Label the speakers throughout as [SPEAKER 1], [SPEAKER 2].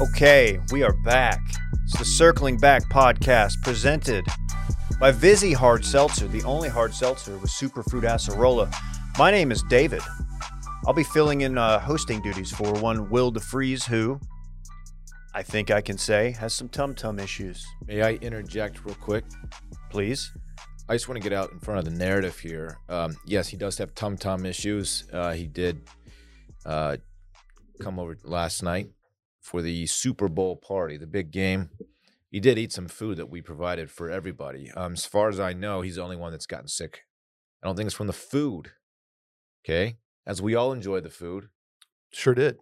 [SPEAKER 1] Okay, we are back. It's the Circling Back podcast presented by Vizzy Hard Seltzer, the only hard seltzer with superfruit acerola. My name is David. I'll be filling in uh, hosting duties for one Will DeFreeze, who I think I can say has some tum tum issues.
[SPEAKER 2] May I interject real quick?
[SPEAKER 1] Please.
[SPEAKER 2] I just want to get out in front of the narrative here. Um, yes, he does have tum tum issues. Uh, he did uh, come over last night for the Super Bowl party, the big game. He did eat some food that we provided for everybody. Um, as far as I know, he's the only one that's gotten sick. I don't think it's from the food. Okay, as we all enjoy the food,
[SPEAKER 3] Sure did.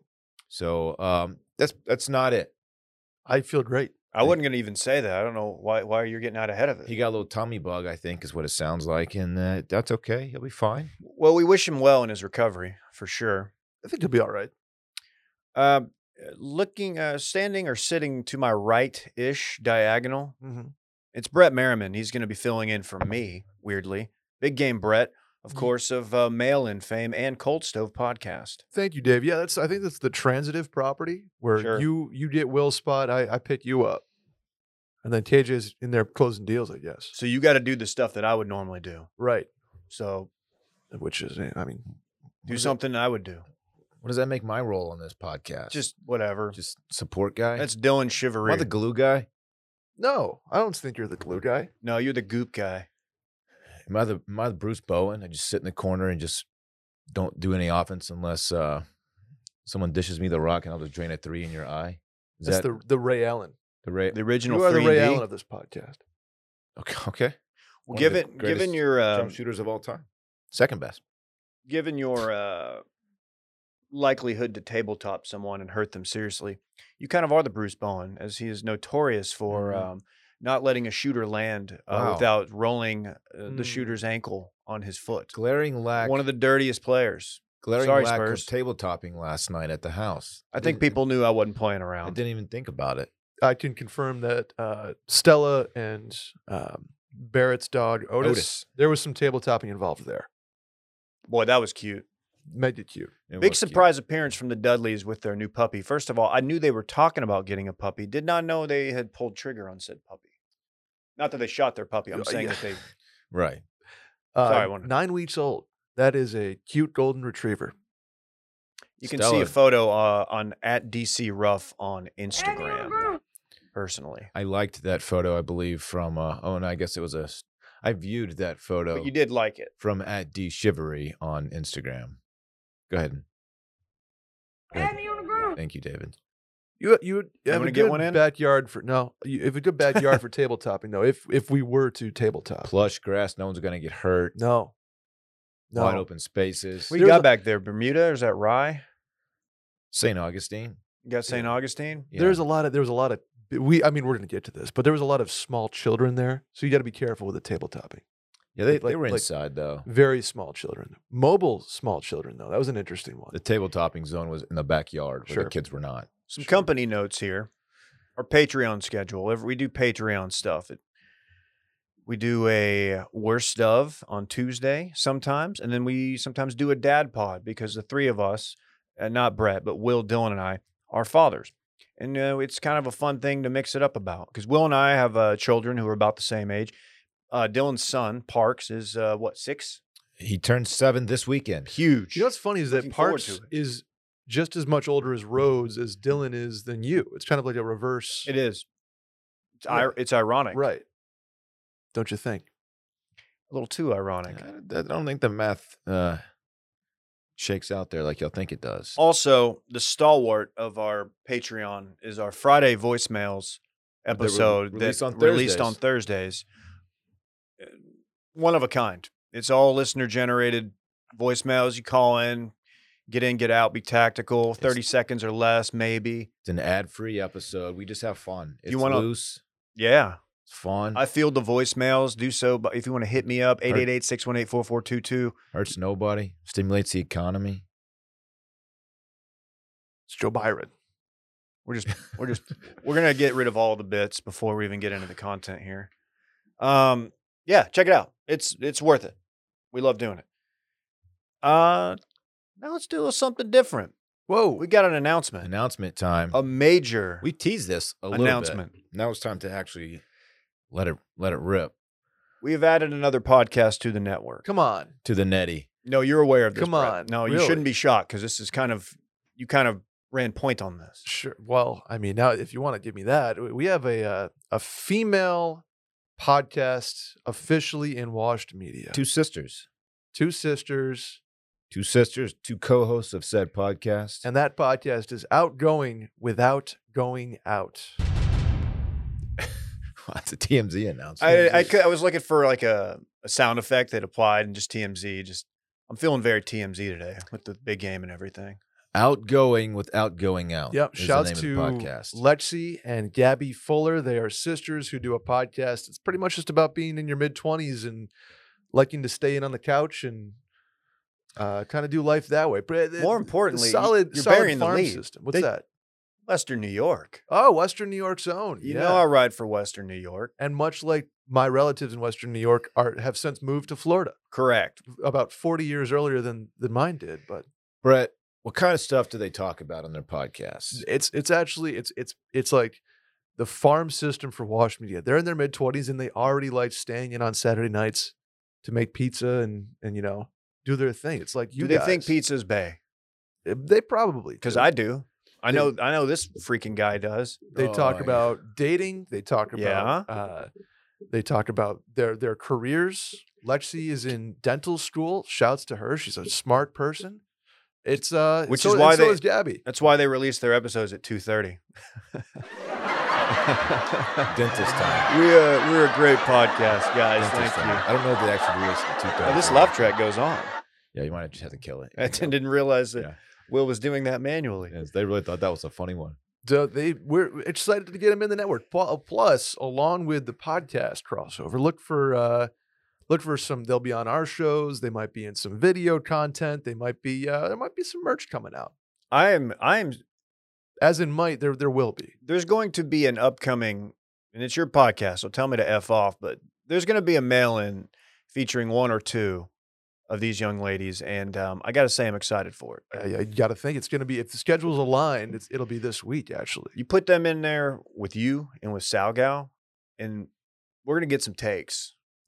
[SPEAKER 2] so um, that's that's not it.
[SPEAKER 3] I feel great.
[SPEAKER 1] I wasn't going to even say that. I don't know why, why you're getting out ahead of it.
[SPEAKER 2] He got a little tummy bug, I think, is what it sounds like, and uh, that's okay. He'll be fine.
[SPEAKER 1] well, we wish him well in his recovery, for sure.
[SPEAKER 3] I think it'll be all right.
[SPEAKER 1] Uh, looking, uh, standing or sitting to my right ish diagonal,
[SPEAKER 3] Mm-hmm.
[SPEAKER 1] It's Brett Merriman. He's going to be filling in for me, weirdly. Big game, Brett, of
[SPEAKER 3] Mm-hmm.
[SPEAKER 1] course, of uh, Mail In fame and Cold Stove podcast.
[SPEAKER 3] Thank you, Dave. Yeah, that's. I think that's the transitive property where
[SPEAKER 1] Sure.
[SPEAKER 3] you you get Will's spot. I I pick you up, and then TJ's in there closing deals. I guess.
[SPEAKER 1] So you got to do the stuff that I would normally do.
[SPEAKER 3] Right.
[SPEAKER 1] So
[SPEAKER 3] Which is, I mean,
[SPEAKER 1] do
[SPEAKER 3] is it?
[SPEAKER 1] something I would do.
[SPEAKER 2] What does that make my role on this
[SPEAKER 3] Uh,
[SPEAKER 2] podcast?
[SPEAKER 1] Just whatever.
[SPEAKER 2] just support guy.
[SPEAKER 1] That's Dylan
[SPEAKER 2] Am I
[SPEAKER 1] Shivery.
[SPEAKER 2] the glue guy.
[SPEAKER 3] no, I don't think you're the glue guy.
[SPEAKER 1] no, you're the goop guy.
[SPEAKER 2] Am I the am I the Bruce Bowen? I just sit in the corner and just don't do any offense unless uh, someone dishes me the rock and I'll just drain a three in your eye. Is
[SPEAKER 3] That's
[SPEAKER 2] that
[SPEAKER 3] the the Ray Allen.
[SPEAKER 2] the rate?
[SPEAKER 1] The original
[SPEAKER 3] you are the
[SPEAKER 1] 3
[SPEAKER 3] Ray Allen of this podcast.
[SPEAKER 2] okay, okay.
[SPEAKER 1] well,
[SPEAKER 2] One of the
[SPEAKER 1] given, given
[SPEAKER 2] greatest
[SPEAKER 1] your uh,
[SPEAKER 2] Jump shooters of all time, second best.
[SPEAKER 1] given your uh, likelihood to tabletop someone and hurt them seriously, you kind of are the Bruce Bowen, as he is notorious for
[SPEAKER 2] Mhm.
[SPEAKER 1] um, not letting a shooter land uh,
[SPEAKER 2] Wow.
[SPEAKER 1] without rolling uh, the
[SPEAKER 3] Mm.
[SPEAKER 1] shooter's ankle on his foot.
[SPEAKER 2] Glaring lack.
[SPEAKER 1] One of the dirtiest players.
[SPEAKER 2] glaring
[SPEAKER 1] sorry,
[SPEAKER 2] lack
[SPEAKER 1] Spurs.
[SPEAKER 2] of table topping last night at the house.
[SPEAKER 1] I think
[SPEAKER 2] didn't-
[SPEAKER 1] people knew I wasn't playing
[SPEAKER 2] I
[SPEAKER 1] around.
[SPEAKER 2] Mm-hmm. didn't even think about it.
[SPEAKER 3] I can confirm that uh, Stella and um, Barrett's dog Otis,
[SPEAKER 2] Otis.
[SPEAKER 3] There was some tabletopping involved there.
[SPEAKER 1] Boy, that was cute.
[SPEAKER 3] Made it cute.
[SPEAKER 2] It
[SPEAKER 1] Big
[SPEAKER 2] was cute.
[SPEAKER 1] surprise appearance from the Dudleys with their new puppy. First of all, I knew they were talking about getting a puppy. Did not know they had pulled trigger on said puppy. Not that they shot their puppy. I'm
[SPEAKER 2] Uh,
[SPEAKER 3] Yeah,
[SPEAKER 1] saying
[SPEAKER 3] yeah.
[SPEAKER 1] that they
[SPEAKER 2] Right.
[SPEAKER 3] Uh,
[SPEAKER 1] Sorry, I wanted-
[SPEAKER 3] nine weeks old. That is a cute golden retriever.
[SPEAKER 1] You can see a
[SPEAKER 2] Stellar.
[SPEAKER 1] photo uh, on at DC Ruff on Instagram. Personally,
[SPEAKER 2] I liked that photo. I believe from. Uh, oh, and I guess it was a. s- I viewed that photo.
[SPEAKER 1] but you did like it.
[SPEAKER 2] from at D Shivery on Instagram. Go ahead. and- Go ahead. Thank you, David.
[SPEAKER 3] You you would
[SPEAKER 1] You
[SPEAKER 3] have
[SPEAKER 1] wanna
[SPEAKER 3] a
[SPEAKER 1] get
[SPEAKER 3] good
[SPEAKER 1] one in?
[SPEAKER 3] backyard for no. You have a good backyard for tabletopping though. If if we were to tabletop,
[SPEAKER 2] Plush grass, no one's gonna get hurt.
[SPEAKER 3] no, no.
[SPEAKER 2] Wide open spaces.
[SPEAKER 1] We
[SPEAKER 3] There's
[SPEAKER 1] got
[SPEAKER 3] a-
[SPEAKER 1] back there. Bermuda, is that Rye?
[SPEAKER 2] St. Augustine.
[SPEAKER 1] You got St. Augustine?
[SPEAKER 2] Yeah.
[SPEAKER 3] There's a lot of there was a lot of we. I mean, we're gonna get to this, but there was a lot of small children there, so you got to be careful with the tabletopping.
[SPEAKER 2] yeah, they, they
[SPEAKER 3] like-
[SPEAKER 2] were
[SPEAKER 3] like-
[SPEAKER 2] inside though.
[SPEAKER 3] Very small children, mobile small children though. That was an interesting one.
[SPEAKER 2] The table topping zone was in the backyard where the
[SPEAKER 3] Sure.
[SPEAKER 2] kids were not.
[SPEAKER 1] Some
[SPEAKER 3] Sure.
[SPEAKER 1] company notes here. Our Patreon schedule. Every- We do Patreon stuff. It, we do a worst of on Tuesday sometimes, and then we sometimes do a dad pod because the three of us, uh, not Brett, but Will, Dylan, and I, are fathers, and uh, it's kind of a fun thing to mix it up about because Will and I have uh, children who are about the same age. Uh, Dylan's son Parks is uh, what six?
[SPEAKER 2] He turned seven this weekend.
[SPEAKER 1] Huge.
[SPEAKER 3] You know what's funny is that
[SPEAKER 1] Looking forward
[SPEAKER 3] Parks
[SPEAKER 1] to
[SPEAKER 3] is just as much older as Rhodes as Dylan is than you. It's kind of like a reverse,
[SPEAKER 1] it is. It's,
[SPEAKER 3] Yeah.
[SPEAKER 1] ir- it's ironic.
[SPEAKER 3] right? Don't you think?
[SPEAKER 1] A little too
[SPEAKER 2] I,
[SPEAKER 1] ironic.
[SPEAKER 2] I don't think the math uh, shakes out there like y'all think it does.
[SPEAKER 1] Also, the stalwart of our Patreon is our Friday voicemails
[SPEAKER 2] That were
[SPEAKER 1] episode that
[SPEAKER 2] released on
[SPEAKER 1] released on Thursdays. Uh, One of a kind. It's all listener generated voicemails. You call in, get in, get out, be tactical, 30 seconds or less, maybe.
[SPEAKER 2] It's an ad free episode. We just have fun.
[SPEAKER 1] You
[SPEAKER 2] It's
[SPEAKER 1] wanna-
[SPEAKER 2] loose.
[SPEAKER 1] Yeah.
[SPEAKER 2] It's fun.
[SPEAKER 1] I field the voicemails. Do so. But if you want to hit me up,
[SPEAKER 2] Hmm. Heard-
[SPEAKER 1] 888 618 4422.
[SPEAKER 2] Hurts nobody. Stimulates the economy.
[SPEAKER 3] It's Joe Byron.
[SPEAKER 1] We're just we're just we're gonna get rid of all the bits before we even get into the content here. Um, yeah, check it out. It's it's worth it. We love doing it. Uh, now let's do a little something different.
[SPEAKER 3] Whoa.
[SPEAKER 1] We got an announcement.
[SPEAKER 2] Announcement time.
[SPEAKER 1] A major
[SPEAKER 2] Oh, we teased this a little
[SPEAKER 1] announcement.
[SPEAKER 2] bit. Now it's time to actually let it let it rip
[SPEAKER 1] We have added another podcast to the network.
[SPEAKER 3] Come on.
[SPEAKER 2] to the netty.
[SPEAKER 1] No, you're aware of this.
[SPEAKER 3] Come
[SPEAKER 1] Brett.
[SPEAKER 3] on,
[SPEAKER 1] No, you
[SPEAKER 3] really?
[SPEAKER 1] shouldn't be shocked because this is kind of you kind of ran point on this.
[SPEAKER 3] Sure. Well, I mean, now if you want to give me that, w- we have a uh, a female podcast officially in Washed Media.
[SPEAKER 2] Two sisters,
[SPEAKER 3] Two sisters,
[SPEAKER 2] two sisters, two co-hosts of said podcast.
[SPEAKER 3] and that podcast is outgoing without going out.
[SPEAKER 2] That's a TMZ announcement.
[SPEAKER 1] I I, cou- I was looking for like a, a sound effect that applied and just TMZ. Just I'm feeling very TMZ today with the big game and everything.
[SPEAKER 2] outgoing without going out.
[SPEAKER 3] Yep.
[SPEAKER 2] Oh, is the
[SPEAKER 3] Shouts
[SPEAKER 2] name of the
[SPEAKER 3] to
[SPEAKER 2] podcast.
[SPEAKER 3] Lexi and Gabby Fuller. They are sisters who do a podcast. It's pretty much just about being in your mid twenties and liking to stay in on the couch and uh, kind of do life that way. But it-
[SPEAKER 1] More
[SPEAKER 3] it's a
[SPEAKER 1] importantly, you-
[SPEAKER 3] solid,
[SPEAKER 1] you're
[SPEAKER 3] solid
[SPEAKER 1] burying the
[SPEAKER 3] farm
[SPEAKER 1] lead.
[SPEAKER 3] system. What's
[SPEAKER 1] They-
[SPEAKER 3] that?
[SPEAKER 1] Western New York.
[SPEAKER 3] Oh, Western New York zone.
[SPEAKER 1] You
[SPEAKER 3] yeah.
[SPEAKER 1] know I ride for Western New York.
[SPEAKER 3] and much like my relatives in Western New York are have since moved to Florida
[SPEAKER 1] Correct.
[SPEAKER 3] about 40 years earlier than than mine did but
[SPEAKER 2] Brett, what kind of stuff do they talk about on their podcast?
[SPEAKER 3] it's it's actually it's it's it's like the farm system for wash media they're in their mid 20s and they already like staying in on Saturday nights to make pizza and and you know do their thing it's like you
[SPEAKER 1] do they think
[SPEAKER 3] guys- eh,
[SPEAKER 1] pizza's bay?
[SPEAKER 3] they probably
[SPEAKER 1] Because
[SPEAKER 3] do.
[SPEAKER 1] I do. I
[SPEAKER 3] They-
[SPEAKER 1] know. I know this freaking guy does.
[SPEAKER 3] they
[SPEAKER 2] Oh,
[SPEAKER 3] talk
[SPEAKER 2] yeah.
[SPEAKER 3] about dating they talk about uh they talk about their their careers lexi is in dental school shouts to her she's a smart person it's uh
[SPEAKER 1] Which
[SPEAKER 3] so-
[SPEAKER 1] is
[SPEAKER 3] and
[SPEAKER 1] why
[SPEAKER 3] so
[SPEAKER 1] they-
[SPEAKER 3] is gabby
[SPEAKER 1] That's why they release their episodes at two thirty. uh,
[SPEAKER 2] Dentist time.
[SPEAKER 1] We uh, we're a great podcast, guys. Thank
[SPEAKER 2] Dentist time.
[SPEAKER 1] you.
[SPEAKER 2] I don't know if they actually released the two
[SPEAKER 1] Now, this laugh track goes on.
[SPEAKER 2] Yeah, you might just have to kill it.
[SPEAKER 1] I didn't realize that
[SPEAKER 2] Yeah.
[SPEAKER 1] Will was doing that manually.
[SPEAKER 2] Yes, they really thought that was a funny one.
[SPEAKER 3] so they we're excited to get him in the network Pl- plus along with the podcast crossover look for uh look for some they'll be on our shows they might be in some video content they might be uh there might be some merch coming out
[SPEAKER 1] I am. I am.
[SPEAKER 3] as in might there there will be
[SPEAKER 1] There's going to be an upcoming, and it's your podcast, so tell me to f off. But there's going to be a mail-in featuring one or two of these young ladies, and um, I got to say, I'm excited for it. Uh,
[SPEAKER 3] I, I gotta think it's gonna be if the schedule's aligned it's, it'll be this week actually
[SPEAKER 1] You put them in there with you and with Salgow, and we're going to get some takes.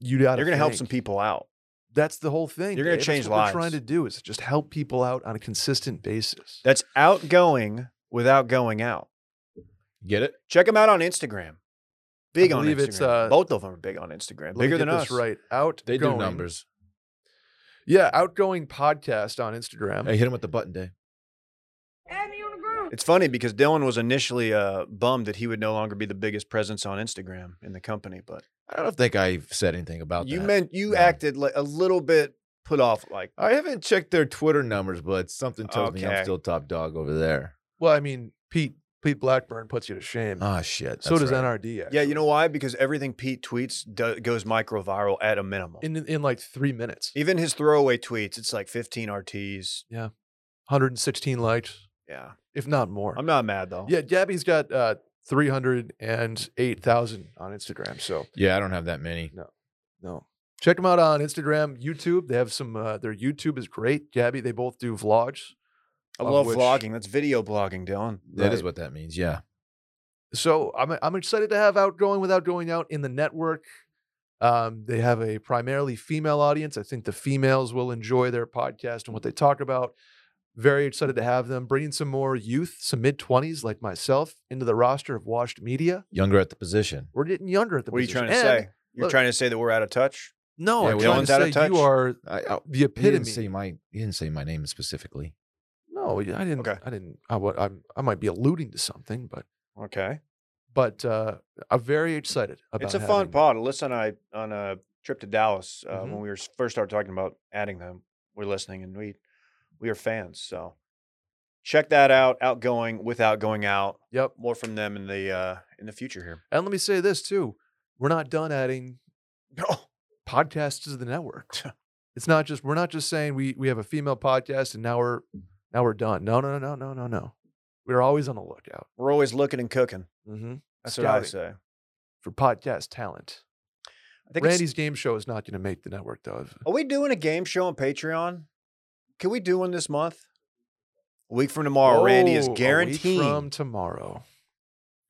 [SPEAKER 3] you gotta
[SPEAKER 1] You're going to help
[SPEAKER 3] think.
[SPEAKER 1] some people out.
[SPEAKER 3] That's the whole thing.
[SPEAKER 1] You're gonna
[SPEAKER 3] Dave. That's
[SPEAKER 1] change
[SPEAKER 3] what
[SPEAKER 1] lives.
[SPEAKER 3] We're trying to do is just help people out on a consistent basis.
[SPEAKER 1] That's outgoing without going out.
[SPEAKER 2] Get it?
[SPEAKER 1] Check them out on Instagram. Big on
[SPEAKER 3] believe
[SPEAKER 1] Instagram.
[SPEAKER 3] it's, uh,
[SPEAKER 1] Both of them are big on Instagram.
[SPEAKER 3] Let me
[SPEAKER 1] Bigger
[SPEAKER 3] get
[SPEAKER 1] than
[SPEAKER 3] this
[SPEAKER 1] us.
[SPEAKER 3] right? Out
[SPEAKER 2] They do numbers.
[SPEAKER 3] Yeah, outgoing podcast on Instagram.
[SPEAKER 2] Hey, hit them with the button, Dave.
[SPEAKER 4] Add me on the group.
[SPEAKER 1] It's funny because Dylan was initially uh, bummed that he would no longer be the biggest presence on Instagram in the company, but
[SPEAKER 2] I don't think I've said anything about
[SPEAKER 1] you
[SPEAKER 2] that.
[SPEAKER 1] meant you
[SPEAKER 2] No.
[SPEAKER 1] acted like a little bit put off. Like
[SPEAKER 2] I haven't checked their Twitter numbers, but something tells me
[SPEAKER 1] Okay.
[SPEAKER 2] I'm still top dog over there.
[SPEAKER 3] Well, I mean, Pete Pete Blackburn puts you to shame.
[SPEAKER 2] Ah, shit.
[SPEAKER 3] so
[SPEAKER 2] that's
[SPEAKER 3] does
[SPEAKER 2] right.
[SPEAKER 3] NRD.
[SPEAKER 1] Uh, yeah,
[SPEAKER 3] actually.
[SPEAKER 1] you know why? Because everything Pete tweets do- goes micro viral at a minimum.
[SPEAKER 3] in in like three minutes,
[SPEAKER 1] Even his throwaway tweets, it's like 15 RTs.
[SPEAKER 3] 116 likes,
[SPEAKER 1] Yeah,
[SPEAKER 3] if not more.
[SPEAKER 1] I'm not mad though.
[SPEAKER 3] yeah, Gabby's got uh, 308,000 on Instagram. So
[SPEAKER 2] Yeah, I don't have that many.
[SPEAKER 3] No. Check them out on Instagram, YouTube. They have some. Uh, their YouTube is great. Gabby, they both do vlogs.
[SPEAKER 1] I
[SPEAKER 3] Of
[SPEAKER 1] love
[SPEAKER 3] which-
[SPEAKER 1] vlogging. That's video blogging, Dylan.
[SPEAKER 2] That is
[SPEAKER 3] Right.
[SPEAKER 2] what that means. Yeah.
[SPEAKER 3] So I'm I'm excited to have outgoing without going out in the network. Um, they have a primarily female audience. I think the females will enjoy their podcast and what they talk about. Very excited to have them. Bringing some more youth, some mid twenties like myself, into the roster of Washed Media.
[SPEAKER 2] Younger at the position.
[SPEAKER 3] We're getting younger at the.
[SPEAKER 1] What are you
[SPEAKER 3] position.
[SPEAKER 1] trying to
[SPEAKER 3] And-
[SPEAKER 1] say? You're
[SPEAKER 3] look-
[SPEAKER 1] trying to say that we're out of touch?
[SPEAKER 3] No,
[SPEAKER 2] Yeah,
[SPEAKER 3] I'm
[SPEAKER 2] we
[SPEAKER 3] trying
[SPEAKER 2] don't-
[SPEAKER 3] to
[SPEAKER 1] Out of
[SPEAKER 3] say
[SPEAKER 1] touch?
[SPEAKER 3] you are
[SPEAKER 2] I, I,
[SPEAKER 3] the
[SPEAKER 2] he didn't
[SPEAKER 3] epitome.
[SPEAKER 2] say my he didn't say my name specifically.
[SPEAKER 3] No, yeah, I didn't.
[SPEAKER 1] Okay.
[SPEAKER 3] I didn't. I, wa- I'm, I might be alluding to something, but
[SPEAKER 1] Okay.
[SPEAKER 3] but uh, I'm very excited about.
[SPEAKER 1] It's a fun
[SPEAKER 3] having-
[SPEAKER 1] pod. Alyssa and I on a trip to Dallas uh,
[SPEAKER 3] Mhm.
[SPEAKER 1] when we were s- first started talking about adding them. We're listening and we we are fans. So check that out. Outgoing without going out.
[SPEAKER 3] Yep.
[SPEAKER 1] More from them in the uh, in the future here.
[SPEAKER 3] And let me say this too: we're not done adding podcasts to the network. it's not just we're not just saying we we have a female podcast and now we're now we're done. No, no, no, no, no, no. We're always on the lookout
[SPEAKER 1] We're always looking and cooking.
[SPEAKER 3] mm-hmm.
[SPEAKER 1] That's what I
[SPEAKER 3] Scouting.
[SPEAKER 1] say.
[SPEAKER 3] for podcast talent.
[SPEAKER 1] I think. it's-
[SPEAKER 3] Randy's game show is not going to make the network though.
[SPEAKER 1] are we doing a game show on Patreon? Can we do one this month? A week from tomorrow, Oh, Randy is
[SPEAKER 3] Whoa, oh, a week
[SPEAKER 1] guaranteed.
[SPEAKER 3] from tomorrow.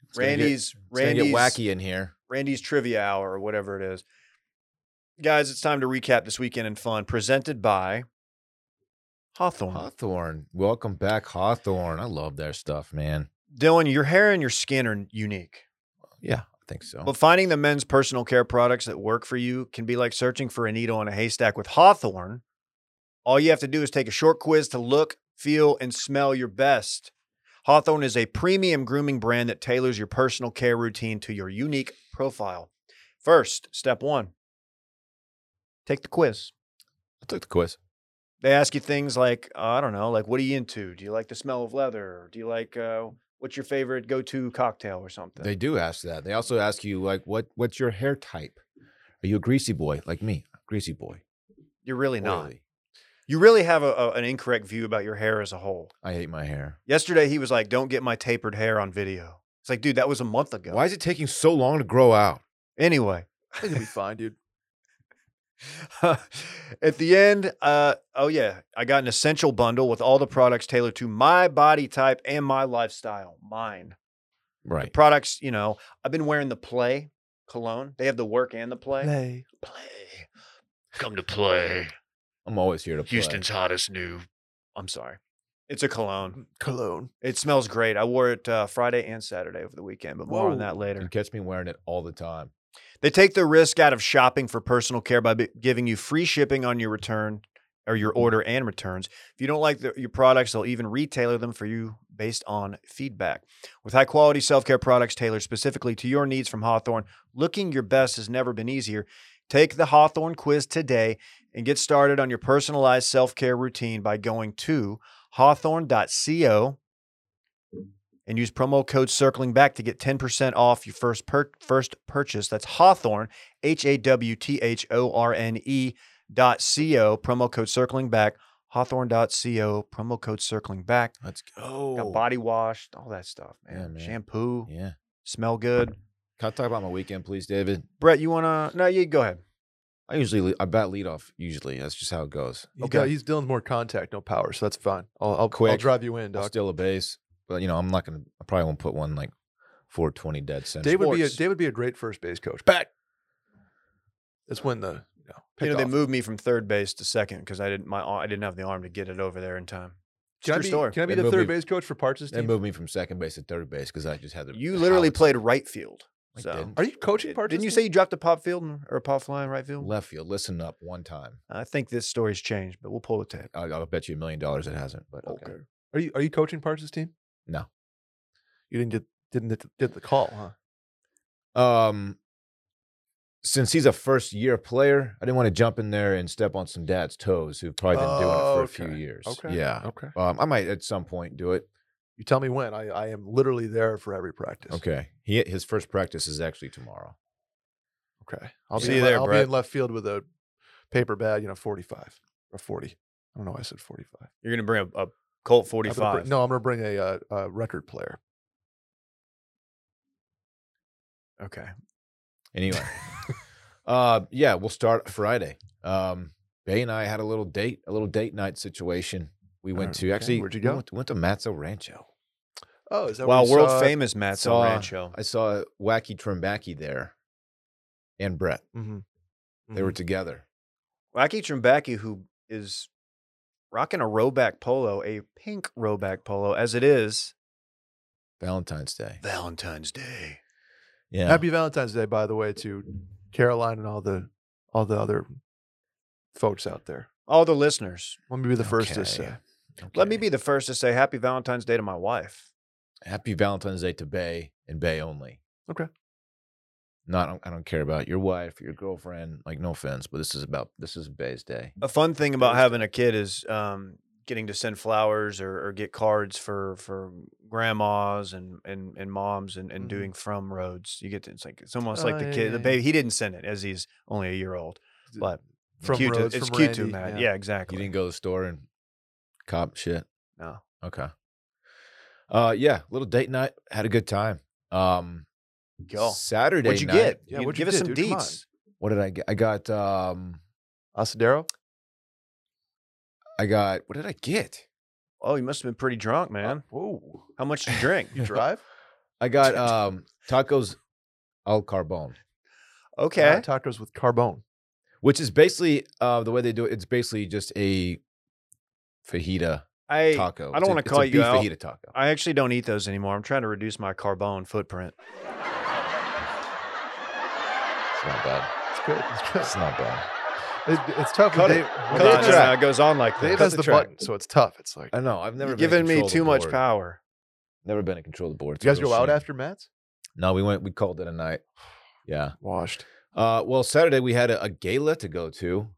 [SPEAKER 2] It's gonna get-
[SPEAKER 1] Randy's
[SPEAKER 2] it's gonna
[SPEAKER 1] Randy's
[SPEAKER 2] get wacky in here.
[SPEAKER 1] Randy's Trivia Hour or whatever it is. Guys, it's time to recap this weekend in fun, presented by Hawthorne.
[SPEAKER 2] Hawthorne, welcome back, Hawthorne. I love their stuff, man.
[SPEAKER 1] Dylan, your hair and your skin are unique,
[SPEAKER 2] Yeah, I think so.
[SPEAKER 1] but finding the men's personal care products that work for you can be like searching for a needle in a haystack with Hawthorne. All you have to do is take a short quiz to look, feel, and smell your best. Hawthorne is a premium grooming brand that tailors your personal care routine to your unique profile. First, step one take the quiz.
[SPEAKER 2] I took the quiz.
[SPEAKER 1] they ask you things like uh, i don't know like what are you into do you like the smell of leather do you like uh, what's your favorite go-to cocktail or something
[SPEAKER 2] They do ask that. They also ask you like, what what's your hair type? Are you a greasy boy like me? Greasy boy.
[SPEAKER 1] you're really not
[SPEAKER 2] Oily.
[SPEAKER 1] you really have a, a- an incorrect view about your hair as a whole
[SPEAKER 2] I hate my hair.
[SPEAKER 1] yesterday he was like don't get my tapered hair on video it's like dude that was a month ago
[SPEAKER 2] Why is it taking so long to grow out?
[SPEAKER 1] anyway
[SPEAKER 3] I think it'll be fine, dude.
[SPEAKER 1] at the end, uh, oh yeah, I got an essential bundle with all the products tailored to my body type and my lifestyle. Mine
[SPEAKER 2] Right.
[SPEAKER 1] products, you know, I've been wearing the play cologne. They have the work and the play.
[SPEAKER 3] Play.
[SPEAKER 1] Play, come to play.
[SPEAKER 2] I'm always here to play.
[SPEAKER 1] hottest new. I'm sorry, it's a cologne.
[SPEAKER 3] Cologne.
[SPEAKER 1] It smells great. I wore it uh, Friday and Saturday over the weekend, but more on
[SPEAKER 3] Whoa.
[SPEAKER 1] that later.
[SPEAKER 2] You catch me wearing it all the time.
[SPEAKER 1] They take the risk out of shopping for personal care by b- giving you free shipping on your return or your order and returns. If you don't like the, your products, they'll even retailer them for you based on feedback. With high quality self care products tailored specifically to your needs from Hawthorne, looking your best has never been easier. Take the Hawthorne quiz today and get started on your personalized self care routine by going to hawthorne.co and use promo code circling back to get 10% off your first per- first purchase. That's Hawthorne, H A W T H O R N E dot C O, promo code circling back, Hawthorne dot C O, promo code circling back.
[SPEAKER 2] Let's go.
[SPEAKER 1] Got body washed, all that stuff, man.
[SPEAKER 2] Yeah, man.
[SPEAKER 1] Shampoo,
[SPEAKER 2] Yeah.
[SPEAKER 1] smell good.
[SPEAKER 2] Can I talk about my weekend, please, David?
[SPEAKER 1] Brett, you wanna? No, you go ahead.
[SPEAKER 2] I usually le- I bat lead off. Usually, that's just how it goes.
[SPEAKER 3] He's
[SPEAKER 1] Okay.
[SPEAKER 3] got- he's dealing more contact, no power, so that's fine. I'll, I'll, I'll
[SPEAKER 2] Quick.
[SPEAKER 3] drive you in,
[SPEAKER 2] I'll
[SPEAKER 3] Doc.
[SPEAKER 2] steal a base, but you know I'm not gonna. I probably won't put one like 420 dead center.
[SPEAKER 3] Dave would be a
[SPEAKER 1] Sports.
[SPEAKER 3] Dave would be a great first base coach. Back. That's when the you know,
[SPEAKER 1] you know they
[SPEAKER 3] pickoff-
[SPEAKER 1] moved me from third base to second because I didn't my ar- I didn't have the arm to get it over there in time. It's a
[SPEAKER 3] Can I
[SPEAKER 1] true
[SPEAKER 3] be,
[SPEAKER 1] story.
[SPEAKER 3] Can I be
[SPEAKER 2] They
[SPEAKER 3] the
[SPEAKER 2] moved
[SPEAKER 3] third
[SPEAKER 2] me-
[SPEAKER 3] base coach for Parch's
[SPEAKER 2] They
[SPEAKER 3] team?
[SPEAKER 2] moved me from second base to third base because I just had the.
[SPEAKER 1] you
[SPEAKER 2] the
[SPEAKER 1] literally
[SPEAKER 2] howitzer.
[SPEAKER 1] played right field.
[SPEAKER 2] I
[SPEAKER 1] so
[SPEAKER 2] didn't.
[SPEAKER 3] Are you coaching Parch's?
[SPEAKER 1] Didn't you say
[SPEAKER 3] team?
[SPEAKER 1] you dropped a pop field and- or a pop fly in right field?
[SPEAKER 2] left field. Listen up, one time.
[SPEAKER 1] I think this story's changed, but we'll pull the tape.
[SPEAKER 2] I, I'll bet you a million dollars it hasn't. But okay.
[SPEAKER 3] Are you are you coaching Parch's team?
[SPEAKER 2] No.
[SPEAKER 3] You didn't get didn't get the- get the call, huh?
[SPEAKER 2] Um, since he's a first year player, I didn't want to jump in there and step on some dad's toes who've probably been doing it for
[SPEAKER 3] Oh,
[SPEAKER 2] a few
[SPEAKER 3] okay.
[SPEAKER 2] years.
[SPEAKER 3] Okay.
[SPEAKER 2] Yeah.
[SPEAKER 3] Okay.
[SPEAKER 2] Um, I might at some point do it.
[SPEAKER 3] You tell me when. I, I am literally there for every practice.
[SPEAKER 2] Okay. He his first practice is actually tomorrow.
[SPEAKER 3] Okay. I'll
[SPEAKER 1] See
[SPEAKER 3] be
[SPEAKER 1] you
[SPEAKER 3] in, le-
[SPEAKER 1] there,
[SPEAKER 3] I'll be
[SPEAKER 1] Brett.
[SPEAKER 3] in left field with a paper bag, you know, 45 or 40. I don't know why I said 45.
[SPEAKER 1] You're gonna bring a, a Colt
[SPEAKER 3] I'm gonna
[SPEAKER 1] 45.
[SPEAKER 3] bring- no, I'm going to bring a, uh a record player.
[SPEAKER 1] Okay.
[SPEAKER 2] Anyway. uh yeah, we'll start Friday. Um Bay and I had a little date, a little date night situation. We went
[SPEAKER 3] Oh,
[SPEAKER 2] to
[SPEAKER 3] okay.
[SPEAKER 2] actually
[SPEAKER 3] Where'd you
[SPEAKER 2] we
[SPEAKER 3] go?
[SPEAKER 2] Went to, went to Matzo Rancho.
[SPEAKER 3] Oh, is that
[SPEAKER 1] Wow,
[SPEAKER 3] where you
[SPEAKER 1] world
[SPEAKER 3] saw-
[SPEAKER 1] famous Matt
[SPEAKER 2] saw-
[SPEAKER 1] Rancho.
[SPEAKER 2] I saw Wacky Trimbaki there and Brett.
[SPEAKER 3] Mhm.
[SPEAKER 2] They were
[SPEAKER 3] Mhm.
[SPEAKER 2] together.
[SPEAKER 1] Wacky Trimbaki, who is rocking a rowback polo, a pink rowback polo, as it is
[SPEAKER 2] Valentine's Day.
[SPEAKER 1] Valentine's Day.
[SPEAKER 2] Yeah.
[SPEAKER 3] Happy Valentine's Day, by the way, to Caroline and all the all the other folks out there.
[SPEAKER 1] All the listeners,
[SPEAKER 3] Let me be the first to
[SPEAKER 2] Okay.
[SPEAKER 3] say.
[SPEAKER 1] let me
[SPEAKER 2] Okay.
[SPEAKER 1] be the first to say Happy Valentine's Day to my wife.
[SPEAKER 2] Happy Valentine's Day to Bay and Bay only.
[SPEAKER 3] Okay.
[SPEAKER 2] Not I don't care about your wife, your girlfriend. Like no offense, but this is about this is Bay's day.
[SPEAKER 1] A fun thing about
[SPEAKER 2] Thursday.
[SPEAKER 1] having a kid is um, getting to send flowers or, or get cards for for grandmas and and, and moms and, and
[SPEAKER 3] Mhm.
[SPEAKER 1] doing from roads. You get to, it's like it's almost
[SPEAKER 3] Oh,
[SPEAKER 1] like the
[SPEAKER 3] yeah,
[SPEAKER 1] kid,
[SPEAKER 3] yeah,
[SPEAKER 1] the
[SPEAKER 3] yeah.
[SPEAKER 1] baby. He didn't send it as he's only a year old, but
[SPEAKER 3] From
[SPEAKER 1] cute to-
[SPEAKER 3] Rhodes,
[SPEAKER 1] it's
[SPEAKER 3] from
[SPEAKER 1] cute to
[SPEAKER 3] Randy,
[SPEAKER 1] imagine.
[SPEAKER 3] yeah.
[SPEAKER 1] Yeah,
[SPEAKER 2] You
[SPEAKER 1] exactly.
[SPEAKER 2] didn't go to the store and cop shit.
[SPEAKER 1] No.
[SPEAKER 2] Okay. Uh, yeah, little date night. Had a good time. Um,
[SPEAKER 1] Go.
[SPEAKER 2] Saturday.
[SPEAKER 1] What'd you
[SPEAKER 2] night-
[SPEAKER 1] get?
[SPEAKER 3] Yeah,
[SPEAKER 1] You-
[SPEAKER 3] what'd you
[SPEAKER 1] give us
[SPEAKER 3] get,
[SPEAKER 1] some
[SPEAKER 3] dude? Come on.
[SPEAKER 1] deets.
[SPEAKER 2] What did I get? I got um,
[SPEAKER 3] Asadero?
[SPEAKER 2] I got what did I get?
[SPEAKER 1] Oh, you must have been pretty drunk, man.
[SPEAKER 3] Whoa.
[SPEAKER 1] How much did Oh, you drink?
[SPEAKER 3] Uh, You drive?
[SPEAKER 2] I got um, tacos al carbone,
[SPEAKER 1] Okay.
[SPEAKER 3] Yeah, tacos with carbone.
[SPEAKER 2] which is basically uh, the way they do it. It's basically just a fajita
[SPEAKER 1] I
[SPEAKER 2] taco.
[SPEAKER 1] I don't
[SPEAKER 2] It's a-
[SPEAKER 1] wanna
[SPEAKER 2] it's
[SPEAKER 1] call
[SPEAKER 2] a
[SPEAKER 1] you
[SPEAKER 2] beef
[SPEAKER 1] out.
[SPEAKER 2] fajita taco.
[SPEAKER 1] I actually don't eat those anymore. I'm trying to reduce my carbon footprint.
[SPEAKER 2] It's not bad.
[SPEAKER 3] It's good.
[SPEAKER 2] It's not bad.
[SPEAKER 3] It, it's tough. when
[SPEAKER 1] Cut it.
[SPEAKER 3] Dave, when
[SPEAKER 1] Come
[SPEAKER 3] Dave
[SPEAKER 1] on,
[SPEAKER 3] has-
[SPEAKER 1] now, it goes on like that.
[SPEAKER 3] Dave
[SPEAKER 1] Cut
[SPEAKER 3] has the
[SPEAKER 1] track.
[SPEAKER 3] button, so it's tough. It's like,
[SPEAKER 2] I know. I've never
[SPEAKER 1] You're
[SPEAKER 2] been
[SPEAKER 1] giving
[SPEAKER 2] in
[SPEAKER 1] me
[SPEAKER 2] control of the
[SPEAKER 1] too much
[SPEAKER 2] board.
[SPEAKER 1] power.
[SPEAKER 2] Never been in control of the board. It's
[SPEAKER 3] you
[SPEAKER 2] a
[SPEAKER 3] guys
[SPEAKER 2] real
[SPEAKER 3] go out
[SPEAKER 2] shame.
[SPEAKER 3] after Matt's?
[SPEAKER 2] No, we went. We called it a night. Yeah.
[SPEAKER 3] Washed.
[SPEAKER 2] Uh, well, Saturday we had a, a gala to go to.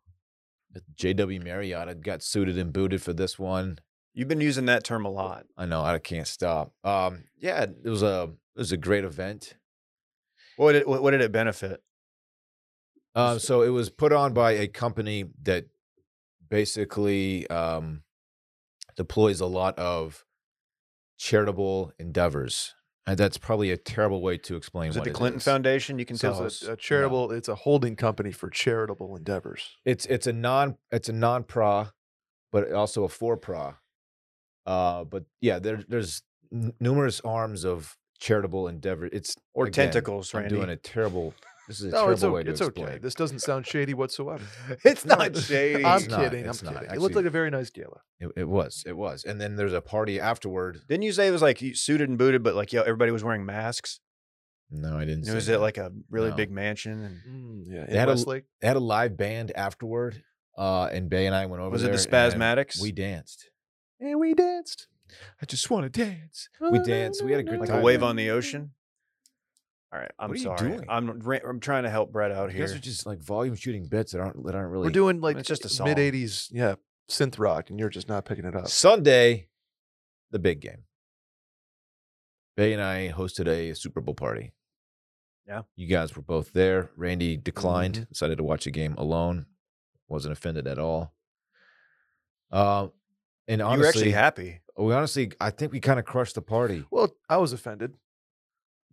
[SPEAKER 2] at JW Marriott. I got suited and booted for this one.
[SPEAKER 1] You've been using that term a lot.
[SPEAKER 2] I know I can't stop. Um, yeah, it was a it was a great event.
[SPEAKER 1] What did, what what did it benefit?
[SPEAKER 2] Um, so it was put on by a company that basically um, deploys a lot of charitable endeavors, and that's probably a terrible way to explain.
[SPEAKER 1] Is it
[SPEAKER 2] what
[SPEAKER 1] the Clinton
[SPEAKER 2] is.
[SPEAKER 1] Foundation? You can
[SPEAKER 3] So
[SPEAKER 1] tell
[SPEAKER 3] it's
[SPEAKER 1] us.
[SPEAKER 3] a, a charitable, it's a holding company for charitable endeavors.
[SPEAKER 2] It's it's a non it's a non pra, but also a for pra. Uh, but yeah, there there's n- numerous arms of charitable endeavor. It's
[SPEAKER 1] or
[SPEAKER 2] again,
[SPEAKER 1] tentacles,
[SPEAKER 2] I'm
[SPEAKER 1] Randy.
[SPEAKER 2] doing a terrible. This is a
[SPEAKER 3] No,
[SPEAKER 2] terrible
[SPEAKER 3] it's, o-
[SPEAKER 2] way to
[SPEAKER 3] it's
[SPEAKER 2] explain.
[SPEAKER 3] okay.
[SPEAKER 2] it.
[SPEAKER 3] This doesn't sound shady whatsoever.
[SPEAKER 1] It's
[SPEAKER 3] No,
[SPEAKER 1] not
[SPEAKER 3] it's-
[SPEAKER 1] shady.
[SPEAKER 3] I'm
[SPEAKER 2] It's not,
[SPEAKER 3] kidding.
[SPEAKER 2] it's
[SPEAKER 3] I'm
[SPEAKER 2] not.
[SPEAKER 3] kidding. it looked
[SPEAKER 2] Actually-
[SPEAKER 3] like a very nice gala.
[SPEAKER 2] It, it was. It was. And then there's a party afterward.
[SPEAKER 1] Didn't you say it was like you suited and booted, but like yo, everybody was wearing masks?
[SPEAKER 2] No, I didn't.
[SPEAKER 1] And was
[SPEAKER 2] say
[SPEAKER 1] it
[SPEAKER 2] that.
[SPEAKER 1] like a really
[SPEAKER 2] No.
[SPEAKER 1] big mansion? And
[SPEAKER 3] Mm, yeah.
[SPEAKER 2] They
[SPEAKER 3] in
[SPEAKER 2] had a-
[SPEAKER 3] Westlake.
[SPEAKER 2] they had a live band afterward? Uh, and Bay and I went over.
[SPEAKER 1] was it the
[SPEAKER 2] there, and
[SPEAKER 1] Spasmatics?
[SPEAKER 2] We danced.
[SPEAKER 3] and we danced.
[SPEAKER 2] I just want to dance. We danced. We had a good
[SPEAKER 1] like
[SPEAKER 2] time.
[SPEAKER 1] a wave on the ocean. All right, I'm
[SPEAKER 2] What are you
[SPEAKER 1] sorry.
[SPEAKER 2] doing?
[SPEAKER 1] I'm ra- I'm trying to help Brett out
[SPEAKER 2] You
[SPEAKER 1] here.
[SPEAKER 2] guys are just like volume shooting bits that aren't that aren't really.
[SPEAKER 3] We're doing like
[SPEAKER 1] it's just a song.
[SPEAKER 3] mid '80s, yeah, synth rock, and you're just not picking it up.
[SPEAKER 2] Sunday, the big game. Bay and I hosted a Super Bowl party.
[SPEAKER 1] Yeah.
[SPEAKER 2] You guys were both there. Randy declined, decided to watch the game alone. Wasn't offended at all. Um, and
[SPEAKER 1] you were actually
[SPEAKER 2] honestly,
[SPEAKER 1] happy.
[SPEAKER 2] we honestly, I think we kind of crushed the party
[SPEAKER 3] Well, I was offended.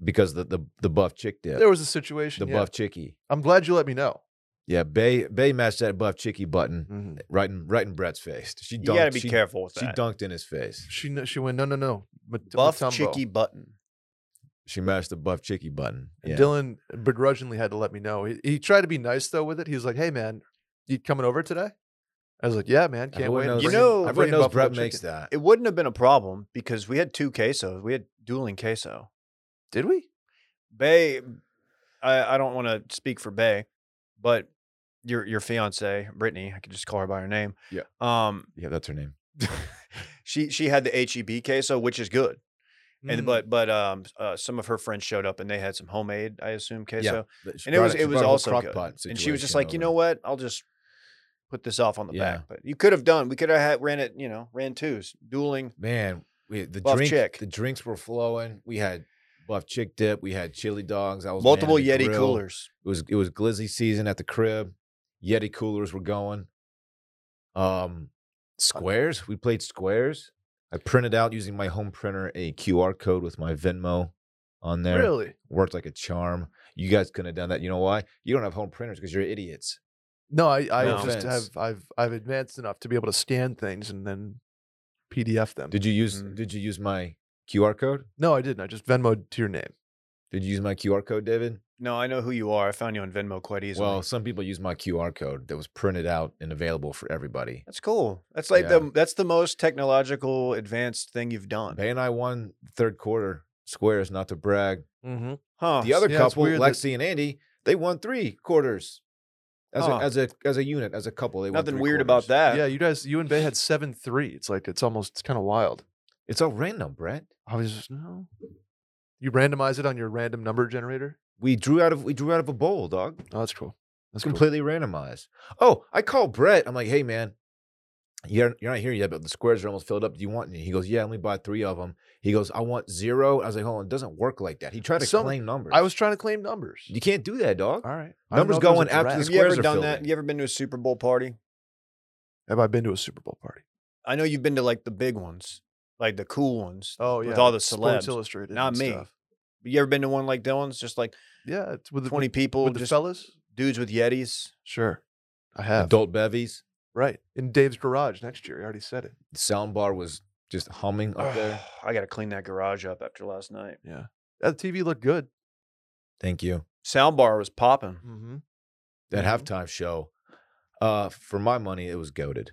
[SPEAKER 2] because the the, the buff chick did
[SPEAKER 3] There was a situation.
[SPEAKER 2] the
[SPEAKER 3] yeah.
[SPEAKER 2] buff chickie.
[SPEAKER 3] I'm glad you let me know.
[SPEAKER 2] Yeah, Bay Bay matched that buff chickie button
[SPEAKER 3] Mhm.
[SPEAKER 2] right in right in Brett's face. She dunked.
[SPEAKER 1] You got to be
[SPEAKER 2] she,
[SPEAKER 1] careful with
[SPEAKER 2] She
[SPEAKER 1] that.
[SPEAKER 2] dunked in his face.
[SPEAKER 3] She kn- she went no no no. Mat-
[SPEAKER 1] Buff
[SPEAKER 3] Matumbo."
[SPEAKER 1] Chicky Button.
[SPEAKER 2] She matched the buff chickie button.
[SPEAKER 3] And
[SPEAKER 2] Yeah.
[SPEAKER 3] Dylan begrudgingly had to let me know. He, he tried to be nice though with it. He was like, "Hey man, you coming over today?" I was like, "Yeah man, can't
[SPEAKER 2] Everyone
[SPEAKER 3] wait."
[SPEAKER 2] Uh, knows-
[SPEAKER 1] You know-
[SPEAKER 3] I'm
[SPEAKER 2] everyone
[SPEAKER 3] bringing
[SPEAKER 2] knows
[SPEAKER 3] Buffalo
[SPEAKER 2] Brett makes
[SPEAKER 3] chicken."
[SPEAKER 2] that.
[SPEAKER 1] It wouldn't have been a problem because we had two quesos. We had dueling queso.
[SPEAKER 3] Did we?
[SPEAKER 1] Bay, I, I don't want to speak for Bay, but your your fiance Brittany, I could just call her by her name.
[SPEAKER 2] Yeah.
[SPEAKER 1] Um,
[SPEAKER 2] Yeah, that's her name.
[SPEAKER 1] she she had the HEB queso, which is good.
[SPEAKER 3] Mm.
[SPEAKER 1] And but but um uh, some of her friends showed up and they had some homemade, I assume, queso.
[SPEAKER 2] that she
[SPEAKER 1] and it
[SPEAKER 2] brought
[SPEAKER 1] was
[SPEAKER 2] she
[SPEAKER 1] it was
[SPEAKER 2] brought a whole
[SPEAKER 1] also
[SPEAKER 2] crock
[SPEAKER 1] good.
[SPEAKER 2] pot
[SPEAKER 1] And she was just
[SPEAKER 2] situation
[SPEAKER 1] like, you know
[SPEAKER 2] over.
[SPEAKER 1] what? I'll just put this off on the
[SPEAKER 2] Yeah.
[SPEAKER 1] back. But you could have done. We could have had, ran it. You know, ran twos, dueling.
[SPEAKER 2] man, we, the
[SPEAKER 1] Buff
[SPEAKER 2] drink,
[SPEAKER 1] chick.
[SPEAKER 2] the drinks were flowing. We had buff chick dip, we had chili dogs. I was man of
[SPEAKER 1] Multiple
[SPEAKER 2] the
[SPEAKER 1] Yeti
[SPEAKER 2] grill.
[SPEAKER 1] coolers.
[SPEAKER 2] It was it was glizzy season at the crib. Yeti coolers were going. Um, squares. We played squares. I printed out using my home printer a QR code with my Venmo on there.
[SPEAKER 3] really?
[SPEAKER 2] Worked like a charm. You guys couldn't have done that. You know why? You don't have home printers because you're idiots.
[SPEAKER 3] No, I, I
[SPEAKER 1] No
[SPEAKER 3] just
[SPEAKER 2] offense.
[SPEAKER 3] have I've I've advanced enough to be able to scan things and then PDF them.
[SPEAKER 2] Did you use
[SPEAKER 1] Mm.
[SPEAKER 2] Did you use my QR code?
[SPEAKER 3] no, I didn't. I just Venmoed to your name.
[SPEAKER 2] Did you use my QR code, David?
[SPEAKER 1] No, I know who you are. I found you on Venmo quite easily.
[SPEAKER 2] Well, some people use my QR code that was printed out and available for everybody.
[SPEAKER 1] that's cool. That's like
[SPEAKER 2] Yeah.
[SPEAKER 1] the that's the most technological advanced thing you've done.
[SPEAKER 2] Bay and I won third quarter squares, not to brag.
[SPEAKER 3] Mm-hmm.
[SPEAKER 1] Huh.
[SPEAKER 2] The other
[SPEAKER 3] yeah, it's
[SPEAKER 2] couple,
[SPEAKER 3] weird that-
[SPEAKER 2] Lexi and Andy, they won three quarters as
[SPEAKER 1] Huh.
[SPEAKER 2] a as a as a unit, as a couple. They won
[SPEAKER 1] Nothing
[SPEAKER 2] three
[SPEAKER 1] weird
[SPEAKER 2] quarters.
[SPEAKER 1] about that.
[SPEAKER 3] Yeah, you guys, you and Bay had seven three. It's like it's almost it's kind of wild.
[SPEAKER 2] It's all random, Brett.
[SPEAKER 3] I was just no. You randomize it on your random number generator.
[SPEAKER 2] We drew out of we drew out of a bowl, dog.
[SPEAKER 3] Oh, that's cool. That's
[SPEAKER 2] It's
[SPEAKER 3] cool.
[SPEAKER 2] completely randomized. Oh, I call Brett. I'm like, hey man, you're you're not here yet, but the squares are almost filled up. Do you want any? He goes, yeah, I only bought three of them. He goes, I want zero. I was like, hold on, it doesn't work like that. He tried to
[SPEAKER 3] Some-
[SPEAKER 2] claim numbers.
[SPEAKER 3] I was trying to claim numbers.
[SPEAKER 2] you can't do that, dog.
[SPEAKER 3] All right, I didn't
[SPEAKER 2] Numbers
[SPEAKER 3] know if there was
[SPEAKER 2] going after
[SPEAKER 3] a
[SPEAKER 2] the
[SPEAKER 1] Have
[SPEAKER 3] draft.
[SPEAKER 1] you
[SPEAKER 2] squares
[SPEAKER 1] ever
[SPEAKER 2] are
[SPEAKER 1] done
[SPEAKER 2] filled
[SPEAKER 1] that?
[SPEAKER 2] in.
[SPEAKER 1] You ever been to a Super Bowl party?
[SPEAKER 3] Have I been to a Super Bowl party?
[SPEAKER 1] I know you've been to like the big ones, like the cool ones.
[SPEAKER 3] Oh
[SPEAKER 1] With all the celebs.
[SPEAKER 3] Sports Illustrated,
[SPEAKER 1] Not
[SPEAKER 3] and
[SPEAKER 1] me.
[SPEAKER 3] stuff.
[SPEAKER 1] You ever been to one like Dylan's? Just like
[SPEAKER 3] Yeah, it's with the,
[SPEAKER 1] twenty
[SPEAKER 3] with,
[SPEAKER 1] people,
[SPEAKER 3] with the
[SPEAKER 1] just
[SPEAKER 3] fellas.
[SPEAKER 1] dudes with Yetis.
[SPEAKER 3] Sure, I have.
[SPEAKER 2] Adult bevies.
[SPEAKER 3] Right in Dave's garage next year. I already said it.
[SPEAKER 2] The sound bar was just humming up there.
[SPEAKER 1] I got to clean that garage up after last night.
[SPEAKER 3] That TV looked good.
[SPEAKER 2] Thank you.
[SPEAKER 1] Soundbar was popping.
[SPEAKER 3] Mm-hmm.
[SPEAKER 2] That
[SPEAKER 3] Mhm.
[SPEAKER 2] halftime show, uh, for my money, it was goaded.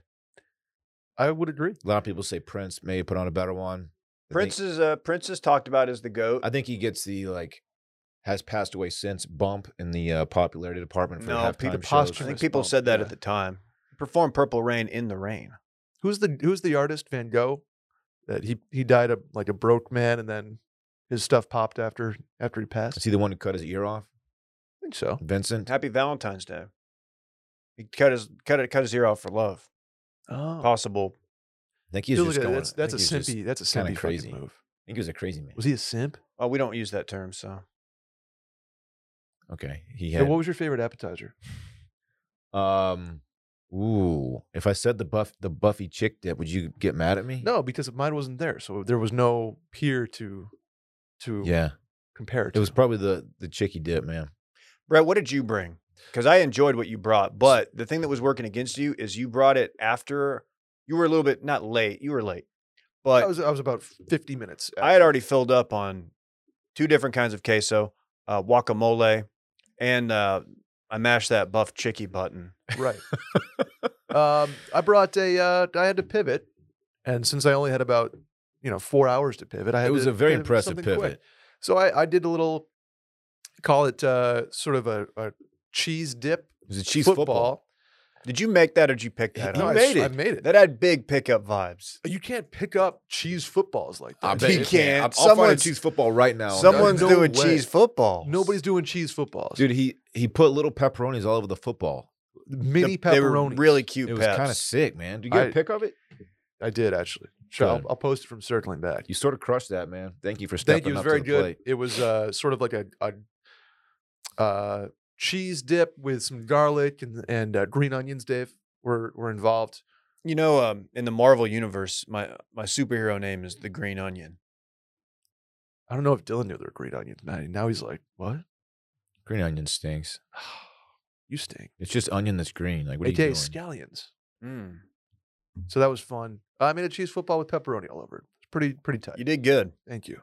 [SPEAKER 3] I would agree.
[SPEAKER 2] A lot of people say Prince may have put on a better one. I think-
[SPEAKER 1] Prince is uh, Prince is talked about as the goat.
[SPEAKER 2] I think he gets the like has passed away since bump in the uh, popularity department for
[SPEAKER 1] No,
[SPEAKER 2] halftime
[SPEAKER 1] Peter
[SPEAKER 2] shows.
[SPEAKER 1] I
[SPEAKER 3] Postman-
[SPEAKER 1] think people
[SPEAKER 3] Response,
[SPEAKER 1] said that
[SPEAKER 3] yeah.
[SPEAKER 1] at the time. Perform Purple Rain in the rain.
[SPEAKER 3] Who's the Who's the artist? Van Gogh. That he he died a, like a broke man, and then his stuff popped after after he passed.
[SPEAKER 2] Is he the one who cut his ear off?
[SPEAKER 3] I think so.
[SPEAKER 2] Vincent.
[SPEAKER 1] Happy Valentine's Day. He cut his cut it cut his ear off for love.
[SPEAKER 3] Oh,
[SPEAKER 1] Possible.
[SPEAKER 2] I think he's
[SPEAKER 3] Dude,
[SPEAKER 2] just
[SPEAKER 3] look at-
[SPEAKER 2] going.
[SPEAKER 3] that's
[SPEAKER 2] I think
[SPEAKER 3] that's a
[SPEAKER 2] he was just-
[SPEAKER 3] simpy. That's a
[SPEAKER 2] kinda
[SPEAKER 3] simpy
[SPEAKER 2] crazy.
[SPEAKER 3] crazy move.
[SPEAKER 2] I think he was a crazy man.
[SPEAKER 3] Was he a simp?
[SPEAKER 1] Well, we don't use that term, so
[SPEAKER 2] Okay, he
[SPEAKER 3] Yeah.
[SPEAKER 2] had.
[SPEAKER 3] what was your favorite appetizer?
[SPEAKER 2] um, ooh, if I said the buff the Buffy chick dip, would you get mad at me?
[SPEAKER 3] No, because mine wasn't there, so there was no peer to to
[SPEAKER 2] Yeah,
[SPEAKER 3] compare.
[SPEAKER 2] it was
[SPEAKER 3] to.
[SPEAKER 2] probably the the chicky dip, man.
[SPEAKER 1] Brett, what did you bring? Because I enjoyed what you brought, but the thing that was working against you is you brought it after you were a little bit not late. You were late,
[SPEAKER 3] I
[SPEAKER 1] but
[SPEAKER 3] was I was about fifty minutes.
[SPEAKER 1] I had already filled up on two different kinds of queso, uh, guacamole, and uh, I mashed that buff chicky button.
[SPEAKER 3] Right. um, I brought a. Uh, I had to pivot, and since I only had about you know four hours to pivot, I had
[SPEAKER 2] It was
[SPEAKER 3] to
[SPEAKER 2] a very
[SPEAKER 3] pivot
[SPEAKER 2] impressive
[SPEAKER 3] something
[SPEAKER 2] pivot.
[SPEAKER 3] quick. So I, I did a little, call it uh, sort of a, a cheese dip
[SPEAKER 2] It was a cheese football.
[SPEAKER 1] Did you make that or did you pick that
[SPEAKER 2] No,
[SPEAKER 1] up?
[SPEAKER 3] I
[SPEAKER 2] You
[SPEAKER 3] s-
[SPEAKER 2] made
[SPEAKER 3] I
[SPEAKER 2] it.
[SPEAKER 3] made it.
[SPEAKER 1] That had big pickup vibes.
[SPEAKER 3] you can't pick up cheese footballs like that.
[SPEAKER 2] I
[SPEAKER 1] bet He
[SPEAKER 2] you
[SPEAKER 1] can't.
[SPEAKER 2] I'll- I'll find a
[SPEAKER 1] Someone's-
[SPEAKER 2] cheese football right now.
[SPEAKER 1] Someone's
[SPEAKER 3] no
[SPEAKER 1] doing
[SPEAKER 3] way.
[SPEAKER 1] cheese football.
[SPEAKER 3] Nobody's doing cheese footballs.
[SPEAKER 2] dude. He he put little pepperonis all over the football.
[SPEAKER 3] mini
[SPEAKER 1] The- They were
[SPEAKER 3] pepperoni.
[SPEAKER 1] really cute.
[SPEAKER 2] It was kind of
[SPEAKER 1] peps.
[SPEAKER 2] sick, man. Do you get a
[SPEAKER 3] I-
[SPEAKER 2] pick of it?
[SPEAKER 3] I did actually. Sure, I'll,
[SPEAKER 2] Good.
[SPEAKER 3] I'll post it from circling back.
[SPEAKER 2] You sort of crushed that, man. Thank you for stepping
[SPEAKER 3] Thank you. It was
[SPEAKER 2] up
[SPEAKER 3] very
[SPEAKER 2] to the
[SPEAKER 3] good.
[SPEAKER 2] plate.
[SPEAKER 3] It was uh, sort of like a, a uh, cheese dip with some garlic and and uh, green onions. Dave were were involved.
[SPEAKER 1] You know, um, in the Marvel universe, my uh, my superhero name is the Green Onion.
[SPEAKER 3] I don't know if Dylan knew there were green onions. Now, now he's like, "What?
[SPEAKER 2] Green onion stinks.
[SPEAKER 3] You stink."
[SPEAKER 2] It's just onion that's green. Like what are you
[SPEAKER 3] AKA
[SPEAKER 2] doing?
[SPEAKER 3] scallions.
[SPEAKER 1] Mm.
[SPEAKER 3] So that was fun. I made a cheese football with pepperoni all over it. It's pretty pretty tight.
[SPEAKER 1] Uh, You did good.
[SPEAKER 3] Thank you.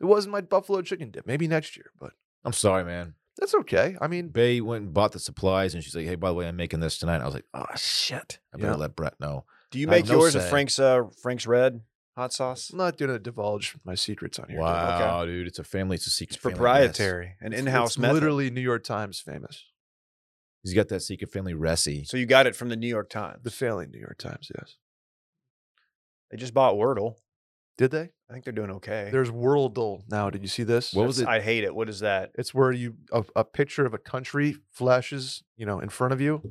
[SPEAKER 3] It wasn't my buffalo chicken dip. Maybe next year, but
[SPEAKER 2] I'm sorry, man.
[SPEAKER 3] that's okay. I mean,
[SPEAKER 2] Bay went and bought the supplies, and she's like, "Hey, by the way, I'm making this tonight." I was like, "Oh shit, I better
[SPEAKER 3] Yeah.
[SPEAKER 2] let Brett know."
[SPEAKER 1] Do you
[SPEAKER 2] I have
[SPEAKER 1] make
[SPEAKER 2] no
[SPEAKER 1] yours with
[SPEAKER 2] say.
[SPEAKER 1] Frank's uh, Frank's red hot sauce?
[SPEAKER 3] I'm not gonna divulge my secrets on here. Dylan.
[SPEAKER 2] Wow, dude, it's a family. It's a secret.
[SPEAKER 1] It's
[SPEAKER 2] family mess.
[SPEAKER 1] proprietary, an
[SPEAKER 3] It's-
[SPEAKER 1] in-house
[SPEAKER 3] it's
[SPEAKER 1] method.
[SPEAKER 3] Literally, New York Times famous.
[SPEAKER 2] He's got that secret family recipe.
[SPEAKER 1] So you got it from the New York Times.
[SPEAKER 3] The failing New York Times, yes.
[SPEAKER 1] They just bought Wordle.
[SPEAKER 3] Did they?
[SPEAKER 1] I think they're doing okay.
[SPEAKER 3] There's Worldle now. Did you see this?
[SPEAKER 2] What was
[SPEAKER 1] That's-
[SPEAKER 2] it?
[SPEAKER 1] I hate it. What is that?
[SPEAKER 3] It's where you a, a picture of a country flashes, you know, in front of you,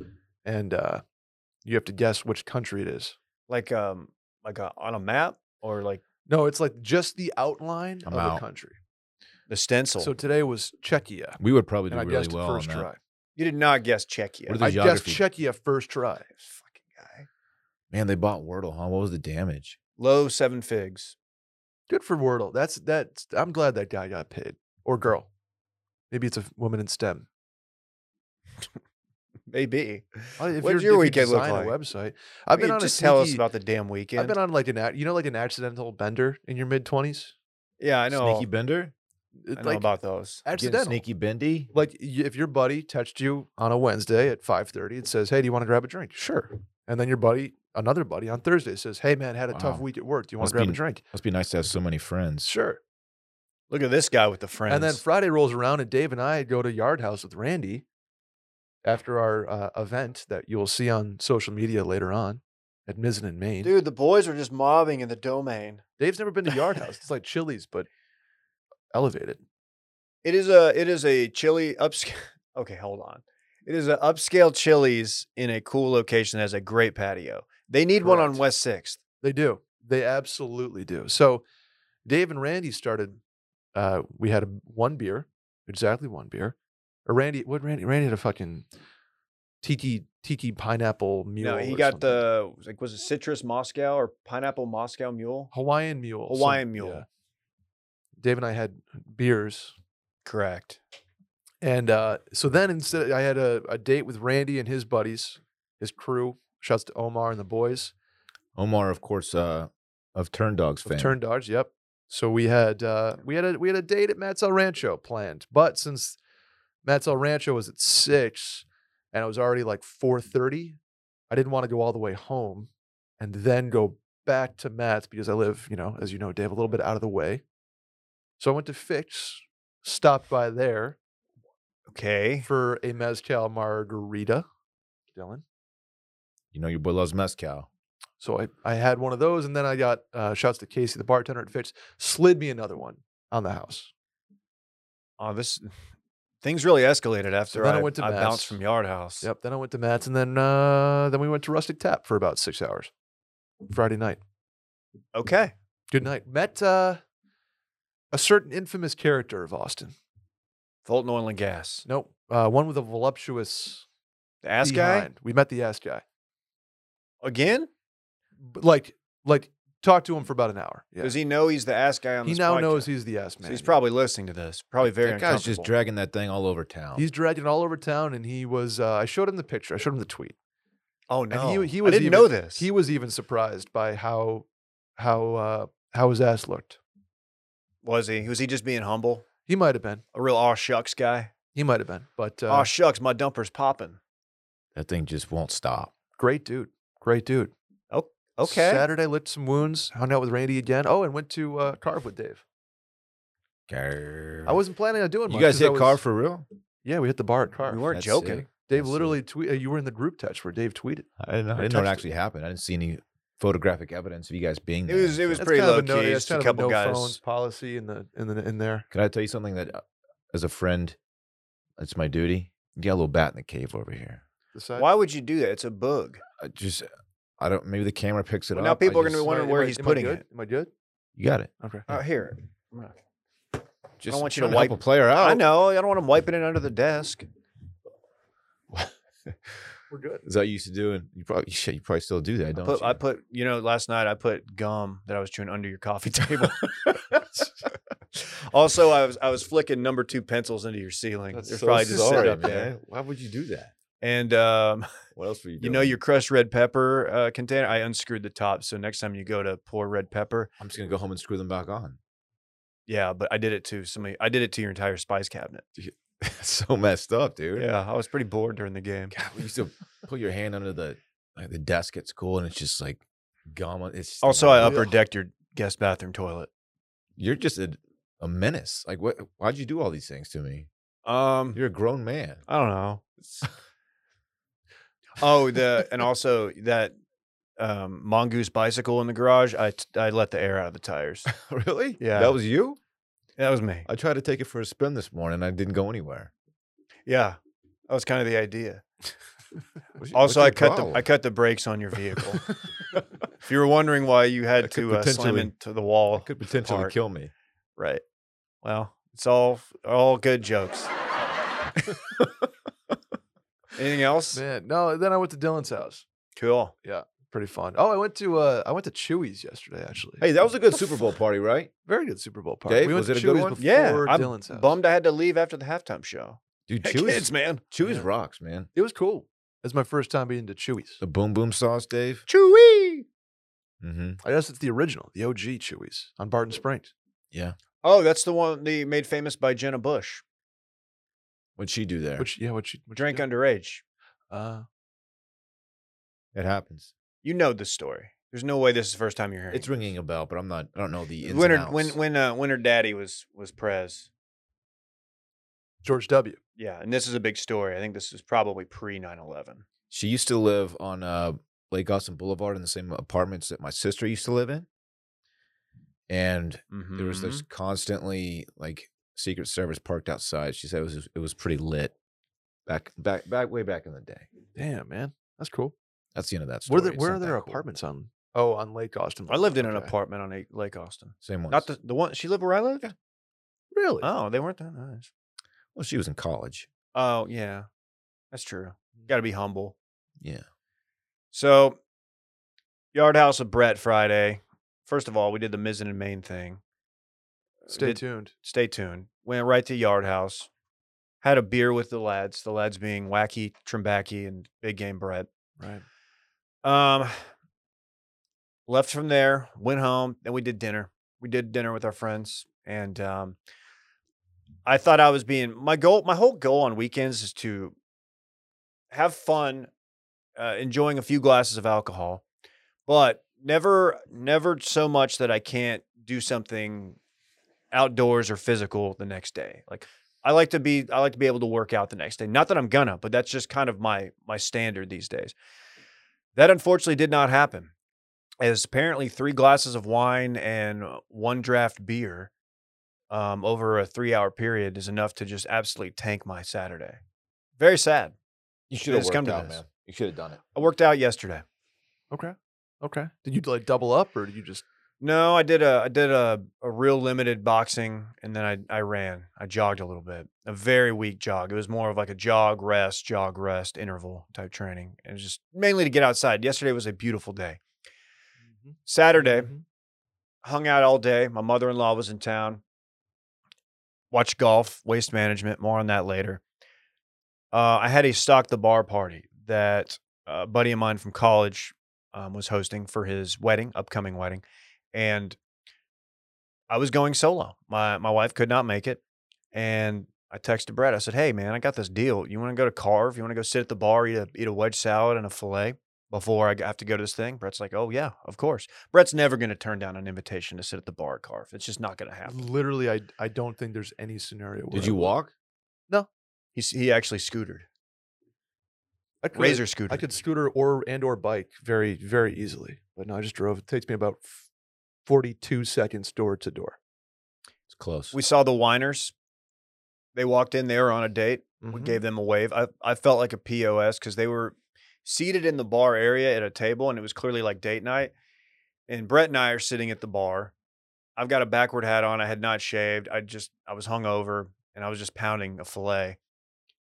[SPEAKER 3] and uh, you have to guess which country it is.
[SPEAKER 1] Like um like a, on a map or like
[SPEAKER 3] No, it's like just the outline
[SPEAKER 2] I'm
[SPEAKER 3] of
[SPEAKER 2] out.
[SPEAKER 3] a country.
[SPEAKER 1] the stencil?
[SPEAKER 3] So today was Czechia,
[SPEAKER 2] We would probably do
[SPEAKER 3] and I
[SPEAKER 2] really
[SPEAKER 3] guessed
[SPEAKER 2] well
[SPEAKER 3] first
[SPEAKER 2] on that.
[SPEAKER 3] try.
[SPEAKER 1] you did not guess Czechia.
[SPEAKER 2] What are the
[SPEAKER 3] I guessed
[SPEAKER 2] geography?
[SPEAKER 3] Czechia first try.
[SPEAKER 1] fucking guy?
[SPEAKER 2] Man, they bought Wordle, huh? What was the damage?
[SPEAKER 1] Low seven figs.
[SPEAKER 3] Good for Wordle. That's that's. I'm glad that guy got paid or girl. Maybe it's a woman in STEM.
[SPEAKER 1] Maybe.
[SPEAKER 3] Uh,
[SPEAKER 1] What'd
[SPEAKER 3] If you're-
[SPEAKER 1] your
[SPEAKER 3] if you
[SPEAKER 1] weekend look like?
[SPEAKER 3] design A website. I've been
[SPEAKER 1] Hey,
[SPEAKER 3] on
[SPEAKER 1] just
[SPEAKER 3] a
[SPEAKER 1] tell us
[SPEAKER 3] sneaky-
[SPEAKER 1] about the damn weekend.
[SPEAKER 3] I've been on like an ac- you know like an accidental bender in your mid twenties.
[SPEAKER 1] yeah, I know.
[SPEAKER 2] Sneaky bender.
[SPEAKER 1] I
[SPEAKER 3] Like
[SPEAKER 1] know about those.
[SPEAKER 2] Getting
[SPEAKER 3] accidental.
[SPEAKER 2] Sneaky bendy.
[SPEAKER 3] Like y- if your buddy texted you on a Wednesday at five thirty and says, "Hey, do you want to grab a drink?" Sure. And then your buddy, another buddy on Thursday says, "Hey, man, had a tough
[SPEAKER 2] Wow.
[SPEAKER 3] week at work. Do you want
[SPEAKER 2] Must
[SPEAKER 3] to grab
[SPEAKER 2] be
[SPEAKER 3] a drink?"
[SPEAKER 2] Must be nice to have so many friends.
[SPEAKER 3] Sure.
[SPEAKER 1] Look at this guy with the friends.
[SPEAKER 3] And then Friday rolls around, and Dave and I go to Yard House with Randy after our uh, event that you'll see on social media later on at Mizzen in Maine.
[SPEAKER 1] dude, the boys were just mobbing in the domain.
[SPEAKER 3] Dave's never been to Yard House. It's like Chili's, but elevated.
[SPEAKER 1] It is a it is a chili upscale. Okay, hold on. It is a upscale Chili's in a cool location that has a great patio. They need one on
[SPEAKER 3] Correct.
[SPEAKER 1] West Sixth.
[SPEAKER 3] They do. They absolutely do. So Dave and Randy started. Uh, we had a, one beer, exactly one beer. Or Randy, what Randy? Randy had a fucking tiki tiki pineapple mule.
[SPEAKER 1] No, he
[SPEAKER 3] or
[SPEAKER 1] got
[SPEAKER 3] something.
[SPEAKER 1] the like was it citrus Moscow or pineapple Moscow mule?
[SPEAKER 3] Hawaiian mule. some-
[SPEAKER 1] Hawaiian mule.
[SPEAKER 3] Dave and I had beers,
[SPEAKER 1] Correct.
[SPEAKER 3] and uh, so then instead, I had a, a date with Randy and his buddies, his crew. Shouts to Omar and the boys.
[SPEAKER 2] Omar, of course, uh, of Turn Dogs fame.
[SPEAKER 3] of Turn Dodge. Yep. So we had uh, we had a we had a date at Matt's El Rancho planned, but since Matt's El Rancho was at six, and it was already like four thirty, I didn't want to go all the way home and then go back to Matt's because I live, you know, as you know, Dave, a little bit out of the way. So I went to Fix, stopped by there
[SPEAKER 1] Okay.
[SPEAKER 3] for a mezcal margarita, Dylan.
[SPEAKER 2] you know, your boy loves mezcal.
[SPEAKER 3] So I, I had one of those, and then I got uh, shouts to Casey, the bartender at Fix, slid me another one on the house.
[SPEAKER 1] Oh, this things really escalated after
[SPEAKER 3] then
[SPEAKER 1] I,
[SPEAKER 3] I went to
[SPEAKER 1] I
[SPEAKER 3] Mass.
[SPEAKER 1] bounced from Yard House.
[SPEAKER 3] Yep. Then I went to Matt's, and then uh, then we went to Rustic Tap for about six hours. Friday night.
[SPEAKER 1] Okay.
[SPEAKER 3] Good night. Met uh, a certain infamous character of Austin.
[SPEAKER 1] Fulton Oil and Gas.
[SPEAKER 3] Nope. Uh, one with a voluptuous
[SPEAKER 1] The ass guy
[SPEAKER 3] behind. We met the ass guy.
[SPEAKER 1] again?
[SPEAKER 3] B- Like like talked to him for about an hour. Yeah.
[SPEAKER 1] Does he know he's the ass guy on
[SPEAKER 3] He
[SPEAKER 1] this
[SPEAKER 3] now knows
[SPEAKER 1] podcast?
[SPEAKER 3] he's the ass
[SPEAKER 1] So
[SPEAKER 3] man.
[SPEAKER 1] he's
[SPEAKER 3] yeah.
[SPEAKER 1] probably listening to this. Probably very
[SPEAKER 2] that guy's just
[SPEAKER 1] uncomfortable.
[SPEAKER 2] dragging that thing all over town.
[SPEAKER 3] He's dragging all over town, and he was. Uh, I showed him the picture. I showed him the tweet.
[SPEAKER 1] Oh no!
[SPEAKER 3] he- he
[SPEAKER 1] I
[SPEAKER 3] was
[SPEAKER 1] didn't
[SPEAKER 3] even-
[SPEAKER 1] know this.
[SPEAKER 3] He was even surprised by how how uh, how his ass looked.
[SPEAKER 1] was he? Was he just being humble?
[SPEAKER 3] He might have been.
[SPEAKER 1] A real aw shucks guy.
[SPEAKER 3] He might have been. But uh,
[SPEAKER 1] Aw shucks, my dumper's popping.
[SPEAKER 2] that thing just won't stop.
[SPEAKER 3] great dude. Great dude.
[SPEAKER 1] Okay.
[SPEAKER 3] Saturday lit some wounds, hung out with Randy again. Oh, and went to uh, Carve with Dave. I
[SPEAKER 2] I
[SPEAKER 3] wasn't planning on doing much.
[SPEAKER 2] You guys
[SPEAKER 3] 'cause I
[SPEAKER 2] hit car
[SPEAKER 3] was-
[SPEAKER 2] for real?
[SPEAKER 3] Yeah, we hit the bar at Carve.
[SPEAKER 1] we weren't
[SPEAKER 2] That's
[SPEAKER 1] joking.
[SPEAKER 2] sick.
[SPEAKER 3] Dave
[SPEAKER 2] I see.
[SPEAKER 3] literally tweet. Uh, you were in the group text where Dave tweeted.
[SPEAKER 2] I didn't know. I didn't
[SPEAKER 3] Or
[SPEAKER 2] know it
[SPEAKER 3] touched it.
[SPEAKER 2] actually happened. I didn't see any photographic evidence of you guys being
[SPEAKER 1] It
[SPEAKER 2] there.
[SPEAKER 1] was it was
[SPEAKER 2] so-
[SPEAKER 3] That's
[SPEAKER 1] pretty
[SPEAKER 3] kind
[SPEAKER 1] low
[SPEAKER 3] of a no,
[SPEAKER 1] key.
[SPEAKER 3] that's
[SPEAKER 1] Just a
[SPEAKER 3] kind
[SPEAKER 1] couple
[SPEAKER 3] of a no
[SPEAKER 1] guys.
[SPEAKER 3] phones policy in the in the in there.
[SPEAKER 2] Can I tell you something that, uh, as a friend, it's my duty. You got a little bat in the cave over here.
[SPEAKER 3] The side.
[SPEAKER 1] Why would you do that? It's a bug.
[SPEAKER 2] I just, I don't. Maybe the camera picks it
[SPEAKER 1] Well,
[SPEAKER 2] up.
[SPEAKER 1] now
[SPEAKER 2] I
[SPEAKER 1] people are gonna
[SPEAKER 2] just-
[SPEAKER 1] be wondering
[SPEAKER 3] Am I-
[SPEAKER 1] where
[SPEAKER 3] am I-
[SPEAKER 1] he's
[SPEAKER 3] am I
[SPEAKER 1] putting
[SPEAKER 3] good?
[SPEAKER 1] it.
[SPEAKER 3] Am I good?
[SPEAKER 2] You got it.
[SPEAKER 3] Okay.
[SPEAKER 1] Uh, here,
[SPEAKER 2] Just
[SPEAKER 1] want you to
[SPEAKER 2] trying help
[SPEAKER 1] wipe-
[SPEAKER 2] a player out.
[SPEAKER 1] I know. I don't want him wiping it under the desk.
[SPEAKER 3] We're good.
[SPEAKER 2] Is that you used to do? And you probably, shit, you probably still do that,
[SPEAKER 1] I
[SPEAKER 2] don't
[SPEAKER 1] put,
[SPEAKER 2] you?
[SPEAKER 1] I put, you know, last night I put gum that I was chewing under your coffee table. also, I was I was flicking number two pencils into your ceiling. They're probably just sitting up there.
[SPEAKER 2] Why would you do that?
[SPEAKER 1] And um,
[SPEAKER 2] What else were you?
[SPEAKER 1] you know your crushed red pepper uh, container. I unscrewed the top, so next time you go to pour red pepper,
[SPEAKER 2] I'm just gonna go home and screw them back on.
[SPEAKER 1] yeah. But I did it to somebody. I did it to your entire spice cabinet.
[SPEAKER 2] so messed up, dude.
[SPEAKER 1] Yeah, I was pretty bored during the game.
[SPEAKER 2] God, we used to put your hand under the like the desk at school, and it's just like gum. on- It's just
[SPEAKER 1] Also, Oh, I
[SPEAKER 2] like,
[SPEAKER 1] upper decked your guest bathroom toilet.
[SPEAKER 2] You're just a, a menace. Like, what? Why'd you do all these things to me?
[SPEAKER 1] Um,
[SPEAKER 2] You're a grown man.
[SPEAKER 1] I don't know. oh, the and also that um, mongoose bicycle in the garage. I t- I let the air out of the tires.
[SPEAKER 2] really?
[SPEAKER 1] Yeah.
[SPEAKER 2] That was you.
[SPEAKER 1] That was me.
[SPEAKER 2] I tried to take it for a spin this morning. I didn't go anywhere.
[SPEAKER 1] Yeah, that was kind of the idea.
[SPEAKER 2] What's your-
[SPEAKER 1] Also, I
[SPEAKER 2] what's your
[SPEAKER 1] cut the I
[SPEAKER 2] problem?
[SPEAKER 1] cut the brakes on your vehicle. if you were wondering why you
[SPEAKER 2] I
[SPEAKER 1] had
[SPEAKER 2] could
[SPEAKER 1] to uh, slam
[SPEAKER 2] potentially-
[SPEAKER 1] into the wall,
[SPEAKER 2] could potentially
[SPEAKER 1] apart.
[SPEAKER 2] kill me.
[SPEAKER 1] right? Well, it's all all good jokes. Anything else?
[SPEAKER 3] Man, no. Then I went to Dylan's house.
[SPEAKER 1] Cool.
[SPEAKER 3] Pretty fun. Oh, I went to uh, I went to Chewy's yesterday actually.
[SPEAKER 2] Hey, that was a good Super Bowl party, right?
[SPEAKER 3] very good Super Bowl party.
[SPEAKER 2] Dave,
[SPEAKER 3] we
[SPEAKER 2] was
[SPEAKER 3] went to
[SPEAKER 2] it a good
[SPEAKER 3] Chewy's
[SPEAKER 2] one?
[SPEAKER 3] before
[SPEAKER 1] Yeah, I'm
[SPEAKER 3] Dylan's house.
[SPEAKER 1] Bummed I had to leave after the halftime show.
[SPEAKER 2] Dude,
[SPEAKER 1] Hey,
[SPEAKER 2] Chewy's
[SPEAKER 1] kids, man.
[SPEAKER 2] Chewy's
[SPEAKER 3] Yeah.
[SPEAKER 2] rocks, man.
[SPEAKER 3] It was cool. It's my first time being to Chewy's.
[SPEAKER 2] The boom boom sauce, Dave.
[SPEAKER 1] Chewy.
[SPEAKER 2] Mm-hmm.
[SPEAKER 3] I guess it's the original, the OG Chewy's on Barton Springs.
[SPEAKER 2] Yeah.
[SPEAKER 1] Oh, that's the one they made famous by Jenna Bush.
[SPEAKER 2] What'd she do there?
[SPEAKER 3] Which yeah, what you what you
[SPEAKER 1] Drank
[SPEAKER 3] do?
[SPEAKER 1] underage.
[SPEAKER 3] Uh,
[SPEAKER 2] it happens.
[SPEAKER 1] You know this story. There's no way this is the first time you're hearing.
[SPEAKER 2] It's
[SPEAKER 1] it.
[SPEAKER 2] ringing a bell, but I'm not. I don't know the ins
[SPEAKER 1] when
[SPEAKER 2] and
[SPEAKER 1] her,
[SPEAKER 2] outs.
[SPEAKER 1] when when uh, when her daddy was was prez.
[SPEAKER 3] George W.
[SPEAKER 1] Yeah, and this is a big story. I think this is probably pre 9/11.
[SPEAKER 2] She used to live on uh, Lake Austin Boulevard in the same apartments that my sister used to live in, and there was this constantly like Secret Service parked outside. She said it was it was pretty lit back back back way back in the day.
[SPEAKER 3] Damn man, that's cool.
[SPEAKER 2] That's the end of that story.
[SPEAKER 3] Where the,
[SPEAKER 2] It's
[SPEAKER 3] where
[SPEAKER 2] not
[SPEAKER 3] are
[SPEAKER 2] that
[SPEAKER 3] there
[SPEAKER 2] cool.
[SPEAKER 3] apartments on? Oh, on Lake Austin.
[SPEAKER 1] Mm-hmm. I lived in an
[SPEAKER 3] Okay.
[SPEAKER 1] apartment on A- Lake Austin.
[SPEAKER 2] Same one.
[SPEAKER 1] Not the the one she lived where I lived.
[SPEAKER 3] Really?
[SPEAKER 1] Oh, they weren't that nice.
[SPEAKER 2] Well, she was in college.
[SPEAKER 1] Oh yeah, that's true. Got to be humble.
[SPEAKER 2] Yeah.
[SPEAKER 1] So, Yard House of Brett Friday. First of all, we did the Mizzen and Main thing. Uh,
[SPEAKER 3] Stay
[SPEAKER 1] Did-
[SPEAKER 3] tuned.
[SPEAKER 1] stay tuned. Went right to Yard House, had a beer with the lads. The lads being Wacky Trimbacki and Big Game Brett.
[SPEAKER 3] Right.
[SPEAKER 1] Um, left from there, went home, and we did dinner. We did dinner with our friends, and um, I thought I was being my goal. My whole goal on weekends is to have fun, uh, enjoying a few glasses of alcohol, but never, never so much that I can't do something outdoors or physical the next day. Like I like to be, I like to be able to work out the next day. Not that I'm gonna, but that's just kind of my my standard these days. That unfortunately did not happen is apparently three glasses of wine and uh, one draft beer um, over a three hour period is enough to just absolutely tank my Saturday. Very sad.
[SPEAKER 2] You should have
[SPEAKER 1] It's
[SPEAKER 2] worked
[SPEAKER 1] come to
[SPEAKER 2] out,
[SPEAKER 1] this.
[SPEAKER 2] man. You should have done it.
[SPEAKER 1] I worked out yesterday.
[SPEAKER 3] Okay. Okay. Did you like double up or did you just
[SPEAKER 1] No, I did a I did a, a real limited boxing and then I I ran. I jogged a little bit. A very weak jog. It was more of like a jog rest, jog rest interval type training. And just mainly to get outside. Yesterday was a beautiful day.
[SPEAKER 2] Mm-hmm.
[SPEAKER 1] Saturday,
[SPEAKER 3] Mhm.
[SPEAKER 1] hung out all day. My mother in law was in town. Watched golf, waste management. More on that later. Uh, I had a stock the bar party that a buddy of mine from college um, was hosting for his wedding, upcoming wedding, and I was going solo. My my wife could not make it, and I texted Brett. I said, "Hey man, I got this deal. You want to go to Carve? You want to go sit at the bar, eat a eat a wedge salad and a fillet before I g- have to go to this thing?" Brett's like, "Oh yeah, of course." Brett's never going to turn down an invitation to sit at the bar at Carve. It's just not going to happen.
[SPEAKER 3] literally I I don't think there's any scenario where
[SPEAKER 2] Did
[SPEAKER 3] I
[SPEAKER 2] you
[SPEAKER 3] would.
[SPEAKER 2] walk?
[SPEAKER 1] He s- he actually scootered,
[SPEAKER 3] I could,
[SPEAKER 1] razor scootered.
[SPEAKER 3] I could scooter or and or bike very very easily. But no, I just drove. It takes me about f- 42 seconds door to door.
[SPEAKER 2] It's close.
[SPEAKER 1] We saw the Winers. They walked in. They were on a date. we
[SPEAKER 3] Mhm.
[SPEAKER 1] gave them a wave. I, I felt like a POS because they were seated in the bar area at a table and it was clearly like date night. And Brett and I are sitting at the bar. I've got a backward hat on. I had not shaved. I just, I was hungover and I was just pounding a filet.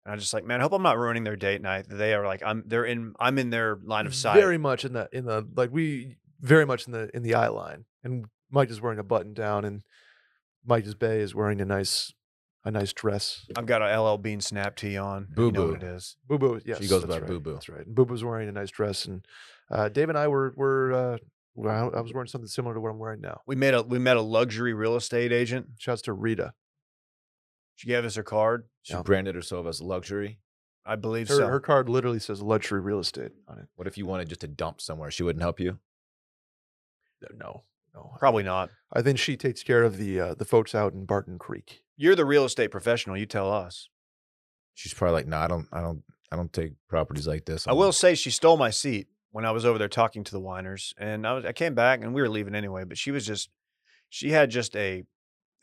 [SPEAKER 1] And I was just like, man, I hope I'm not ruining their date night. They are like, I'm, they're in, I'm in their line of sight.
[SPEAKER 3] Very much in the in the like we very much in the in the eye line. And Mike is wearing a button down and Mike's Bay is wearing a nice a nice dress.
[SPEAKER 1] I've got a LL Bean snap tee on. You know
[SPEAKER 2] Boo-boo.
[SPEAKER 1] what it is.
[SPEAKER 3] Boo Boo, yes.
[SPEAKER 2] goes
[SPEAKER 3] that's
[SPEAKER 2] by
[SPEAKER 3] right,
[SPEAKER 2] Boo Boo.
[SPEAKER 3] That's right. And Boo Boo's wearing a nice dress and uh Dave and I were were uh well, I was wearing something similar to what I'm wearing now.
[SPEAKER 1] We made a, we met a luxury real estate agent.
[SPEAKER 3] Shouts to Rita.
[SPEAKER 1] She gave us her card.
[SPEAKER 2] She
[SPEAKER 3] Yeah.
[SPEAKER 2] branded herself as luxury.
[SPEAKER 1] I believe
[SPEAKER 3] Her,
[SPEAKER 1] so.
[SPEAKER 3] her card literally says luxury real estate on it.
[SPEAKER 2] What if you wanted just to dump somewhere? She wouldn't help you.
[SPEAKER 3] No, no.
[SPEAKER 1] Probably not.
[SPEAKER 3] I think she takes care of the uh, the folks out in Barton Creek.
[SPEAKER 1] You're the real estate professional. You tell us.
[SPEAKER 2] She's probably like, no, I don't, I don't, I don't take properties like this.
[SPEAKER 1] I will say she stole my seat when I was over there talking to the whiners, and I was I came back and we were leaving anyway. But she was just she had just a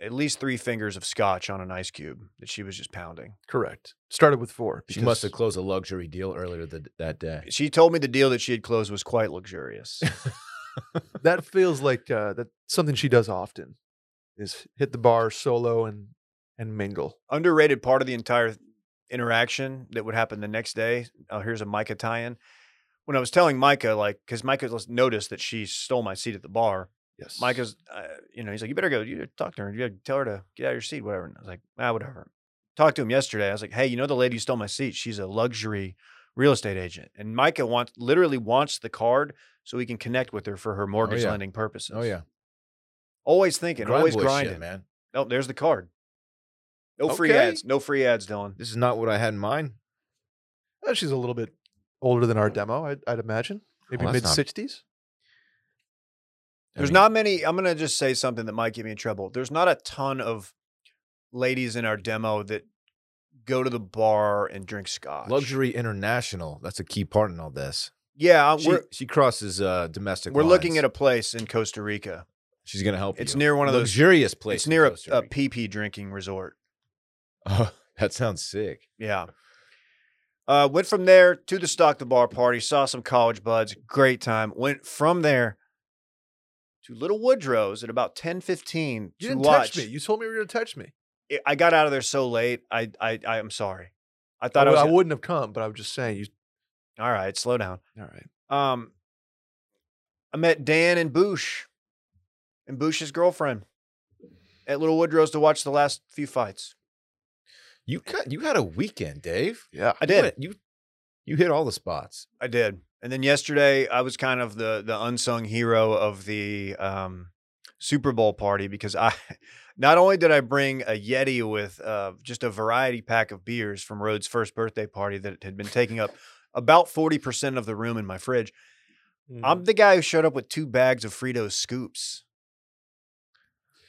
[SPEAKER 1] at least three fingers of scotch on an ice cube that she was just pounding.
[SPEAKER 3] Correct. Started with four.
[SPEAKER 2] She must
[SPEAKER 3] because-
[SPEAKER 2] have closed a luxury deal earlier th- that day.
[SPEAKER 1] She told me the deal that she had closed was quite luxurious.
[SPEAKER 3] that feels like uh, that something she does often is hit the bar solo and and mingle.
[SPEAKER 1] Underrated part of the entire interaction that would happen the next day. Oh, here's a Micah tie-in. When I was telling Micah, like, because Micah noticed that she stole my seat at the bar,
[SPEAKER 3] Yes,
[SPEAKER 1] Micah's, uh, you know, he's like, you better go. You talk to her. You gotta tell her to get out of your seat, whatever. And I was like, ah, whatever. Talked to him yesterday. I was like, hey, you know the lady who stole my seat? She's a luxury real estate agent, and Micah wants literally wants the card so he can connect with her for her mortgage
[SPEAKER 2] Oh, yeah.
[SPEAKER 1] lending purposes.
[SPEAKER 2] Oh yeah,
[SPEAKER 1] always thinking,
[SPEAKER 2] Grind
[SPEAKER 1] always
[SPEAKER 2] boy shit,
[SPEAKER 1] grinding.
[SPEAKER 2] man.
[SPEAKER 1] Oh, there's the card. No free
[SPEAKER 2] Okay.
[SPEAKER 1] ads. No free ads, Dylan.
[SPEAKER 2] This is not what I had in mind.
[SPEAKER 3] Uh, she's a little bit older than our
[SPEAKER 1] Mm.
[SPEAKER 3] demo. I'd, I'd imagine
[SPEAKER 1] Oh,
[SPEAKER 3] maybe
[SPEAKER 2] Well, that's
[SPEAKER 3] mid
[SPEAKER 2] not-
[SPEAKER 3] sixties.
[SPEAKER 2] I
[SPEAKER 1] There's
[SPEAKER 2] mean,
[SPEAKER 1] not many. I'm gonna just say something that might get me in trouble. There's not a ton of ladies in our demo that go to the bar and drink scotch.
[SPEAKER 2] luxury international. That's a key part in all this.
[SPEAKER 1] Yeah,
[SPEAKER 2] She,
[SPEAKER 1] Uh, we're,
[SPEAKER 2] she crosses uh, domestic.
[SPEAKER 1] We're looking at
[SPEAKER 2] lines.
[SPEAKER 1] a place in Costa Rica.
[SPEAKER 2] She's gonna help.
[SPEAKER 1] It's
[SPEAKER 2] you.
[SPEAKER 1] near one of those.
[SPEAKER 2] luxurious places.
[SPEAKER 1] It's near a,
[SPEAKER 2] Costa
[SPEAKER 1] a
[SPEAKER 2] Rica.
[SPEAKER 1] PP drinking resort.
[SPEAKER 2] Oh, that sounds sick.
[SPEAKER 1] Yeah. Uh, went from there to the Stock the Bar party. Saw some college buds. Great time. Went from there to Little Woodrow's at about ten fifteen to
[SPEAKER 3] You didn't
[SPEAKER 1] watch.
[SPEAKER 3] text me. You told me you were going to text me.
[SPEAKER 1] I- I got out of there so late. I I, I am sorry. I
[SPEAKER 3] I,
[SPEAKER 1] thought I,
[SPEAKER 3] would-
[SPEAKER 1] was.
[SPEAKER 3] I
[SPEAKER 1] gonna-
[SPEAKER 3] wouldn't have come, but I was just saying. You
[SPEAKER 1] All right, slow down.
[SPEAKER 3] all right?
[SPEAKER 1] Um, I met Dan and Boosh, and Boosh's girlfriend at Little Woodrow's to watch the last few fights.
[SPEAKER 2] You cut. You had a weekend, Dave.
[SPEAKER 3] Yeah,
[SPEAKER 1] I did.
[SPEAKER 2] What? You you hit all the spots.
[SPEAKER 1] I did. And then yesterday, I was kind of the the unsung hero of the um, Super Bowl party because I not only did I bring a Yeti with uh, just a variety pack of beers from Rhodes' first birthday party that had been taking up about forty percent of the room in my fridge.
[SPEAKER 3] mm-hmm.
[SPEAKER 1] I'm the guy who showed up with two bags of Fritos scoops.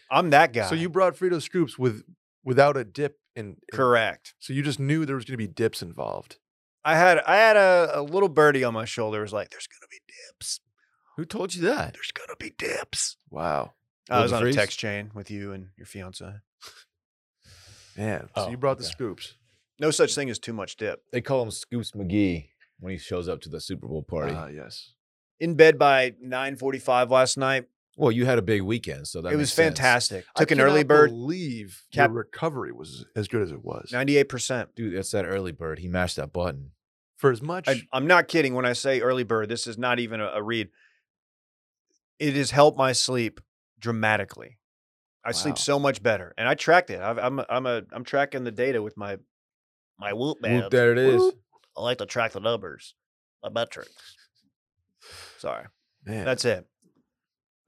[SPEAKER 1] I'm that guy.
[SPEAKER 3] So you brought Frito scoops with without a dip in in-
[SPEAKER 1] correct?
[SPEAKER 3] So you just knew there was going to be dips involved.
[SPEAKER 1] I had I had a, a little birdie on my shoulder. Was like, "There's gonna be dips.
[SPEAKER 2] Who told you that?
[SPEAKER 1] There's gonna be dips."
[SPEAKER 3] Wow,
[SPEAKER 1] I Uh, was
[SPEAKER 2] Golden
[SPEAKER 1] on
[SPEAKER 2] Freeze?
[SPEAKER 1] a text chain with you and your fiance.
[SPEAKER 3] man! so
[SPEAKER 2] Oh,
[SPEAKER 3] you brought the
[SPEAKER 2] okay.
[SPEAKER 3] scoops.
[SPEAKER 1] No such thing as too much dip.
[SPEAKER 2] They call him Scoops McGee when he shows up to the Super Bowl party.
[SPEAKER 3] Ah, yes.
[SPEAKER 1] In bed by 9:45 last night.
[SPEAKER 2] well, you had a big weekend, so that
[SPEAKER 1] it
[SPEAKER 2] makes
[SPEAKER 1] was
[SPEAKER 2] sense.
[SPEAKER 1] fantastic.
[SPEAKER 3] I
[SPEAKER 1] Took an early
[SPEAKER 3] cannot
[SPEAKER 1] bird,
[SPEAKER 3] Believe
[SPEAKER 1] Cap-
[SPEAKER 3] your recovery was as good as it was.
[SPEAKER 1] 98%.
[SPEAKER 2] dude. That's that early bird. He mashed that button.
[SPEAKER 3] For as much,
[SPEAKER 1] I, I'm not kidding when I say early bird. This is not even a, a read. It has helped my sleep dramatically. I
[SPEAKER 3] Wow.
[SPEAKER 1] sleep so much better, and I tracked it. I've, I'm a, I'm a I'm tracking the data with my my whoop
[SPEAKER 2] Whoop,
[SPEAKER 1] band.
[SPEAKER 2] there it is.
[SPEAKER 1] Whoop. I like to track the numbers, my metrics. Sorry,
[SPEAKER 3] man,
[SPEAKER 1] that's it.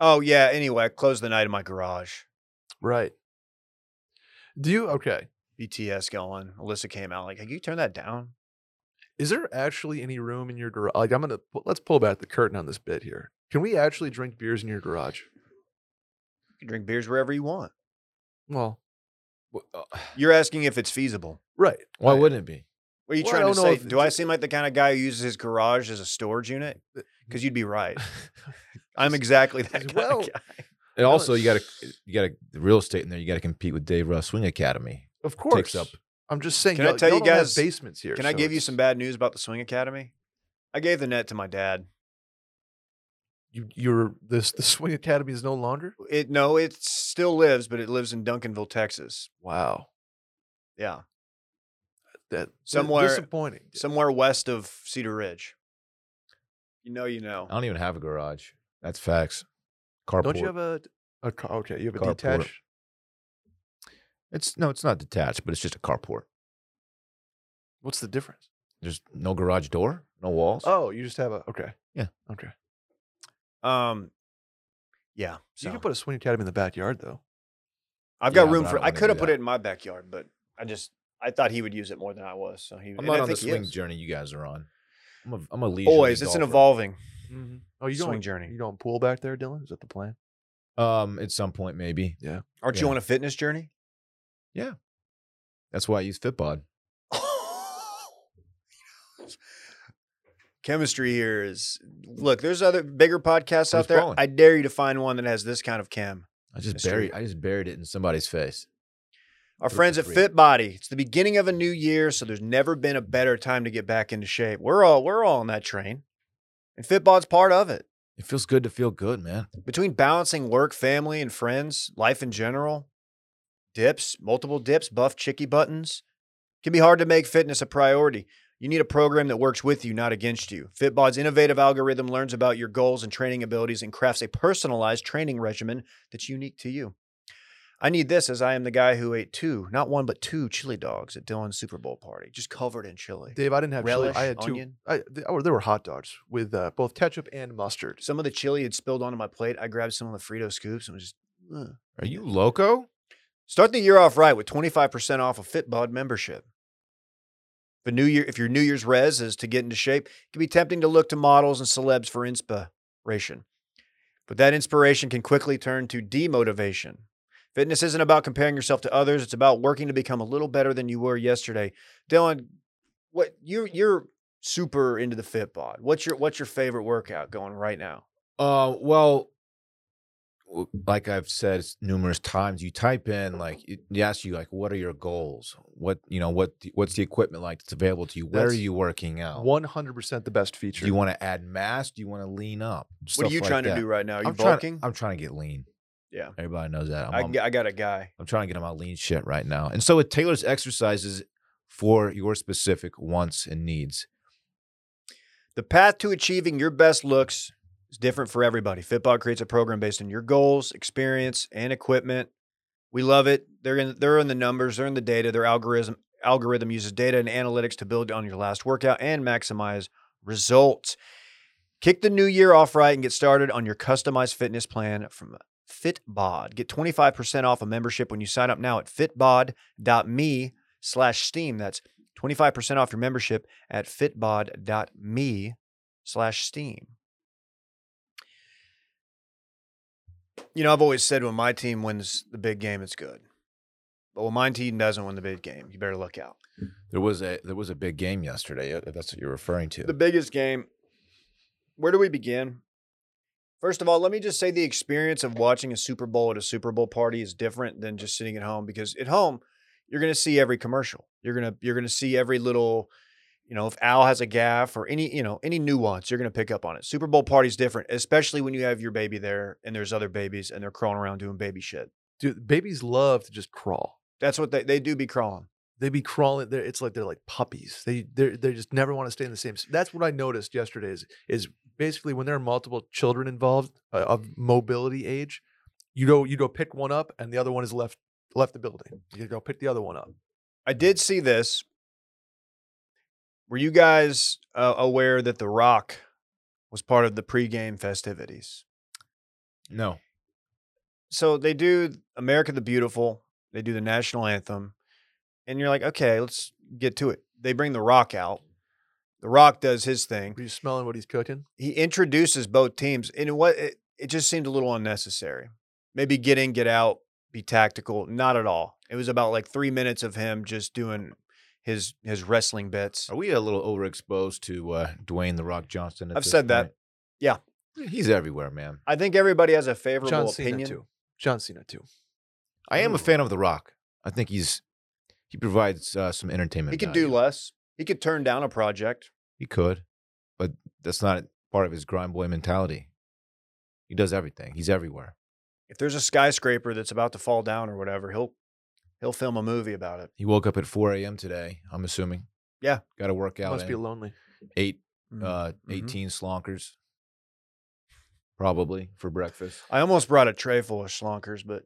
[SPEAKER 1] Oh yeah. Anyway, I closed the night in my garage.
[SPEAKER 3] right. Do you okay?
[SPEAKER 1] BTS going. Alyssa came out like, "Can you turn that down?"
[SPEAKER 3] Is there actually any room in your garage? Like, I'm gonna pu- let's pull back the curtain on this bit here. Can we actually drink beers in your garage?
[SPEAKER 1] You can drink beers wherever you want.
[SPEAKER 3] Well,
[SPEAKER 2] Wh- uh,
[SPEAKER 1] You're asking if it's feasible.
[SPEAKER 3] right.
[SPEAKER 2] Why
[SPEAKER 3] right.
[SPEAKER 2] wouldn't it be?
[SPEAKER 1] What are you
[SPEAKER 3] Well, I
[SPEAKER 1] trying to
[SPEAKER 3] don't know
[SPEAKER 1] say?
[SPEAKER 3] if-
[SPEAKER 1] Do I seem like the kind of guy who uses his garage as a storage unit?
[SPEAKER 3] Uh,
[SPEAKER 1] Because you'd be right. I'm exactly that kind of
[SPEAKER 3] Well,
[SPEAKER 1] guy.
[SPEAKER 2] And also, you got
[SPEAKER 3] it's-
[SPEAKER 2] to you got to the real estate in there. You got to compete with Dave Russ Swing Academy.
[SPEAKER 3] Of course.
[SPEAKER 2] up-
[SPEAKER 3] I'm just saying.
[SPEAKER 1] Can I
[SPEAKER 3] y'all-
[SPEAKER 1] tell
[SPEAKER 3] y'all
[SPEAKER 1] you
[SPEAKER 3] don't have
[SPEAKER 1] guys-
[SPEAKER 3] basements here?
[SPEAKER 1] Can I
[SPEAKER 3] so
[SPEAKER 1] give you some
[SPEAKER 3] it's-
[SPEAKER 1] bad news about the Swing Academy? I gave the net to my dad.
[SPEAKER 3] You, you're this. The swing academy is no longer.
[SPEAKER 1] It no, it still lives, but it lives in Duncanville, Texas.
[SPEAKER 3] Wow.
[SPEAKER 1] Yeah,
[SPEAKER 3] That
[SPEAKER 1] Somewhere-
[SPEAKER 3] disappointing.
[SPEAKER 1] somewhere west of Cedar Ridge. You know, you know.
[SPEAKER 2] I don't even have a garage. That's facts. Carport.
[SPEAKER 3] Don't you have a, a car? Okay, you have a
[SPEAKER 2] Carport.
[SPEAKER 3] detached.
[SPEAKER 2] It's no, it's not detached, but it's just a carport.
[SPEAKER 3] What's the difference?
[SPEAKER 2] There's no garage door, no walls.
[SPEAKER 3] Oh, you just have a okay.
[SPEAKER 2] Yeah.
[SPEAKER 3] Okay.
[SPEAKER 1] Um, yeah.
[SPEAKER 3] You
[SPEAKER 1] so.
[SPEAKER 3] could put a swing academy in the backyard though.
[SPEAKER 1] I've got
[SPEAKER 2] Yeah,
[SPEAKER 1] room
[SPEAKER 2] but I
[SPEAKER 1] for.
[SPEAKER 2] don't
[SPEAKER 1] I
[SPEAKER 2] wanna
[SPEAKER 1] could have
[SPEAKER 2] do
[SPEAKER 1] put
[SPEAKER 2] that.
[SPEAKER 1] it in my backyard, but I just I thought he would use it more than I was. So he.
[SPEAKER 2] I'm
[SPEAKER 1] and
[SPEAKER 2] not
[SPEAKER 1] I
[SPEAKER 2] on the
[SPEAKER 1] think he
[SPEAKER 2] swing
[SPEAKER 1] is.
[SPEAKER 2] journey you guys are on. I'm a I'm a leisurely
[SPEAKER 1] Always, it's an
[SPEAKER 2] golfer.
[SPEAKER 1] evolving.
[SPEAKER 3] Oh, you
[SPEAKER 1] Swing
[SPEAKER 3] don't
[SPEAKER 1] journey.
[SPEAKER 3] You don't pool back there, Dylan? Is that the plan?
[SPEAKER 2] Um, at some point maybe.
[SPEAKER 1] Aren't you
[SPEAKER 2] Yeah.
[SPEAKER 1] on a fitness journey?
[SPEAKER 2] That's why I use Fitbod.
[SPEAKER 1] Chemistry here is look. There's other bigger podcasts
[SPEAKER 2] But
[SPEAKER 1] out
[SPEAKER 2] it's
[SPEAKER 1] there.
[SPEAKER 2] growing.
[SPEAKER 1] I dare you to find one that has this kind of chem.
[SPEAKER 2] I just
[SPEAKER 1] That's
[SPEAKER 2] buried
[SPEAKER 1] true.
[SPEAKER 2] I just buried it in somebody's face.
[SPEAKER 1] Our
[SPEAKER 2] Group of
[SPEAKER 1] friends at
[SPEAKER 2] three.
[SPEAKER 1] FitBody. It's the beginning of a new year, so there's never been a better time to get back into shape. We're all we're all on that train, and FitBod's part of it.
[SPEAKER 2] It feels good to feel good, man.
[SPEAKER 1] between balancing work, family, and friends, life in general, dips, multiple dips, buff chicky buttons, can be hard to make fitness a priority. You need a program that works with you, not against you. Fitbod's innovative algorithm learns about your goals and training abilities and crafts a personalized training regimen that's unique to you. I need this as I am the guy who ate two, not one, but two chili dogs at Dylan's Super Bowl party, just covered in chili.
[SPEAKER 3] Dave, I didn't have chili.
[SPEAKER 1] Relish,
[SPEAKER 3] I had two.
[SPEAKER 1] onion?
[SPEAKER 3] I, th- oh, there were hot dogs with uh, both ketchup and mustard.
[SPEAKER 1] Some of the chili had spilled onto my plate. I grabbed some of the Frito scoops and was just, "Ugh."
[SPEAKER 2] Are you loco?
[SPEAKER 1] Start the year off right with 25% off a FitBod membership. The new year, if your New Year's res is to get into shape, it can be tempting to look to models and celebs for inspiration. But that inspiration can quickly turn to demotivation. Fitness isn't about comparing yourself to others, it's about working to become a little better than you were yesterday. Dylan, what you you're super into the Fitbod. What's your what's your favorite workout going right now?
[SPEAKER 2] Uh, well, w- like I've said s- numerous times, you type in like it it asks you like, what are your goals? What you know, what the- what's the equipment like that's available to you? Where
[SPEAKER 3] That's
[SPEAKER 2] are you working out?
[SPEAKER 3] One hundred percent the best feature.
[SPEAKER 2] do you want to add mass? Do you want to lean up?
[SPEAKER 1] what are you trying to do right now? Are you
[SPEAKER 2] I'm
[SPEAKER 1] bulking?
[SPEAKER 2] Trying, I'm trying to get lean.
[SPEAKER 1] Yeah.
[SPEAKER 2] everybody knows that. I'm,
[SPEAKER 1] I,
[SPEAKER 2] on-
[SPEAKER 1] I got a guy.
[SPEAKER 2] I'm trying to get on my lean shit right now. And so it tailors exercises for your specific wants and needs.
[SPEAKER 1] The path to achieving your best looks is different for everybody. Fitbod creates a program based on your goals, experience, and equipment. We love it. They're in they're in the numbers, they're in the data, their algorithm algorithm uses data and analytics to build on your last workout and maximize results. Kick the new year off right and get started on your customized fitness plan from FitBod. Get 25% off a membership when you sign up now at fitbod.me slash steam. That's 25% off your membership at fitbod.me slash steam. You know, I've always said when my team wins the big game, it's good. But when my team doesn't win the big game, you better look out.
[SPEAKER 2] There was a there was a big game yesterday. if That's what you're referring to.
[SPEAKER 1] The biggest game. Where do we begin? First of all, let me just say the experience of watching a Super Bowl at a Super Bowl party is different than just sitting at home because at home, you're going to see every commercial. You're going to you're going to see every little, you know, if Al has a gaff or any, you know, any nuance, you're going to pick up on it. Super Bowl party's different, especially when you have your baby there and there's other babies and they're crawling around doing baby shit.
[SPEAKER 3] Dude, babies love to just crawl.
[SPEAKER 1] That's what they they do be crawling.
[SPEAKER 3] They be crawling. They're, it's like they're like puppies. They they they just never want to stay in the same. s- That's what I noticed yesterday. Is is basically when there are multiple children involved uh, of mobility age, you go you go pick one up and the other one is left left the building. You go pick the other one up.
[SPEAKER 1] I did see this. Were you guys uh, aware that The Rock was part of the pregame festivities?
[SPEAKER 2] no,
[SPEAKER 1] so they do America the Beautiful, they do the national anthem, and you're like, okay, let's get to it. They bring The Rock out. The Rock does his thing.
[SPEAKER 3] Are you smelling what he's cooking?
[SPEAKER 1] He introduces both teams, and what it, it just seemed a little unnecessary. Maybe get in, get out, be tactical. Not at all. It was about like three minutes of him just doing his his wrestling bits.
[SPEAKER 2] are we a little overexposed to uh, Dwayne the Rock Johnson? at
[SPEAKER 1] I've
[SPEAKER 2] this
[SPEAKER 1] said that.
[SPEAKER 2] point?
[SPEAKER 1] Yeah.
[SPEAKER 2] he's everywhere, man.
[SPEAKER 1] I think everybody has a favorable
[SPEAKER 3] John Cena
[SPEAKER 1] opinion.
[SPEAKER 3] too. John Cena too.
[SPEAKER 2] I am
[SPEAKER 1] Ooh.
[SPEAKER 2] a fan of The Rock. I think he's he provides uh, some entertainment.
[SPEAKER 1] He could
[SPEAKER 2] value.
[SPEAKER 1] do less. He could turn down a project.
[SPEAKER 2] He could, but that's not part of his grind boy mentality. He does everything. He's everywhere.
[SPEAKER 1] if there's a skyscraper that's about to fall down or whatever, he'll he'll film a movie about it.
[SPEAKER 2] He woke up at 4 a.m. today. I'm assuming.
[SPEAKER 1] Yeah.
[SPEAKER 2] got to work out.
[SPEAKER 3] Must be
[SPEAKER 2] in.
[SPEAKER 3] lonely.
[SPEAKER 2] eight,
[SPEAKER 1] Mm.
[SPEAKER 2] uh,
[SPEAKER 1] Mhm.
[SPEAKER 2] 18 slonkers, probably for breakfast.
[SPEAKER 1] I almost brought a tray full of schlonkers, but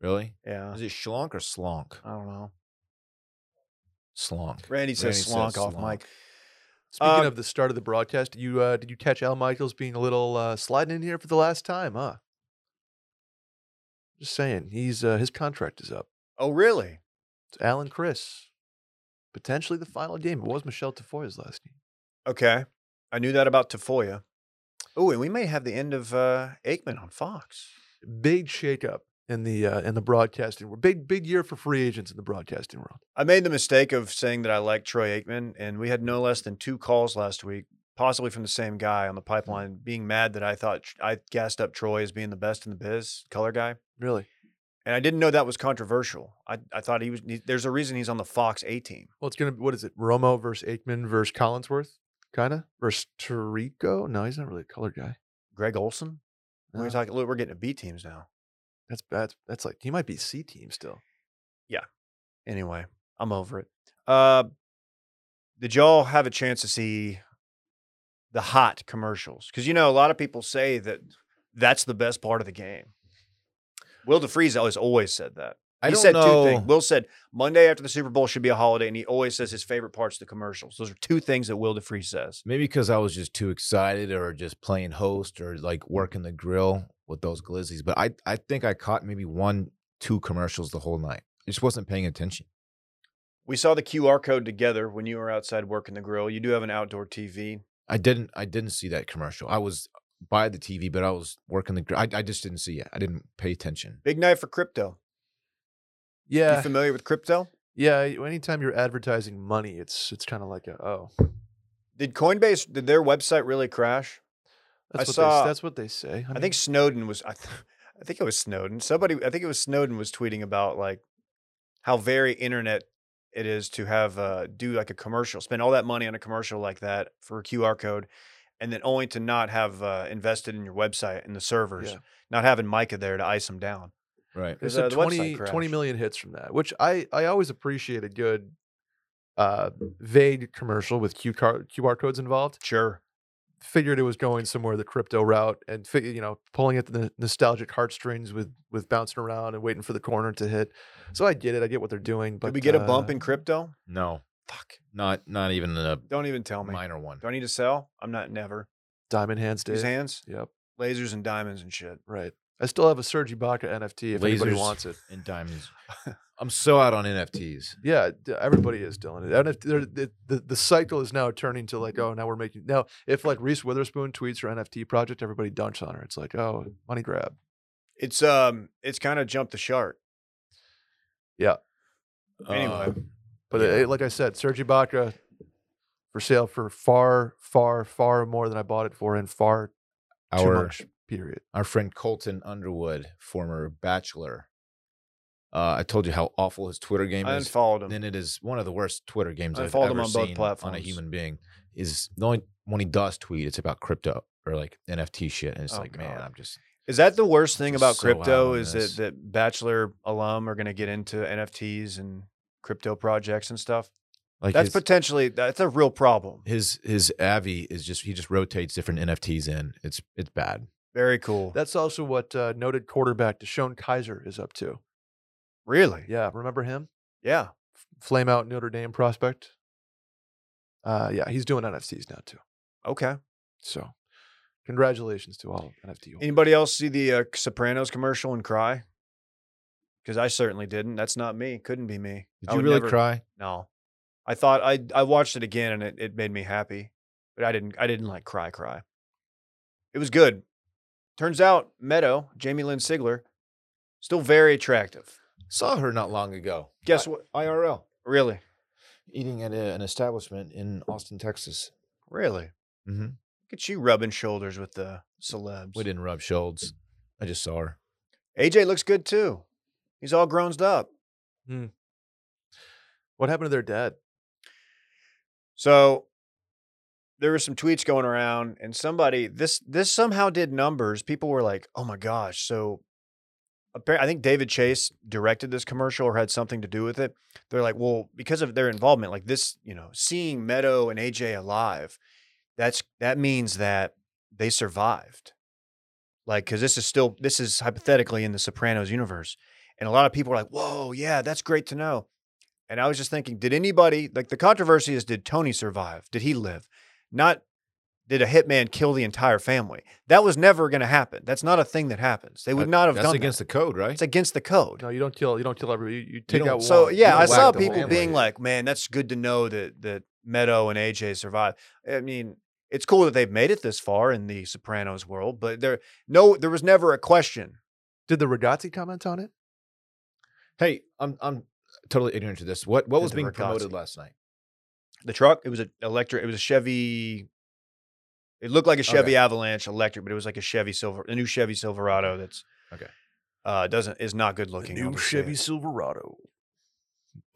[SPEAKER 2] Really?
[SPEAKER 1] yeah,
[SPEAKER 2] Is it schlonk or slonk?
[SPEAKER 1] I don't know.
[SPEAKER 2] Slonk.
[SPEAKER 1] Randy says
[SPEAKER 2] Randy says
[SPEAKER 1] slonk off
[SPEAKER 2] slonk.
[SPEAKER 1] mic.
[SPEAKER 3] Speaking
[SPEAKER 1] Um,
[SPEAKER 3] of the start of the broadcast, you uh, did you catch Al Michaels being a little uh, sliding in here for the last time, huh? Just saying, he's uh, his contract is up.
[SPEAKER 1] Oh, really?
[SPEAKER 3] It's Alan Chris, potentially the final game. It was Michelle Tafoya's last game.
[SPEAKER 1] Okay, I knew that about Tafoya. Oh, and we may have the end of uh, Aikman on Fox.
[SPEAKER 3] Big shakeup in the uh, in the broadcasting world. Big big year for free agents in the broadcasting world.
[SPEAKER 1] I made the mistake of saying that I like Troy Aikman, and we had no less than two calls last week, possibly from the same guy on the pipeline, being mad that I thought I gassed up Troy as being the best in the biz, color guy.
[SPEAKER 3] Really.
[SPEAKER 1] And I didn't know that was controversial. I, I thought he was. He, there's a reason he's on the Fox A team.
[SPEAKER 3] Well, it's gonna be what is it? Romo versus Aikman versus Collinsworth, kinda versus Tarico. No, he's not really a color guy.
[SPEAKER 1] Greg Olson. We're
[SPEAKER 3] No,
[SPEAKER 1] talking. Look, we're getting to B teams now.
[SPEAKER 3] that's that's that's like he might be C team still.
[SPEAKER 1] Anyway, I'm over it. Uh, did y'all have a chance to see the hot commercials? Because you know a lot of people say that that's the best part of the game. Will DeFries always always said that.
[SPEAKER 2] I
[SPEAKER 1] he
[SPEAKER 2] don't
[SPEAKER 1] said
[SPEAKER 2] know.
[SPEAKER 1] two things. Will said Monday after the Super Bowl should be a holiday, and he always says his favorite parts the commercials. Those are two things that Will DeFries says.
[SPEAKER 2] Maybe because I was just too excited, or just playing host, or like working the grill with those glizzies. But I, I think I caught maybe one, two commercials the whole night. I just wasn't paying attention.
[SPEAKER 1] We saw the QR code together when you were outside working the grill. You do have an outdoor TV.
[SPEAKER 2] I didn't, I didn't see that commercial. I was by the TV, but I was working the grill. I, I just didn't see it. I didn't pay attention.
[SPEAKER 1] Big night for crypto. You
[SPEAKER 3] Yeah,
[SPEAKER 1] familiar with crypto?
[SPEAKER 3] yeah. you- Anytime you're advertising money, it's it's kind of like a oh,
[SPEAKER 1] Did Coinbase did their website really crash?
[SPEAKER 3] that's what
[SPEAKER 1] saw-
[SPEAKER 3] they, that's what they say.
[SPEAKER 1] I,
[SPEAKER 3] mean,
[SPEAKER 1] think Snowden was. I, th- I think it was Snowden. Somebody. I think it was Snowden was tweeting about like how very internet it is to have uh, do like a commercial, spend all that money on a commercial like that for a QR code, and then only to not have uh, invested in your website and the servers,
[SPEAKER 3] Yeah.
[SPEAKER 1] not having Micah there to ice them down.
[SPEAKER 2] Right.
[SPEAKER 3] there's
[SPEAKER 1] uh,
[SPEAKER 3] some
[SPEAKER 1] the website
[SPEAKER 3] 20, 20
[SPEAKER 1] crashed.
[SPEAKER 3] million hits from that, which I I always appreciate a good uh vague commercial with QR QR codes involved.
[SPEAKER 1] Sure.
[SPEAKER 3] Figured it was going somewhere the crypto route, and fi- you know pulling at the nostalgic heartstrings with with bouncing around and waiting for the corner to hit. So I get it. I get what they're doing.
[SPEAKER 1] Did
[SPEAKER 3] But
[SPEAKER 1] we get a bump
[SPEAKER 3] uh,
[SPEAKER 1] in crypto?
[SPEAKER 2] No,
[SPEAKER 1] Fuck.
[SPEAKER 2] not, not even a
[SPEAKER 1] Don't even tell me.
[SPEAKER 2] minor one.
[SPEAKER 1] Do I need to sell? I'm not never.
[SPEAKER 3] Diamond hands
[SPEAKER 1] His
[SPEAKER 3] Dave.
[SPEAKER 1] hands,
[SPEAKER 3] Yep.
[SPEAKER 1] lasers and diamonds and shit.
[SPEAKER 3] Right. I still have a Serge Ibaka NFT if anybody
[SPEAKER 2] Lasers.
[SPEAKER 3] wants it.
[SPEAKER 2] and diamonds. I'm so out on NFTs.
[SPEAKER 3] Yeah, d- everybody is Dylan. And if they're- the, the the cycle is now turning to
[SPEAKER 2] Mm-hmm.
[SPEAKER 3] like, oh, now we're making now if like Reese Witherspoon tweets her NFT project, everybody dunks on her. It's like, oh, money grab.
[SPEAKER 1] It's um, it's kind of jumped the shark.
[SPEAKER 2] Uh,
[SPEAKER 1] Anyway.
[SPEAKER 3] But
[SPEAKER 2] Yeah.
[SPEAKER 3] eh, like I said, Serge Ibaka for sale for far, far, far more than I bought it for in far too
[SPEAKER 2] our
[SPEAKER 3] much. Period.
[SPEAKER 2] our friend Colton Underwood, former bachelor. Uh, I told you how awful his Twitter game
[SPEAKER 1] I
[SPEAKER 2] is.
[SPEAKER 1] unfollowed him.
[SPEAKER 2] and it is one of the worst Twitter games
[SPEAKER 1] I
[SPEAKER 2] I've
[SPEAKER 1] followed
[SPEAKER 2] ever
[SPEAKER 1] him on both
[SPEAKER 2] seen on a
[SPEAKER 1] platforms.
[SPEAKER 2] human being. Is the only when he does tweet, it's about crypto or like NFT shit, and it's
[SPEAKER 1] Oh,
[SPEAKER 2] like, man,
[SPEAKER 1] God.
[SPEAKER 2] I'm just
[SPEAKER 1] Is that the worst thing
[SPEAKER 2] Just
[SPEAKER 1] about
[SPEAKER 2] so out
[SPEAKER 1] crypto?
[SPEAKER 2] on
[SPEAKER 1] Is
[SPEAKER 2] this.
[SPEAKER 1] that that bachelor alum are going to get into NFTs and crypto projects and stuff?
[SPEAKER 2] like
[SPEAKER 1] That's
[SPEAKER 2] his,
[SPEAKER 1] potentially that's a real problem.
[SPEAKER 2] his his Avi is just he just rotates different NFTs in. It's it's bad.
[SPEAKER 1] Very cool.
[SPEAKER 3] That's also what uh, noted quarterback Deshaun Kaiser is up to.
[SPEAKER 1] really? Yeah.
[SPEAKER 3] Yeah, remember him? Flame out Notre Dame prospect. Uh, yeah, he's doing NFTs now too.
[SPEAKER 1] Okay.
[SPEAKER 3] So, congratulations to all NFT holders.
[SPEAKER 1] Anybody else see the uh, Sopranos commercial and cry? Because I certainly didn't. That's not me. Couldn't be me.
[SPEAKER 2] Did
[SPEAKER 1] I
[SPEAKER 2] you
[SPEAKER 1] would
[SPEAKER 2] really
[SPEAKER 1] never-
[SPEAKER 2] cry?
[SPEAKER 1] No. I thought I I watched it again and it, it made me happy, but I didn't I didn't like cry cry. It was good. Turns out Meadow Jamie Lynn Sigler still very attractive.
[SPEAKER 2] Saw her not long ago.
[SPEAKER 1] Guess
[SPEAKER 2] I-
[SPEAKER 1] what?
[SPEAKER 2] IRL
[SPEAKER 1] Really,
[SPEAKER 2] eating at a, an establishment in Austin, Texas.
[SPEAKER 1] really. Look
[SPEAKER 2] Mm-hmm.
[SPEAKER 1] at you rubbing shoulders with the celebs.
[SPEAKER 2] We didn't rub shoulders. I just saw her.
[SPEAKER 1] AJ looks good too. He's all grown up.
[SPEAKER 3] What happened to their dad?
[SPEAKER 1] So there were some tweets going around, and somebody this this somehow did numbers. People were like, "Oh my gosh!" So appar- I think David Chase directed this commercial or had something to do with it. They're like, "Well, because of their involvement, like this, you know, seeing Meadow and AJ alive, that's that means that they survived." Like, because this is still this is hypothetically in the Sopranos universe, and a lot of people are like, "Whoa, yeah, that's great to know." And I was just thinking, did anybody like the controversy is did Tony survive? Did he live? Not did a hitman kill the entire family? That was never going to happen. That's not a thing that happens. They would
[SPEAKER 2] That-
[SPEAKER 1] not have
[SPEAKER 2] That's
[SPEAKER 1] done
[SPEAKER 2] against
[SPEAKER 1] that.
[SPEAKER 2] the code, right?
[SPEAKER 1] It's against the code.
[SPEAKER 3] No, you don't kill. You don't kill everybody. You, you take
[SPEAKER 2] don't-
[SPEAKER 3] out.
[SPEAKER 1] So
[SPEAKER 3] one.
[SPEAKER 1] yeah,
[SPEAKER 3] You
[SPEAKER 1] I
[SPEAKER 3] don't whack
[SPEAKER 1] saw
[SPEAKER 3] the
[SPEAKER 1] people
[SPEAKER 3] whole
[SPEAKER 1] being
[SPEAKER 3] family.
[SPEAKER 1] like, "Man, that's good to know that that Meadow and AJ survived." I mean, it's cool that they've made it this far in the Sopranos world, but there no there was never a question.
[SPEAKER 3] Did the Ragazzi comment on it?
[SPEAKER 2] hey, I'm I'm totally ignorant to this. What what
[SPEAKER 1] Did
[SPEAKER 2] was
[SPEAKER 1] the
[SPEAKER 2] being
[SPEAKER 1] Ragazzi.
[SPEAKER 2] promoted last night?
[SPEAKER 1] The truck, it was an electric, it was a Chevy it looked like a Chevy
[SPEAKER 2] Okay.
[SPEAKER 1] Avalanche electric, but it was like a Chevy Silver, a new Chevy Silverado that's
[SPEAKER 2] Okay.
[SPEAKER 1] Uh, doesn't is not good looking.
[SPEAKER 3] new
[SPEAKER 1] obviously.
[SPEAKER 3] Chevy Silverado.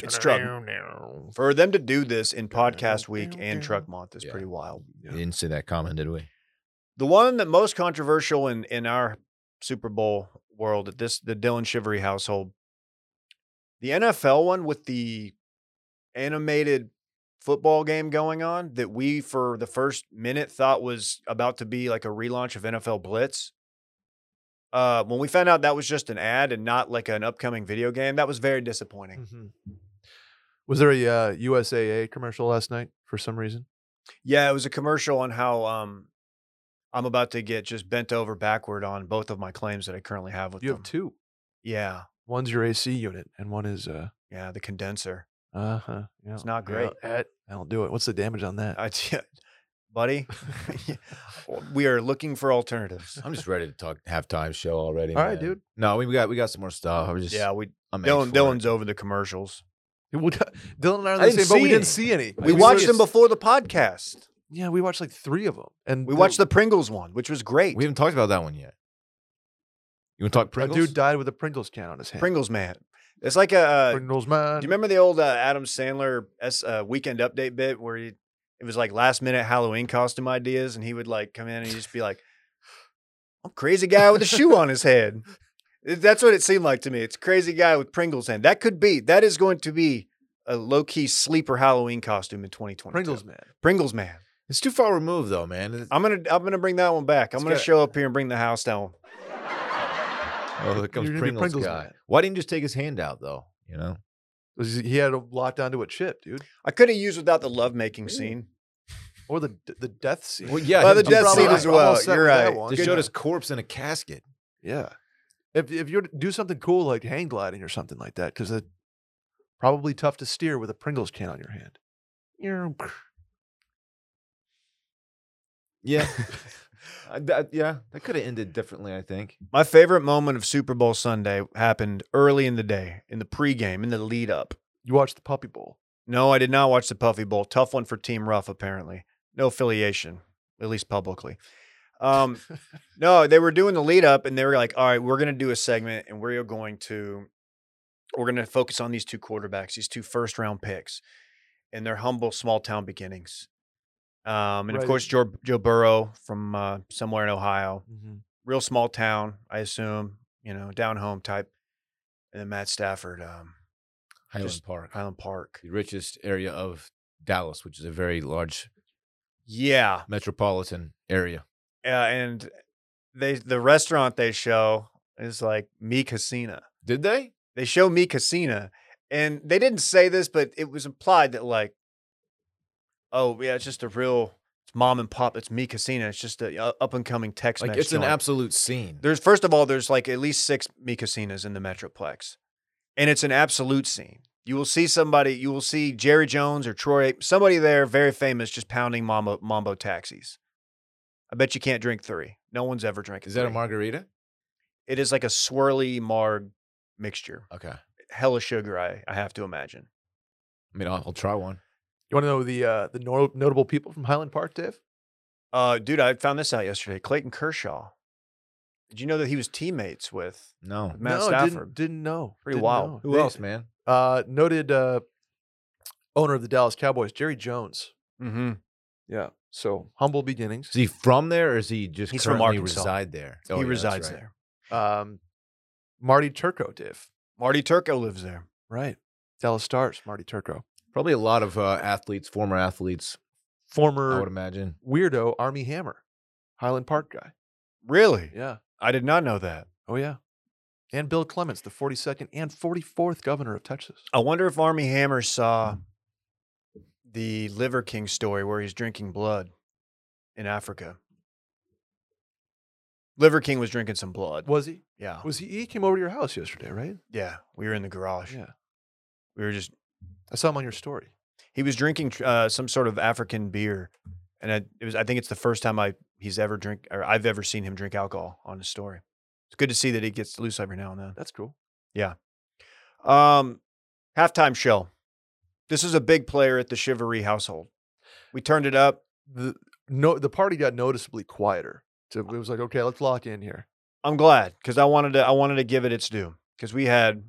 [SPEAKER 1] It's struggling. For them to do this in podcast week and truck month is
[SPEAKER 2] Yeah.
[SPEAKER 1] pretty wild.
[SPEAKER 3] Yeah.
[SPEAKER 2] We didn't see that comment, did we?
[SPEAKER 1] The one that most controversial in in our Super Bowl world at this the Dylan Shivery household, the NFL one with the animated football game going on that we for the first minute thought was about to be like a relaunch of NFL Blitz. Uh, when we found out that was just an ad and not like an upcoming video game, that was very disappointing.
[SPEAKER 3] Mhm. Was there a uh, USAA commercial last night for some reason?
[SPEAKER 1] Yeah, it was a commercial on how um, I'm about to get just bent over backward on both of my claims that I currently have with
[SPEAKER 3] You
[SPEAKER 1] them.
[SPEAKER 3] have two.
[SPEAKER 1] yeah.
[SPEAKER 3] One's your AC unit, and one is uh
[SPEAKER 1] Yeah, the condenser.
[SPEAKER 3] uh huh. Yeah,
[SPEAKER 1] not
[SPEAKER 3] yeah,
[SPEAKER 1] great.
[SPEAKER 3] that- That'll do it. What's the damage on that?
[SPEAKER 1] I, t- buddy, oh, we are looking for alternatives.
[SPEAKER 2] I'm just ready to talk halftime show already.
[SPEAKER 3] All right,
[SPEAKER 2] man.
[SPEAKER 3] dude.
[SPEAKER 2] No, we got we got some more stuff. I was just
[SPEAKER 1] Yeah, we
[SPEAKER 2] I'm
[SPEAKER 1] Dylan,
[SPEAKER 2] Dylan,
[SPEAKER 1] Dylan's over the commercials.
[SPEAKER 3] Well, Dylan and I are
[SPEAKER 1] I
[SPEAKER 3] the
[SPEAKER 1] didn't
[SPEAKER 3] same, but we
[SPEAKER 1] see
[SPEAKER 3] didn't
[SPEAKER 1] any.
[SPEAKER 3] see any.
[SPEAKER 1] We
[SPEAKER 2] We
[SPEAKER 1] watched
[SPEAKER 2] just-
[SPEAKER 1] them before the podcast.
[SPEAKER 3] Yeah, we watched like three of them, and
[SPEAKER 1] We watched the Pringles one, which was great.
[SPEAKER 2] We haven't talked about that one yet. You want to talk
[SPEAKER 3] a
[SPEAKER 2] Pringles?
[SPEAKER 3] dude died with a Pringles can on his hand.
[SPEAKER 1] Pringles man. It's like a.
[SPEAKER 3] Pringles
[SPEAKER 1] do
[SPEAKER 3] man.
[SPEAKER 1] you remember the old uh, Adam Sandler S, uh, Weekend Update bit where he, it was like last minute Halloween costume ideas, and he would like come in and he'd just be like, "I'm crazy guy with a shoe on his head." It- That's what it seemed like to me. It's crazy guy with Pringles hand. That could be. That is going to be a low key sleeper Halloween costume in 2020.
[SPEAKER 3] Pringles man.
[SPEAKER 1] Pringles man.
[SPEAKER 2] it's too far removed though, man. It-
[SPEAKER 1] I'm gonna I'm gonna bring that one back. I'm
[SPEAKER 2] It's
[SPEAKER 1] gonna
[SPEAKER 2] got-
[SPEAKER 1] show up here and bring the house down.
[SPEAKER 2] oh, here comes
[SPEAKER 3] You're gonna be
[SPEAKER 2] Pringles,
[SPEAKER 3] Pringles
[SPEAKER 2] guy.
[SPEAKER 3] man.
[SPEAKER 2] Why didn't you just take his hand out though? You know,
[SPEAKER 3] Was- He had a locked onto a chip, dude.
[SPEAKER 1] I could have used without the lovemaking scene.
[SPEAKER 3] or the the death scene.
[SPEAKER 2] Well, yeah,
[SPEAKER 1] Well,
[SPEAKER 2] him
[SPEAKER 1] the
[SPEAKER 2] too.
[SPEAKER 1] death
[SPEAKER 2] Probably
[SPEAKER 1] scene
[SPEAKER 2] right.
[SPEAKER 1] as well.
[SPEAKER 3] Almost set
[SPEAKER 1] You're
[SPEAKER 3] with that
[SPEAKER 1] right.
[SPEAKER 3] one.
[SPEAKER 2] They
[SPEAKER 3] Good
[SPEAKER 2] showed
[SPEAKER 3] night.
[SPEAKER 2] his corpse in a casket.
[SPEAKER 3] Yeah. If if you're to do something cool like hang gliding or something like that, because it's probably tough to steer with a Pringles can on your hand. You're-
[SPEAKER 2] Yeah. I- that- yeah, that could have ended differently, I think.
[SPEAKER 1] My favorite moment of Super Bowl Sunday happened early in the day, in the pregame, in the lead up.
[SPEAKER 3] You watch the Puppy Bowl.
[SPEAKER 1] No, I did not watch the Puffy Bowl. Tough one for Team Rough, apparently. No affiliation, at least publicly. Um, no, they were doing the lead up and they were like, all right, we're going to do a segment and we're going to we're going to focus on these two quarterbacks, these two first round picks and their humble small town beginnings. Um, and of
[SPEAKER 3] Right.
[SPEAKER 1] course, Joe, Joe Burrow from uh, somewhere in Ohio
[SPEAKER 3] Mm-hmm.
[SPEAKER 1] real small town, I assume, you know, down home type. And then Matt Stafford, um,
[SPEAKER 2] Highland
[SPEAKER 1] Just-
[SPEAKER 2] Park,
[SPEAKER 1] Highland Park.
[SPEAKER 2] the richest area of Dallas, which is a very large
[SPEAKER 1] Yeah.
[SPEAKER 2] metropolitan area.
[SPEAKER 1] Uh, and they the restaurant they show is like Mi Casina.
[SPEAKER 2] Did they?
[SPEAKER 1] They show Mi Casina. And they didn't say this, but it was implied that like, oh yeah, it's just a real it's mom and pop. It's Mi Casina. It's just a uh, up and coming Tex Mex.
[SPEAKER 2] Like it's an absolute scene.
[SPEAKER 1] There's first of all, there's like at least six Mi casinas in the Metroplex, and it's an absolute scene. You will see somebody, you will see Jerry Jones or Troy, somebody there very famous, just pounding mambo, mambo taxis. I bet you can't drink three. No one's ever drinking.
[SPEAKER 2] Is that a
[SPEAKER 1] three.
[SPEAKER 2] margarita?
[SPEAKER 1] It is like a swirly marg mixture,
[SPEAKER 2] Okay. I
[SPEAKER 1] hella sugar. I I have to imagine.
[SPEAKER 2] mean, I'll, I'll try one.
[SPEAKER 3] You want to know the uh, the nor- notable people from Highland Park, Dave?
[SPEAKER 1] Uh, dude, I found this out yesterday. Clayton Kershaw. Did you know that he was teammates with
[SPEAKER 2] No.
[SPEAKER 1] Matt
[SPEAKER 3] no,
[SPEAKER 1] Stafford?
[SPEAKER 3] Didn't, didn't know.
[SPEAKER 1] Pretty
[SPEAKER 3] Didn't
[SPEAKER 1] wild.
[SPEAKER 3] know.
[SPEAKER 2] Who
[SPEAKER 3] They-
[SPEAKER 2] else, man?
[SPEAKER 3] Uh, noted uh, owner of the Dallas Cowboys, Jerry Jones.
[SPEAKER 1] Mm-hmm.
[SPEAKER 2] Oh,
[SPEAKER 3] Yeah. So humble beginnings.
[SPEAKER 2] Is he from there or is he just
[SPEAKER 1] He's from
[SPEAKER 2] currently
[SPEAKER 1] Arkansas.
[SPEAKER 2] reside there? Oh,
[SPEAKER 1] he
[SPEAKER 2] yeah, that's
[SPEAKER 1] resides
[SPEAKER 2] right.
[SPEAKER 1] there.
[SPEAKER 3] Um, Marty Turco, Dave.
[SPEAKER 1] Marty Turco lives there.
[SPEAKER 3] Right. Dallas Stars, Marty Turco.
[SPEAKER 2] Probably a lot of uh, athletes, former athletes, I would
[SPEAKER 3] Former
[SPEAKER 2] imagine.
[SPEAKER 3] weirdo Army Hammer, Highland Park guy.
[SPEAKER 1] Really?
[SPEAKER 3] Yeah.
[SPEAKER 1] I did not know that.
[SPEAKER 3] Oh, yeah. And Bill Clements, the 42nd and 44th governor of Texas.
[SPEAKER 1] I wonder if Army Hammer saw the Liver King story where he's drinking blood in Africa. Liver King was drinking some blood.
[SPEAKER 3] Was he?
[SPEAKER 1] Yeah.
[SPEAKER 3] Was he? He came over to your house yesterday, right?
[SPEAKER 1] Yeah. We were in the garage.
[SPEAKER 3] Yeah.
[SPEAKER 1] We were just,
[SPEAKER 3] I saw him on your story.
[SPEAKER 1] he was drinking tr- uh, some sort of African beer. And I, it was, I think it's the first time I, he's ever drink, or I've ever seen him drink alcohol on his story. It's good to see that he gets loose every now and then.
[SPEAKER 3] That's cool.
[SPEAKER 1] Um, halftime show. This is a big player at the Chivalry household. We turned it up.
[SPEAKER 3] The no, the party got noticeably quieter. So it was like, okay, let's lock in here.
[SPEAKER 1] I'm glad because I wanted to. I wanted to give it its due because we had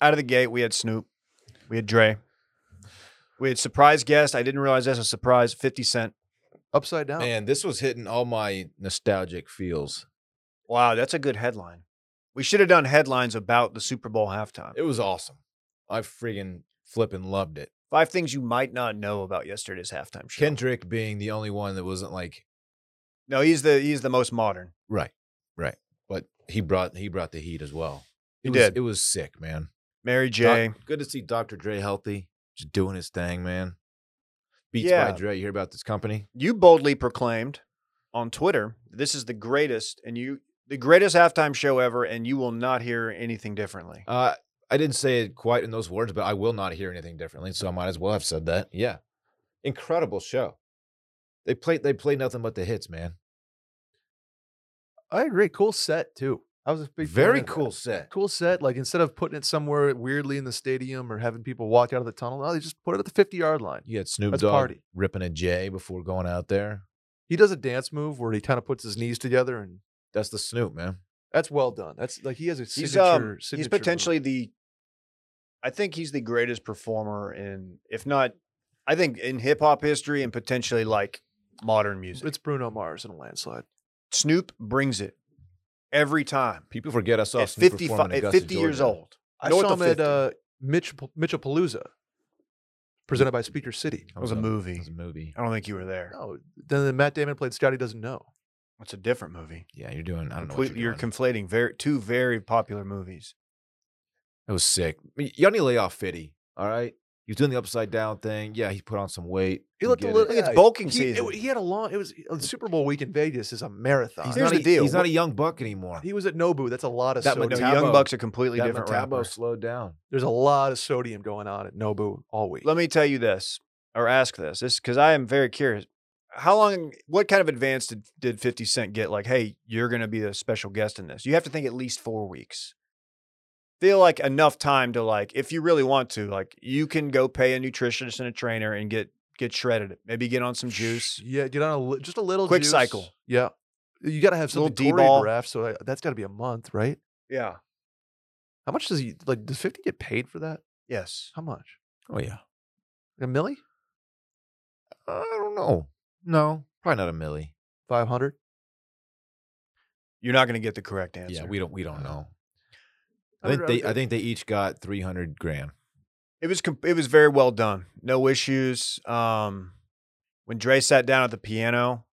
[SPEAKER 1] out of the gate. We had Snoop. We had Dre. We had surprise guest. I didn't realize that's a surprise. Fifty Cent.
[SPEAKER 3] Upside down.
[SPEAKER 2] Man, this was hitting all my nostalgic feels.
[SPEAKER 1] Wow, that's a good headline. We should have done headlines about the Super Bowl halftime.
[SPEAKER 2] It was awesome. I friggin' flippin' loved it.
[SPEAKER 1] Five things you might not know about yesterday's halftime show.
[SPEAKER 2] Kendrick being the only one that wasn't like
[SPEAKER 1] no, he's the he's the most modern.
[SPEAKER 2] right, right, but he brought he brought the heat as well.
[SPEAKER 1] He
[SPEAKER 2] It was,
[SPEAKER 1] did.
[SPEAKER 2] It was sick, man.
[SPEAKER 1] Mary
[SPEAKER 2] Doc-
[SPEAKER 1] J.
[SPEAKER 2] good to see Dr. Dre healthy, just doing his thing, man. Beats
[SPEAKER 1] Yeah.
[SPEAKER 2] by Dre. You hear about this company?
[SPEAKER 1] you boldly proclaimed on Twitter this is the greatest and you the greatest halftime show ever and you will not hear anything differently.
[SPEAKER 2] Uh, I didn't say it quite in those words, but I will not hear anything differently, so I might as well have said that. Yeah, incredible show. They play they play nothing but the hits, man.
[SPEAKER 3] I agree. Cool set too. I was a big fan
[SPEAKER 2] Very
[SPEAKER 3] of that.
[SPEAKER 2] cool set.
[SPEAKER 3] Cool set. Like instead of putting it somewhere weirdly in the stadium or having people walk out of the tunnel, no, they just put it at the 50 yard line.
[SPEAKER 2] You had Snoop
[SPEAKER 3] Let's
[SPEAKER 2] Dogg
[SPEAKER 3] party.
[SPEAKER 2] ripping a J before going out there.
[SPEAKER 3] He does a dance move where he kind of puts his knees together, and
[SPEAKER 2] That's the Snoop, man.
[SPEAKER 3] that's well done. That's like he has a signature.
[SPEAKER 1] he's um he's
[SPEAKER 3] signature move.
[SPEAKER 1] potentially the I think he's the greatest performer in if not I think in hip hop history and potentially like modern music.
[SPEAKER 3] It's Bruno Mars in a landslide.
[SPEAKER 1] Snoop brings it every time.
[SPEAKER 2] People forget I saw
[SPEAKER 1] At
[SPEAKER 2] Snoop
[SPEAKER 1] 55
[SPEAKER 2] perform in
[SPEAKER 1] at
[SPEAKER 2] Augusta,
[SPEAKER 1] 50 years
[SPEAKER 2] Georgia.
[SPEAKER 1] old.
[SPEAKER 3] I
[SPEAKER 1] North
[SPEAKER 3] saw
[SPEAKER 1] of
[SPEAKER 3] him at
[SPEAKER 1] 50.
[SPEAKER 3] uh, Mitch Mitchell Palooza, presented by Speaker City.
[SPEAKER 1] That was a movie.
[SPEAKER 2] It was a movie.
[SPEAKER 1] I don't think you were there.
[SPEAKER 3] No, then Matt Damon played Scotty doesn't know.
[SPEAKER 1] It's a different movie.
[SPEAKER 2] Yeah, you're doing. I don't know.
[SPEAKER 1] Complete-
[SPEAKER 2] What you're
[SPEAKER 1] you're
[SPEAKER 2] doing.
[SPEAKER 1] conflating very two very popular movies.
[SPEAKER 2] it was sick. I mean, Y'all need to lay off Fitty. All right, He was doing the upside down thing. Yeah, he put on some weight.
[SPEAKER 3] He
[SPEAKER 2] You
[SPEAKER 3] looked a
[SPEAKER 2] get it.
[SPEAKER 3] little.
[SPEAKER 1] Like it's
[SPEAKER 3] yeah,
[SPEAKER 1] bulking
[SPEAKER 3] he,
[SPEAKER 1] season.
[SPEAKER 3] It, he had a long. It was uh, Super Bowl week in Vegas is a marathon.
[SPEAKER 2] He's
[SPEAKER 1] Here's
[SPEAKER 2] not
[SPEAKER 1] the
[SPEAKER 2] a,
[SPEAKER 1] deal.
[SPEAKER 2] He's not a young buck anymore.
[SPEAKER 3] he was at Nobu. That's a lot of
[SPEAKER 2] That
[SPEAKER 1] But
[SPEAKER 3] sodium.
[SPEAKER 1] no,
[SPEAKER 2] Metabo-
[SPEAKER 1] Young Buck's a completely
[SPEAKER 2] that
[SPEAKER 1] different
[SPEAKER 2] Metabo
[SPEAKER 1] rapper.
[SPEAKER 2] slowed down.
[SPEAKER 3] There's a lot of sodium going on at Nobu all week.
[SPEAKER 1] Let me tell you this, or ask this, this because I am very curious. How long? What kind of advance did, did Fifty Cent get? Like, hey, you're going to be a special guest in this. You have to think at least four weeks. Feel like enough time to like, if you really want to, like, you can go pay a nutritionist and a trainer and get get shredded. Maybe get on some juice.
[SPEAKER 3] Yeah, get on a li- just a little
[SPEAKER 1] Quick
[SPEAKER 3] juice.
[SPEAKER 1] cycle.
[SPEAKER 3] Yeah, you got to have
[SPEAKER 1] Little
[SPEAKER 3] something
[SPEAKER 1] D-ball.
[SPEAKER 3] choreographed. So I, that's got to be a month, right?
[SPEAKER 1] Yeah.
[SPEAKER 3] How much does he like? Does Fifty get paid for that?
[SPEAKER 1] Yes.
[SPEAKER 3] How much?
[SPEAKER 2] Oh yeah.
[SPEAKER 3] A milli?
[SPEAKER 2] I don't know. No, probably not a millie.
[SPEAKER 3] Five hundred?
[SPEAKER 1] You're not going to get the correct answer.
[SPEAKER 2] Yeah, we don't. We don't
[SPEAKER 3] Uh,
[SPEAKER 2] know.
[SPEAKER 3] I
[SPEAKER 2] I think
[SPEAKER 3] would- I would
[SPEAKER 2] they. I
[SPEAKER 3] think-
[SPEAKER 2] think they each got three hundred grand. Oh
[SPEAKER 1] It was com- it was very well done. No issues. Um, when Dre sat down at the piano,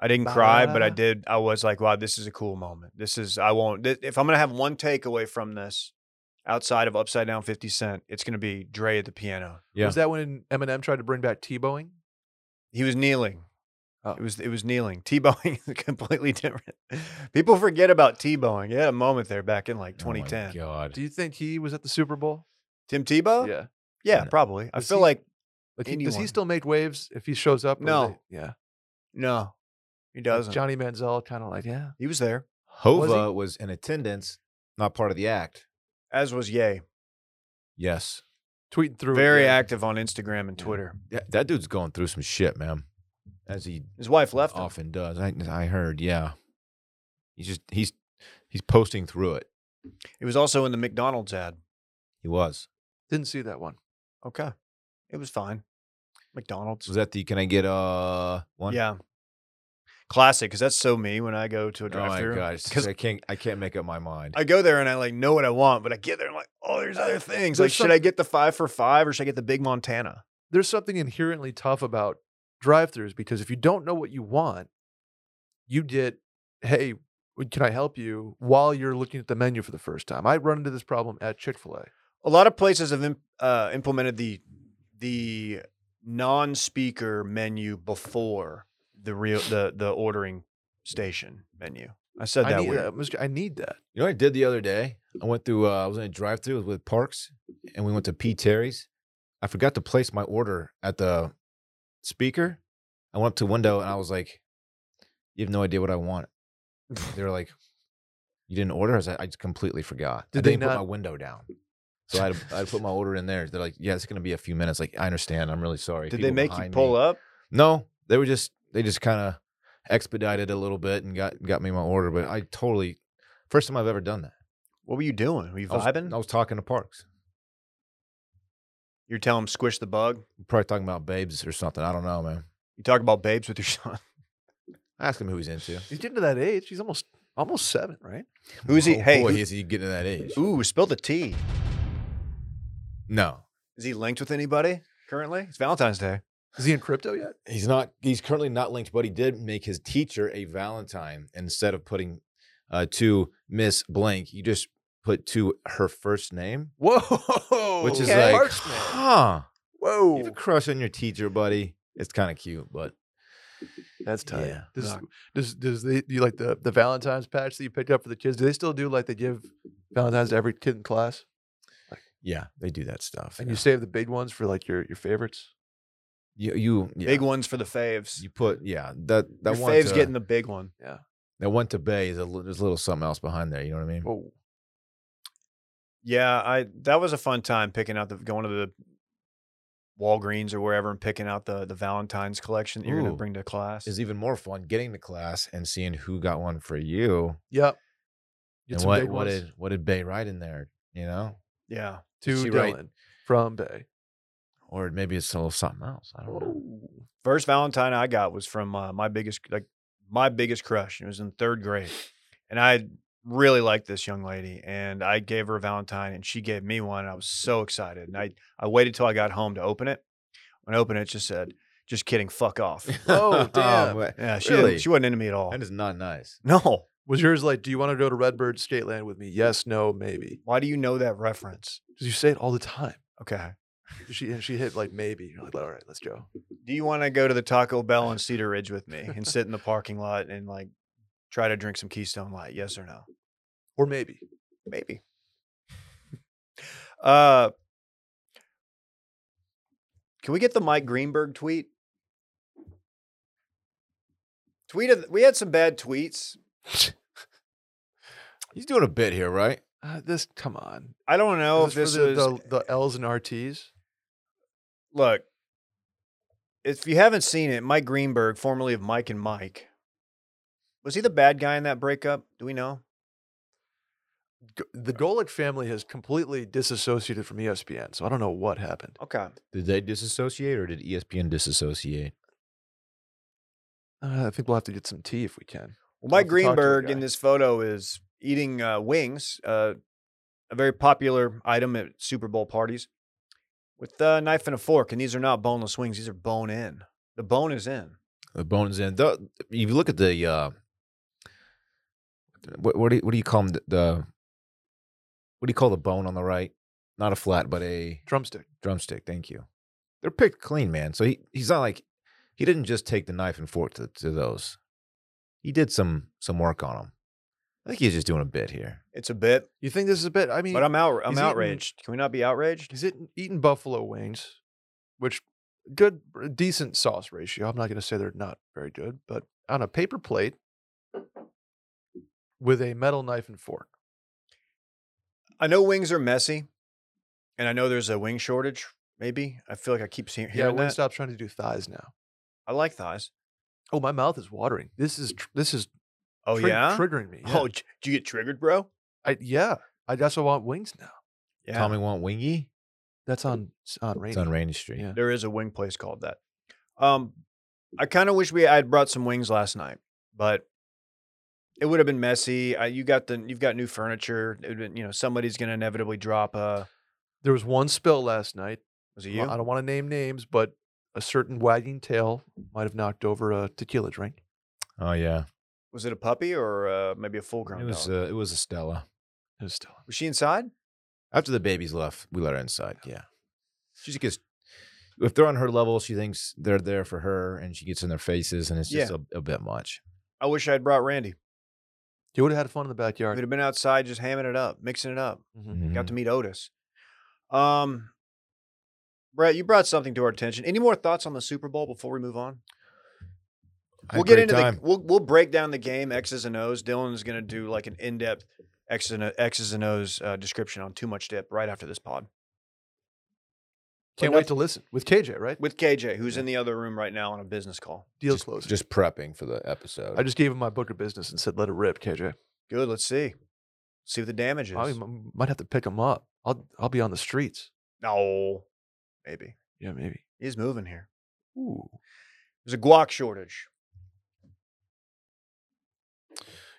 [SPEAKER 1] I didn't cry, but I
[SPEAKER 3] Ba-da-da-da.
[SPEAKER 1] did. I was like, "Wow, this is a cool moment. This is I won't. Th- if I'm gonna have one takeaway from this, outside of Upside Down Fifty Cent, it's gonna be Dre at the piano.
[SPEAKER 2] Yeah.
[SPEAKER 3] Was that when Eminem tried to bring back T-bowing?
[SPEAKER 1] He was kneeling.
[SPEAKER 3] Oh.
[SPEAKER 1] It was it was kneeling. T-bowing is completely different. People forget about T-bowing. He had a moment there back in like
[SPEAKER 2] Oh my
[SPEAKER 1] 2010.
[SPEAKER 2] God.
[SPEAKER 3] Do you think he was at the Super Bowl?
[SPEAKER 1] Tim Tebow?
[SPEAKER 3] yeah.
[SPEAKER 1] Yeah,
[SPEAKER 2] No.
[SPEAKER 1] probably. I
[SPEAKER 3] Was
[SPEAKER 1] feel
[SPEAKER 3] he-
[SPEAKER 1] like
[SPEAKER 3] Like, he- does he
[SPEAKER 1] Uh, anyone.
[SPEAKER 3] still make waves if he shows up? or
[SPEAKER 1] No.
[SPEAKER 3] they- yeah.
[SPEAKER 1] no, he
[SPEAKER 3] Like
[SPEAKER 1] doesn't.
[SPEAKER 3] Johnny Manziel kind of like yeah.
[SPEAKER 1] he was there,
[SPEAKER 2] Hova
[SPEAKER 3] Was
[SPEAKER 2] was,
[SPEAKER 3] he-
[SPEAKER 2] in attendance, not part of the act.
[SPEAKER 1] as was Ye.
[SPEAKER 2] Yes.
[SPEAKER 3] tweeting through. it,
[SPEAKER 1] very
[SPEAKER 3] yeah.
[SPEAKER 1] active on Instagram and
[SPEAKER 3] Yeah.
[SPEAKER 1] Twitter.
[SPEAKER 2] That, that dude's going through some shit, man. As he
[SPEAKER 1] His wife left him.
[SPEAKER 2] often does. I I heard, yeah. He's just he's he's posting through it.
[SPEAKER 1] It was also in the McDonald's ad.
[SPEAKER 2] He was.
[SPEAKER 3] Didn't see that one.
[SPEAKER 1] Okay, it was fine. McDonald's.
[SPEAKER 2] Was that the can I get uh one?
[SPEAKER 1] Yeah, classic. Because that's so me when I go to a
[SPEAKER 2] Oh my
[SPEAKER 1] drive-through.
[SPEAKER 2] gosh.
[SPEAKER 1] because
[SPEAKER 2] I can't I can't make up my mind.
[SPEAKER 1] I go there and I like know what I want, but I get there and I'm like, oh, there's other things. Like,
[SPEAKER 3] There's
[SPEAKER 1] should
[SPEAKER 3] some-
[SPEAKER 1] I get the five for five or should I get the big Montana?
[SPEAKER 3] There's something inherently tough about drive-throughs because if you don't know what you want, you get hey, w- can I help you? While you're looking at the menu for the first time, I run into this problem at Chick Fil A.
[SPEAKER 1] A lot of places have im- uh, implemented the the non-speaker menu before the real the the ordering station menu. I said
[SPEAKER 3] I
[SPEAKER 1] that
[SPEAKER 3] need uh,
[SPEAKER 1] weird.
[SPEAKER 3] that. I was- I need that.
[SPEAKER 2] You know what I did the other day? I went through. Uh, I was in a drive-through with Parks, and we went to P. Terry's. I forgot to place my order at the speaker. I went up to window and I was like, "You have no idea what I want." they were like, "You didn't order?" I was like, "I just completely forgot."
[SPEAKER 3] Did
[SPEAKER 2] I
[SPEAKER 3] they
[SPEAKER 2] didn't put
[SPEAKER 3] not-
[SPEAKER 2] my window down? So I had, to- I had to put my order in there. They're like, "Yeah, it's gonna be a few minutes." Like, I understand. I'm really sorry.
[SPEAKER 1] Did they make you pull up?
[SPEAKER 2] No, they were just they just kind of expedited a little bit and got got me my order. But I totally first time I've ever done that.
[SPEAKER 1] What were you doing? Were you
[SPEAKER 2] I was- I
[SPEAKER 1] vibing?
[SPEAKER 2] was, talking to Parks.
[SPEAKER 1] You're telling him squish the bug.
[SPEAKER 2] Probably talking about babes or something. I don't know, man.
[SPEAKER 1] You talk about babes with your son.
[SPEAKER 2] I asked him who he's into.
[SPEAKER 3] He's getting to that age. He's almost almost seven, right?
[SPEAKER 1] Who is he?
[SPEAKER 2] Oh,
[SPEAKER 1] Hey,
[SPEAKER 2] boy,
[SPEAKER 1] who-
[SPEAKER 2] is he getting to that age?
[SPEAKER 1] Ooh, spill the tea.
[SPEAKER 2] No,
[SPEAKER 1] Is he linked with anybody currently? It's Valentine's Day.
[SPEAKER 3] Is he in crypto yet?
[SPEAKER 2] he's not. He's currently not linked, but he did make his teacher a Valentine instead of putting uh, to Miss Blank. He just put to her first name,
[SPEAKER 3] Whoa,
[SPEAKER 2] which is
[SPEAKER 1] Okay.
[SPEAKER 2] like,
[SPEAKER 3] Parks, man.
[SPEAKER 2] huh? You have a
[SPEAKER 3] whoa,
[SPEAKER 2] crush on your teacher, buddy. It's kind of cute, but
[SPEAKER 3] that's tight.
[SPEAKER 2] Yeah.
[SPEAKER 3] Does,
[SPEAKER 1] Knock.
[SPEAKER 3] does does they do you like the the Valentine's patch that you picked up for the kids? Do they still do like they give Valentine's to every kid in class,
[SPEAKER 2] yeah, they do that stuff.
[SPEAKER 3] and
[SPEAKER 2] yeah.
[SPEAKER 3] you save the big ones for like your your favorites?
[SPEAKER 2] you, you, yeah.
[SPEAKER 1] Big ones for the faves.
[SPEAKER 2] you put, yeah, that that
[SPEAKER 1] Your
[SPEAKER 2] one
[SPEAKER 1] faves
[SPEAKER 2] to-
[SPEAKER 1] getting the big one.
[SPEAKER 2] that went to Bay is a, li- there's a little something else behind there. You know what I mean?
[SPEAKER 3] Whoa,
[SPEAKER 1] Yeah, I that was a fun time picking out the going to the Walgreens or wherever and picking out the the Valentine's collection that you're gonna
[SPEAKER 2] Ooh.
[SPEAKER 1] bring to class.
[SPEAKER 2] It's even more fun getting to class and seeing who got one for you.
[SPEAKER 3] yep. Get
[SPEAKER 2] And
[SPEAKER 3] some
[SPEAKER 2] what
[SPEAKER 3] big
[SPEAKER 2] what
[SPEAKER 3] ones.
[SPEAKER 2] did what did Bay write in there? You know,
[SPEAKER 1] yeah.
[SPEAKER 3] to
[SPEAKER 2] she
[SPEAKER 3] Dylan
[SPEAKER 2] write-
[SPEAKER 3] from Bay?
[SPEAKER 2] or maybe it's a little something else. I don't know.
[SPEAKER 3] Whoa.
[SPEAKER 1] First Valentine I got was from uh, my biggest like my biggest crush. It was in third grade, and I really liked this young lady, and I gave her a Valentine, and she gave me one. And I was so excited, and I I waited till I got home to open it. When I opened it, it just said, "Just kidding, fuck off."
[SPEAKER 3] Oh, damn.
[SPEAKER 2] but-
[SPEAKER 1] Yeah, she didn't-
[SPEAKER 2] Really?
[SPEAKER 1] she wasn't into me at all.
[SPEAKER 2] that is not nice.
[SPEAKER 1] No,
[SPEAKER 3] Was yours like? Do you want to go to Redbird Skateland with me? Yes, no, maybe.
[SPEAKER 1] why do you know that reference?
[SPEAKER 3] Because you say it all the time.
[SPEAKER 1] Okay,
[SPEAKER 3] She and she hit like maybe. You're like, all right, let's go.
[SPEAKER 1] Do you want to go to the Taco Bell in Cedar Ridge with me and sit in the parking lot and like try to drink some Keystone Light? Yes or no?
[SPEAKER 3] Or maybe.
[SPEAKER 1] Maybe. Uh, can we get the Mike Greenberg tweet? Tweet of, we had some bad tweets.
[SPEAKER 2] He's doing a bit here, right?
[SPEAKER 3] Uh, this come on.
[SPEAKER 1] I don't
[SPEAKER 2] Oh,
[SPEAKER 1] know
[SPEAKER 3] Is
[SPEAKER 1] if this
[SPEAKER 3] for the,
[SPEAKER 1] is
[SPEAKER 3] the, the L's and RTs.
[SPEAKER 1] look, if you haven't seen it, Mike Greenberg, formerly of Mike and Mike, was he the bad guy in that breakup? Do we know?
[SPEAKER 3] G- The Golick family has completely disassociated from E ESPN, so I don't know what happened.
[SPEAKER 1] Okay.
[SPEAKER 2] Did they disassociate or did E ESPN disassociate?
[SPEAKER 3] Uh, I think we'll have to get some tea if we can.
[SPEAKER 1] Well,
[SPEAKER 3] I'll
[SPEAKER 1] Mike
[SPEAKER 3] have to talk to the
[SPEAKER 1] Greenberg in
[SPEAKER 3] guy.
[SPEAKER 1] this photo is eating uh, wings, uh, a very popular item at Super Bowl parties, with a knife and a fork. And these are not boneless wings; these are bone in. The bone is in.
[SPEAKER 2] The bones in. The, if you look at the uh, what, what do you, what do you call 'em? The, the what do you call the bone on the right? Not a flat, but a
[SPEAKER 3] Drumstick.
[SPEAKER 2] drumstick. Thank you. They're picked clean, man. So he, he's not like he didn't just take the knife and fork to, to those. He did some some work on them. I think he's just doing a bit here.
[SPEAKER 1] It's a bit,
[SPEAKER 3] You think this is a bit? I mean,
[SPEAKER 1] but I'm out. I'm
[SPEAKER 3] he's eating-
[SPEAKER 1] outraged. Can we not be outraged?
[SPEAKER 3] he's eating, eating buffalo wings, which good, decent sauce ratio. I'm not going to say they're not very good, but on a paper plate with a metal knife and fork.
[SPEAKER 1] I know wings are messy, and I know there's a wing shortage. Maybe I feel like I keep seeing
[SPEAKER 3] Yeah,
[SPEAKER 1] hearing that.
[SPEAKER 3] Wingstop's trying to do thighs now.
[SPEAKER 1] I like thighs.
[SPEAKER 3] Oh, my mouth is watering. This is tr- this is
[SPEAKER 1] Oh
[SPEAKER 3] trig-
[SPEAKER 1] yeah.
[SPEAKER 3] triggering me. Yeah.
[SPEAKER 1] Oh, j- do you get triggered, bro?
[SPEAKER 3] I, yeah. I also want wings now.
[SPEAKER 1] Yeah.
[SPEAKER 2] Tommy want wingy?
[SPEAKER 3] That's on s- on range.
[SPEAKER 2] It's on Rainy Street.
[SPEAKER 3] Yeah.
[SPEAKER 1] There is a wing place called that. Um, I kind of wish we I had brought some wings last night, but it would have been messy. I, you got the you've got new furniture. It would've been, you know somebody's going to inevitably drop a.
[SPEAKER 3] There was one spill last night.
[SPEAKER 1] Was it
[SPEAKER 3] Well,
[SPEAKER 1] you?
[SPEAKER 3] I don't want to name names, but a certain wagging tail might have knocked over a tequila drink.
[SPEAKER 2] Oh yeah.
[SPEAKER 1] Was it a puppy or uh, maybe a full grown
[SPEAKER 2] It was
[SPEAKER 1] dog?
[SPEAKER 2] uh, it was a Stella.
[SPEAKER 3] It was still.
[SPEAKER 1] was she inside?
[SPEAKER 2] After the babies left, we let her inside. Yeah. She just gets if they're on her level, she thinks they're there for her and she gets in their faces and it's just a, a bit much.
[SPEAKER 1] I wish I had brought Randy.
[SPEAKER 3] You would have had fun in the
[SPEAKER 1] We'd
[SPEAKER 3] backyard.
[SPEAKER 1] have been outside just hamming it up, mixing it up.
[SPEAKER 3] Mhm.
[SPEAKER 1] Mm-hmm.
[SPEAKER 2] Mm-hmm.
[SPEAKER 1] Got to meet Otis. Um, Brett, you brought something to our attention. Any more thoughts on the Super Bowl before we move on?
[SPEAKER 2] Had a
[SPEAKER 1] We'll get
[SPEAKER 2] great
[SPEAKER 1] into
[SPEAKER 2] time.
[SPEAKER 1] the we'll we'll break down the game X's and O's. Dylan's going to do like an in depth X and O- X's and O's uh, description on Too Much Dip right after this pod
[SPEAKER 3] Can't
[SPEAKER 1] But
[SPEAKER 3] wait to listen with KJ, right?
[SPEAKER 1] with KJ, who's in the other room right now on a business call.
[SPEAKER 3] Deal
[SPEAKER 2] just,
[SPEAKER 3] closing.
[SPEAKER 2] just prepping for the episode.
[SPEAKER 3] I just gave him my book of business and said, "Let it rip, KJ."
[SPEAKER 1] Good. Let's see. See what the damage is.
[SPEAKER 3] I m- might have to pick him up. I'll I'll be on the streets.
[SPEAKER 1] no, Oh, maybe
[SPEAKER 3] Yeah, maybe.
[SPEAKER 1] he's moving here.
[SPEAKER 3] Ooh.
[SPEAKER 1] There's a guac shortage.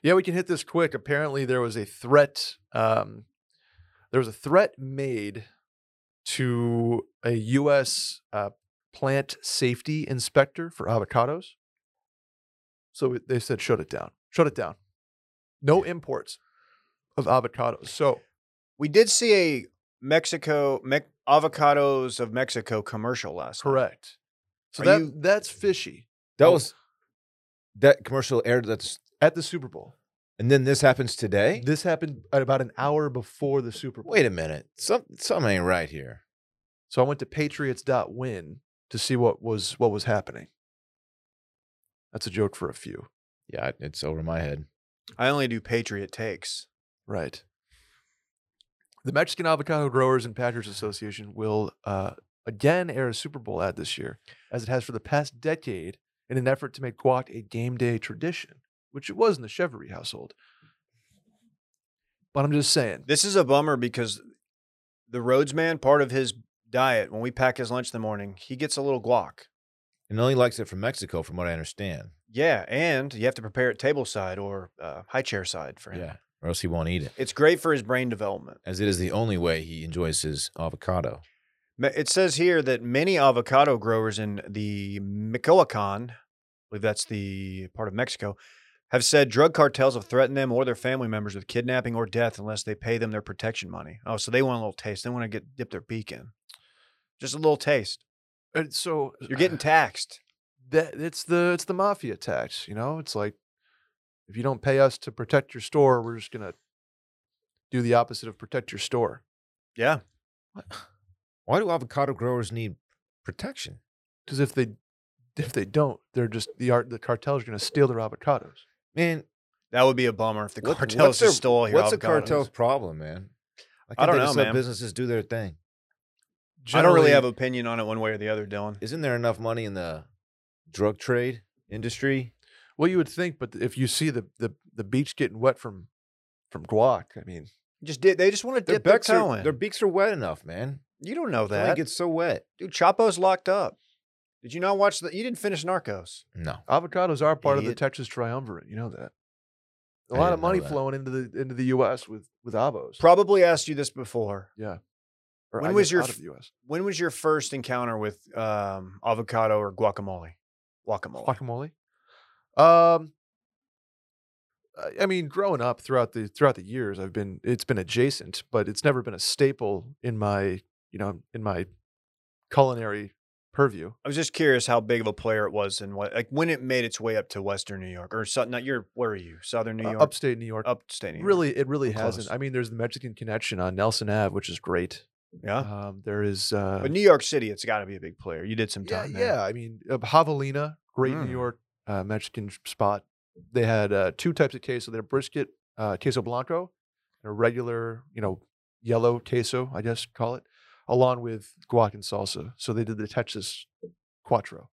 [SPEAKER 3] Yeah, we can hit this quick. Apparently, there was a threat. Um, there was a threat made to a U.S. Uh, plant safety inspector for avocados. So it- they said, shut it down. Shut it down. No imports of avocados. So
[SPEAKER 1] We did see a Mexico Mex avocados of Mexico commercial last. night.
[SPEAKER 3] correct. So
[SPEAKER 1] Are
[SPEAKER 3] that
[SPEAKER 1] you-
[SPEAKER 3] that's fishy
[SPEAKER 2] that
[SPEAKER 3] oh.
[SPEAKER 2] was that commercial aired that's
[SPEAKER 3] at the Super Bowl.
[SPEAKER 2] and then this happens today.
[SPEAKER 3] This happened at about an hour before the Super Bowl.
[SPEAKER 2] Wait a minute. Some something ain't right here.
[SPEAKER 3] So I went to patriots.win to see what was what was happening. That's a joke for a few.
[SPEAKER 2] Yeah, it- it's over my head.
[SPEAKER 1] I only do Patriot takes.
[SPEAKER 3] Right. The Mexican Avocado Growers and Packers Association will uh, again air a Super Bowl ad this year, as it has for the past decade, in an effort to make guac a game day tradition, which it was in the Chevrolet household. But I'm just saying,
[SPEAKER 1] This is a bummer because the roadsman, part of his diet, when we pack his lunch in the morning, he gets a little guac.
[SPEAKER 2] And only likes it from Mexico, from what I understand.
[SPEAKER 1] Yeah, and you have to prepare it tableside or uh, high chair side for him.
[SPEAKER 2] Yeah. Or else he won't eat it.
[SPEAKER 1] It's great for his brain development.
[SPEAKER 2] As it is the only way he enjoys his avocado.
[SPEAKER 1] Ma- It says here that many avocado growers in the Michoacan, I believe that's the part of Mexico, have said drug cartels have threatened them or their family members with kidnapping or death unless they pay them their protection money. Oh, so they want a little taste. They want to get dip their beak in. Just a little taste.
[SPEAKER 3] And so
[SPEAKER 1] You're getting taxed.
[SPEAKER 3] that it's the it's the mafia tax. You know, it's like if you don't pay us to protect your store, we're just gonna do the opposite of protect your store.
[SPEAKER 1] Yeah.
[SPEAKER 2] Why do avocado growers need protection?
[SPEAKER 3] Because if they if they don't, they're just the art the cartel's gonna steal their avocados.
[SPEAKER 2] Man,
[SPEAKER 1] That would be a bummer if the
[SPEAKER 2] What-
[SPEAKER 1] cartels
[SPEAKER 2] what's their-
[SPEAKER 1] just stole all your
[SPEAKER 2] what's a cartel's
[SPEAKER 1] avocados.
[SPEAKER 2] problem, man? Why
[SPEAKER 1] I
[SPEAKER 2] can't
[SPEAKER 1] don't
[SPEAKER 2] they
[SPEAKER 1] know,
[SPEAKER 2] just let
[SPEAKER 1] man.
[SPEAKER 2] Businesses do their thing.
[SPEAKER 1] I don't really have
[SPEAKER 3] Generally-
[SPEAKER 1] an opinion on it one way or the other, Dylan.
[SPEAKER 2] Isn't there enough money in the drug trade industry?
[SPEAKER 3] Well, you would think, but if you see the the, the beach getting wet from from guac, I mean,
[SPEAKER 1] Just did they just want to
[SPEAKER 2] Their
[SPEAKER 1] dip their
[SPEAKER 2] beaks
[SPEAKER 1] toe
[SPEAKER 2] are
[SPEAKER 1] in?
[SPEAKER 2] their beaks are wet enough, man.
[SPEAKER 1] you don't know
[SPEAKER 2] That
[SPEAKER 1] that,
[SPEAKER 2] gets so wet.
[SPEAKER 1] dude. Chapo's locked up. Did you not watch that? You didn't finish Narcos.
[SPEAKER 2] No,
[SPEAKER 3] avocados are part of the
[SPEAKER 1] Idiot.
[SPEAKER 3] Texas triumvirate. You know that. A
[SPEAKER 2] I
[SPEAKER 3] lot
[SPEAKER 2] didn't
[SPEAKER 3] of
[SPEAKER 2] know
[SPEAKER 3] money
[SPEAKER 2] that.
[SPEAKER 3] flowing into the into the U.S. with with avos.
[SPEAKER 1] Probably asked you this before.
[SPEAKER 3] or
[SPEAKER 1] when
[SPEAKER 3] I
[SPEAKER 1] was
[SPEAKER 3] guess
[SPEAKER 1] your
[SPEAKER 3] out of
[SPEAKER 1] f-
[SPEAKER 3] the U.S.
[SPEAKER 1] When was your first encounter with um, avocado or guacamole? Guacamole.
[SPEAKER 3] guacamole? Um, I- I mean, growing up throughout the throughout the years, I've been it's been adjacent, but it's never been a staple in my you know in my culinary purview.
[SPEAKER 1] I was just curious how big of a player it was and what, like, when it made its way up to Western New York or Southern. Not your. Where are you? Southern New
[SPEAKER 3] Uh,
[SPEAKER 1] York.
[SPEAKER 3] upstate New York.
[SPEAKER 1] upstate. New York.
[SPEAKER 3] Really, it really
[SPEAKER 1] We're
[SPEAKER 3] hasn't.
[SPEAKER 1] close.
[SPEAKER 3] I mean, there's the Mexican connection on Nelson Ave, which is great.
[SPEAKER 1] Yeah.
[SPEAKER 3] Um, there is, uh,
[SPEAKER 1] but New York City, it's got to be a big player. You did some
[SPEAKER 3] yeah,
[SPEAKER 1] time. there.
[SPEAKER 3] yeah. I mean, uh, Javelina, great
[SPEAKER 1] Mm.
[SPEAKER 3] New York uh, Mexican sh- spot. They had uh, two types of queso: their brisket uh, queso blanco, and a regular, you know, yellow queso, I guess call it, along with guac and salsa. So they did the Texas quattro.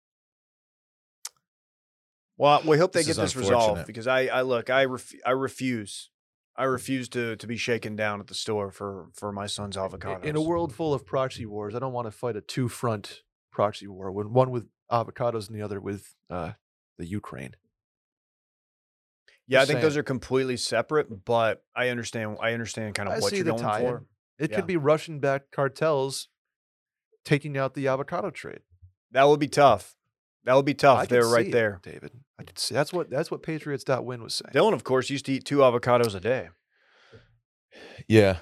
[SPEAKER 1] Well, we hope they
[SPEAKER 2] This
[SPEAKER 1] get
[SPEAKER 2] is
[SPEAKER 1] this resolved
[SPEAKER 2] unfortunate.
[SPEAKER 1] because I, I look, I, ref, I refuse, I refuse to to be shaken down at the store for for my son's
[SPEAKER 3] I-
[SPEAKER 1] avocados.
[SPEAKER 3] In a world full of proxy wars, I don't want to fight a two-front proxy war. When one with avocados and the other with uh, the Ukraine.
[SPEAKER 1] yeah, I
[SPEAKER 3] just
[SPEAKER 1] think those
[SPEAKER 3] saying.
[SPEAKER 1] are completely separate, but I understand, I understand kind of
[SPEAKER 3] I
[SPEAKER 1] what
[SPEAKER 3] see
[SPEAKER 1] you're
[SPEAKER 3] the
[SPEAKER 1] going
[SPEAKER 3] tie-in.
[SPEAKER 1] for.
[SPEAKER 3] It
[SPEAKER 1] Yeah.
[SPEAKER 3] could be Russian-backed cartels taking out the avocado trade.
[SPEAKER 1] That would be tough. That would be tough.
[SPEAKER 3] I could
[SPEAKER 1] Oh, They're right
[SPEAKER 3] see it,
[SPEAKER 1] there.
[SPEAKER 3] David. I could see that's what that's what Patriots.win was saying.
[SPEAKER 1] Dylan, of course, used to eat two avocados a day.
[SPEAKER 2] yeah.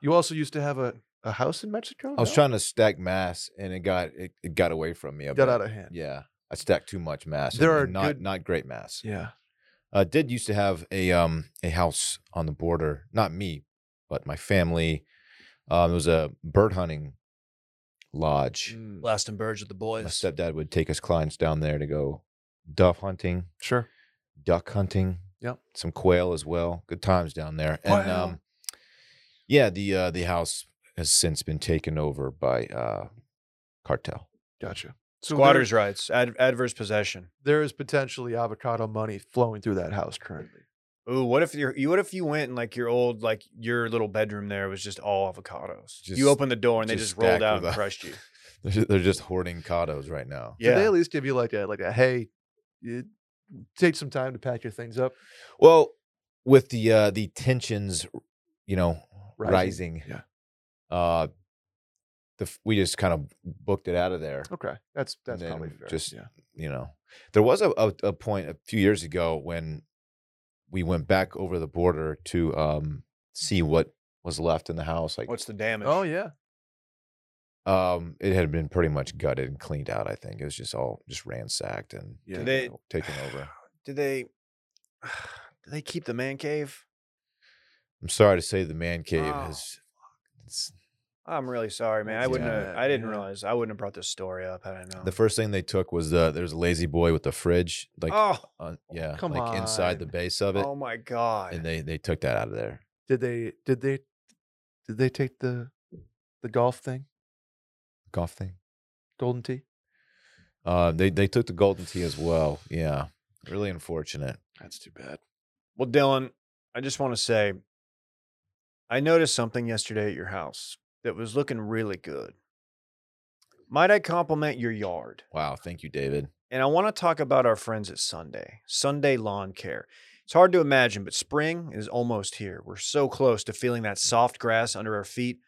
[SPEAKER 3] You also used to have a, a house in Mexico.
[SPEAKER 2] I was trying to stack mass, and it got it, it got away from me. a
[SPEAKER 3] got
[SPEAKER 2] bit.
[SPEAKER 3] out of hand.
[SPEAKER 2] Yeah, I stacked too much mass. and-
[SPEAKER 3] There are
[SPEAKER 2] and not
[SPEAKER 3] good-
[SPEAKER 2] not great mass.
[SPEAKER 3] Yeah.
[SPEAKER 2] uh, did used to have a um a house on the border. Not me, but my family. Um, it was a bird hunting lodge.
[SPEAKER 3] Hmm.
[SPEAKER 1] Blasting birds with the
[SPEAKER 2] My
[SPEAKER 1] boys.
[SPEAKER 2] stepdad would take his clients down there to go dove hunting,
[SPEAKER 3] Sure.
[SPEAKER 2] duck hunting.
[SPEAKER 3] Yep.
[SPEAKER 2] Some quail as well. Good times down there. And
[SPEAKER 3] Quail.
[SPEAKER 2] um, yeah, the uh, the house has since been taken over by uh, cartel.
[SPEAKER 3] Gotcha. So there,
[SPEAKER 1] Squatters' rights, ad, adverse possession.
[SPEAKER 3] there is potentially avocado money flowing through that house currently.
[SPEAKER 1] Ooh, what if your- you what if you went and like your old like your little bedroom there was just all avocados?
[SPEAKER 2] Just-
[SPEAKER 1] you opened the door and they just rolled
[SPEAKER 2] stacked
[SPEAKER 1] out
[SPEAKER 2] with
[SPEAKER 1] and
[SPEAKER 2] a-
[SPEAKER 1] crushed you.
[SPEAKER 2] They're ju- they're just hoarding cados right now.
[SPEAKER 3] Did they at least give you like a like a hey, it, take some time to pack your things up?
[SPEAKER 2] Well, with the uh the tensions, you know, rising.
[SPEAKER 3] Rising, yeah.
[SPEAKER 2] Uh the f- we just kind of booked it out of there.
[SPEAKER 3] Okay. That's that's
[SPEAKER 2] then
[SPEAKER 3] probably
[SPEAKER 2] we've
[SPEAKER 3] fair.
[SPEAKER 2] just-
[SPEAKER 3] yeah.
[SPEAKER 2] You know, there was a, a a point a few years ago when we went back over the border to um see what was left in the house. Like
[SPEAKER 1] What's the damage?
[SPEAKER 3] Oh yeah.
[SPEAKER 2] um it had been pretty much gutted and cleaned out, I think. It was just all just ransacked and
[SPEAKER 3] Yeah.
[SPEAKER 2] taken
[SPEAKER 1] They-
[SPEAKER 2] o- taken over.
[SPEAKER 1] Did they did they keep the man cave?
[SPEAKER 2] I'm sorry to say the man cave
[SPEAKER 1] Oh,
[SPEAKER 2] has it's
[SPEAKER 1] I'm really sorry, man. I wouldn't
[SPEAKER 3] Yeah,
[SPEAKER 1] have, I didn't
[SPEAKER 3] yeah.
[SPEAKER 1] realize I wouldn't have brought this story up had I known.
[SPEAKER 2] The first thing they took was the there's a lazy boy with the fridge, like
[SPEAKER 1] oh,
[SPEAKER 2] on- yeah,
[SPEAKER 3] come
[SPEAKER 2] like inside the
[SPEAKER 3] on.
[SPEAKER 2] base of it,
[SPEAKER 1] oh my god.
[SPEAKER 2] and they they took that out of there.
[SPEAKER 3] Did they did they did they take the the golf thing?
[SPEAKER 2] Golf thing.
[SPEAKER 3] Golden tea?
[SPEAKER 2] Uh, they they took the golden tea as well. Yeah, really unfortunate.
[SPEAKER 3] That's too bad.
[SPEAKER 1] well, Dylan, I just want to say I noticed something yesterday at your house that was looking really good. Might I compliment your yard?
[SPEAKER 2] Wow, thank you, David.
[SPEAKER 1] And I want to talk about our friends at Sunday, Sunday Lawn Care. It's hard to imagine, but spring is almost here. We're so close to feeling that soft grass under our feet.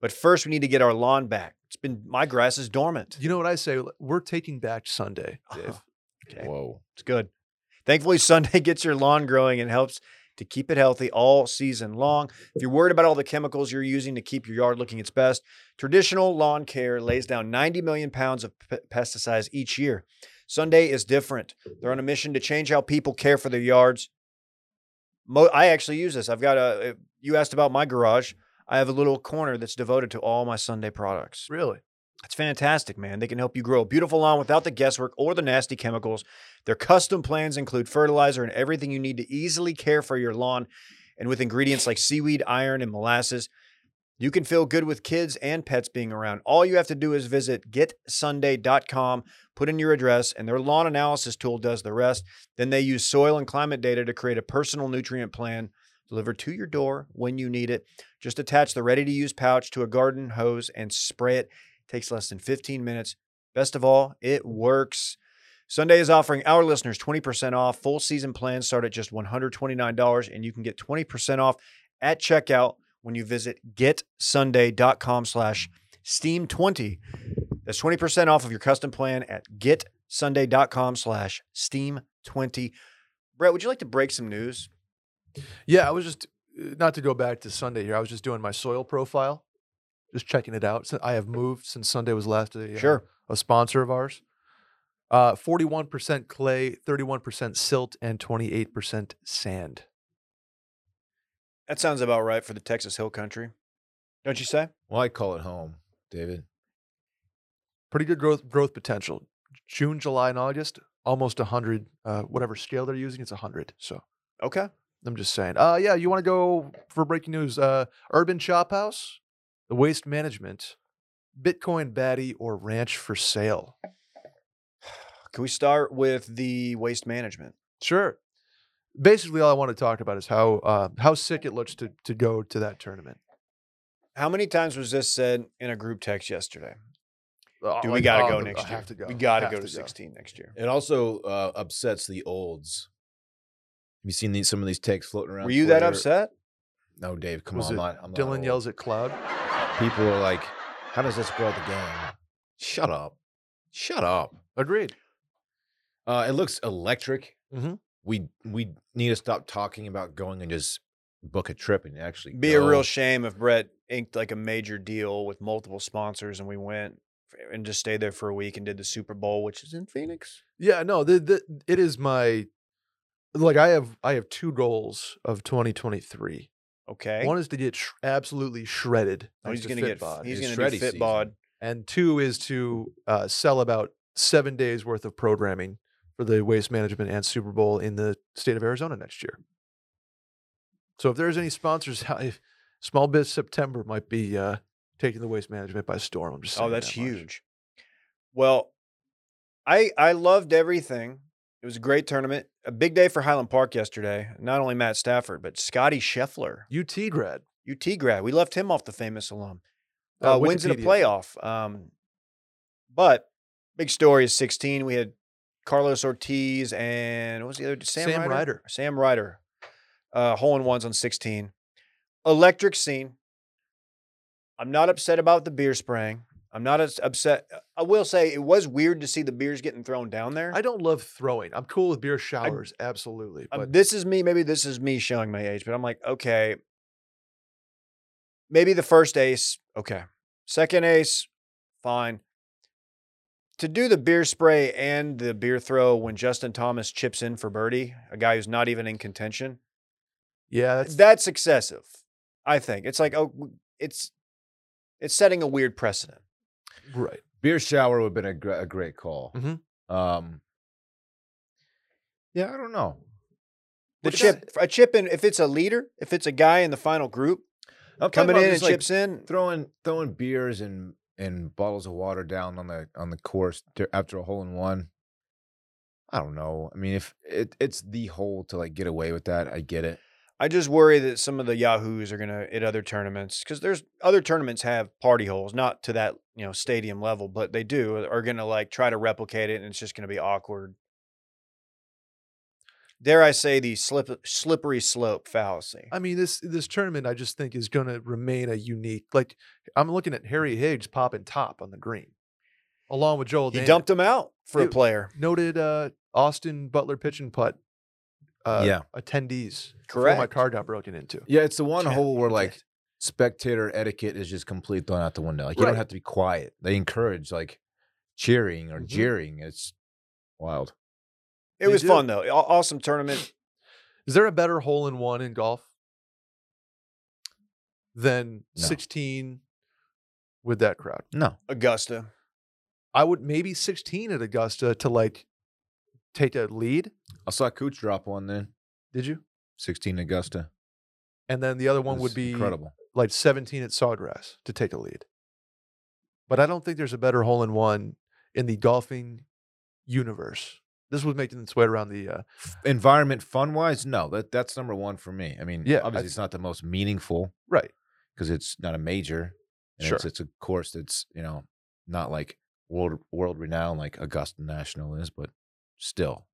[SPEAKER 1] But first, we need to get our lawn back. It's been my grass is dormant.
[SPEAKER 3] You know what I say? L- We're taking back Sunday, Dave.
[SPEAKER 1] Okay.
[SPEAKER 2] Whoa,
[SPEAKER 1] It's good. Thankfully, Sunday gets your lawn growing and helps to keep it healthy all season long. If you're worried about all the chemicals you're using to keep your yard looking its best, traditional lawn care lays down 90 million pounds of p- pesticides each year. Sunday is different. They're on a mission to change how people care for their yards. Mo- I actually use this. I've got a, you asked about my garage. I have a little corner that's devoted to all my Sunday products.
[SPEAKER 3] Really?
[SPEAKER 1] It's fantastic, man. They can help you grow a beautiful lawn without the guesswork or the nasty chemicals. Their custom plans include fertilizer and everything you need to easily care for your lawn. And with ingredients like seaweed, iron, and molasses, you can feel good with kids and pets being around. All you have to do is visit getsunday.com, put in your address, and their lawn analysis tool does the rest. Then they use soil and climate data to create a personal nutrient plan delivered to your door when you need it. Just attach the ready to use pouch to a garden hose and spray it takes less than 15 minutes. Best of all, it works. Sunday is offering our listeners 20% off. Full season plans start at just $129, and you can get 20% off at checkout when you visit getsunday.com slash steam20. That's 20% off of your custom plan at getsunday.com slash steam20. Brett, would you like to break some news?
[SPEAKER 3] Yeah, I was just uh, not to go back to Sunday here. I was just doing my soil profile, just checking it out. So I have moved since Sunday was last a, uh,
[SPEAKER 1] Sure.
[SPEAKER 3] a sponsor of ours. Uh, 41% clay, 31% silt, and 28% sand.
[SPEAKER 1] That sounds about right for the Texas Hill Country. Don't you say?
[SPEAKER 2] Well, I call it home, David.
[SPEAKER 3] Pretty good growth growth potential. June, July, and August, almost 100. Uh, whatever scale they're using, it's 100. So
[SPEAKER 1] Okay.
[SPEAKER 3] I'm just saying. Uh, yeah, you want to go for breaking news? Uh, Urban Chop House, the Waste Management, Bitcoin Baddie, or Ranch for Sale?
[SPEAKER 1] Can we start with the waste management?
[SPEAKER 3] Sure. Basically, all I want to talk about is how uh, how sick it looks to to go to that tournament.
[SPEAKER 1] How many times was this said in a group text yesterday?
[SPEAKER 3] Oh,
[SPEAKER 1] Do we
[SPEAKER 3] like,
[SPEAKER 1] gotta
[SPEAKER 3] oh,
[SPEAKER 1] go
[SPEAKER 3] the-
[SPEAKER 1] next
[SPEAKER 3] I
[SPEAKER 1] year?
[SPEAKER 3] Have to go.
[SPEAKER 1] We gotta
[SPEAKER 3] Have
[SPEAKER 1] go to, 16 next year.
[SPEAKER 2] It also uh, upsets the olds. Have you seen these, some of these takes floating around?
[SPEAKER 1] Were you that
[SPEAKER 2] Twitter?
[SPEAKER 1] upset?
[SPEAKER 2] No, Dave. Come
[SPEAKER 3] Was
[SPEAKER 2] on,
[SPEAKER 3] it
[SPEAKER 2] I'm not, I'm not
[SPEAKER 3] Dylan
[SPEAKER 2] old.
[SPEAKER 3] yells at Cloud.
[SPEAKER 2] People are like, "How does this grow the game?" Shut up. Shut up.
[SPEAKER 3] Agreed.
[SPEAKER 2] Uh, it looks electric.
[SPEAKER 1] Mm-hmm.
[SPEAKER 3] Mhm.
[SPEAKER 2] We we need to stop talking about going and just book a trip and actually
[SPEAKER 1] Be a real
[SPEAKER 2] go.
[SPEAKER 1] shame if Brett inked like a major deal with multiple sponsors and we went and just stayed there for a week and did the Super Bowl, which is in Phoenix.
[SPEAKER 3] Yeah, no, the, the, it is my like I have I have two goals of 2023.
[SPEAKER 1] Okay.
[SPEAKER 3] One is to get sh- absolutely shredded.
[SPEAKER 1] Oh, he's
[SPEAKER 3] going
[SPEAKER 1] gonna
[SPEAKER 3] to
[SPEAKER 1] get
[SPEAKER 3] bod.
[SPEAKER 1] he's
[SPEAKER 2] It's
[SPEAKER 1] gonna
[SPEAKER 2] shreddy
[SPEAKER 1] do
[SPEAKER 2] season.
[SPEAKER 1] fit bod.
[SPEAKER 3] and two is to uh, sell about seven days worth of programming for the waste management and Super Bowl in the state of Arizona next year. So if there's any sponsors, how- if Small Biz September might be uh, taking the waste management by storm. I'm just
[SPEAKER 1] Oh,
[SPEAKER 3] saying
[SPEAKER 1] that's
[SPEAKER 3] that much.
[SPEAKER 1] huge. Well, I I loved everything. It was a great tournament. A big day for Highland Park yesterday. Not only Matt Stafford, but Scotty Scheffler,
[SPEAKER 3] UT grad
[SPEAKER 1] UT grad. We left him off the famous alum.
[SPEAKER 3] Uh,
[SPEAKER 1] uh, wins in a
[SPEAKER 3] Wikipedia.
[SPEAKER 1] playoff. Um, but big story is 16. We had Carlos Ortiz and what was the other? Sam,
[SPEAKER 3] Sam
[SPEAKER 1] Ryder?
[SPEAKER 3] Ryder.
[SPEAKER 1] Sam Ryder. Uh, hole in ones on 16. Electric scene. I'm not upset about the beer spraying. I'm not as upset. I will say it was weird to see the beers getting thrown down there.
[SPEAKER 3] I don't love throwing. I'm cool with beer showers, absolutely.
[SPEAKER 1] Um,
[SPEAKER 3] But
[SPEAKER 1] this is me. Maybe this is me showing my age, but I'm like, okay. Maybe the first ace, okay. Second ace, fine. To do the beer spray and the beer throw when Justin Thomas chips in for birdie, a guy who's not even in contention,
[SPEAKER 3] yeah, that's,
[SPEAKER 1] that's, excessive. I think it's like, oh, it's it's setting a weird precedent.
[SPEAKER 3] right.
[SPEAKER 2] beer shower would have been a, gr- a great call.
[SPEAKER 3] Mhm.
[SPEAKER 1] Mm-hmm.
[SPEAKER 2] Um, yeah, I don't know.
[SPEAKER 1] The
[SPEAKER 3] Which-
[SPEAKER 1] chip, a chip in, if it's a leader, if it's a guy in the final group
[SPEAKER 2] I'm talking
[SPEAKER 1] coming
[SPEAKER 2] about
[SPEAKER 1] in and
[SPEAKER 2] just, like,
[SPEAKER 1] chips in,
[SPEAKER 2] throwing throwing beers and and bottles of water down on the on the course dur- after a hole in one. I don't know. I mean, if it, it's the hole to like get away with that, I get it.
[SPEAKER 1] I just worry that some of the Yahoos are gonna at other tournaments because there's other tournaments have party holes, not to that you know stadium level, but they do uh, are gonna like try to replicate it, and it's just gonna be awkward. Dare I say the slip, slippery slope fallacy?
[SPEAKER 3] I mean, this this tournament I just think is going to remain a unique. Like I'm looking at Harry Higgs popping top on the green, along with Joel.
[SPEAKER 1] he
[SPEAKER 3] Damon.
[SPEAKER 1] dumped him out for a
[SPEAKER 3] Dude.
[SPEAKER 1] player.
[SPEAKER 3] noted uh, Austin Butler pitch and putt uh,
[SPEAKER 2] Yeah.
[SPEAKER 3] attendees before my
[SPEAKER 1] Correct.
[SPEAKER 3] car got broken into.
[SPEAKER 2] Yeah, it's the one
[SPEAKER 3] Ten
[SPEAKER 2] hole where like
[SPEAKER 3] days.
[SPEAKER 2] spectator etiquette is just complete thrown out the window. Like you
[SPEAKER 3] Right.
[SPEAKER 2] don't have to be quiet. They encourage like cheering or
[SPEAKER 3] Mhm.
[SPEAKER 2] jeering. It's wild.
[SPEAKER 1] It
[SPEAKER 3] They
[SPEAKER 1] was
[SPEAKER 3] do.
[SPEAKER 1] fun though. Aw- Awesome tournament.
[SPEAKER 3] Is there a better hole in one in golf than
[SPEAKER 2] No.
[SPEAKER 3] 16 with that crowd?
[SPEAKER 2] No.
[SPEAKER 1] Augusta.
[SPEAKER 3] I would maybe 16 at Augusta to like take a lead.
[SPEAKER 2] I saw Cooch drop one then.
[SPEAKER 3] Did you?
[SPEAKER 2] 16 Augusta.
[SPEAKER 3] And then the other one
[SPEAKER 2] It was
[SPEAKER 3] would be
[SPEAKER 2] incredible.
[SPEAKER 3] like 17 at Sawgrass to take a lead. But I don't think there's a better hole in one in the golfing universe. This was making its way around the uh,
[SPEAKER 2] Environment fun wise, no. That that's number one for me. I mean,
[SPEAKER 3] Yeah, I-
[SPEAKER 2] obviously it's not the most meaningful
[SPEAKER 3] right.
[SPEAKER 2] because it's not a major. And
[SPEAKER 3] Sure.
[SPEAKER 2] it's, it's a course that's, you know, not like world world renowned like Augusta National is, but still.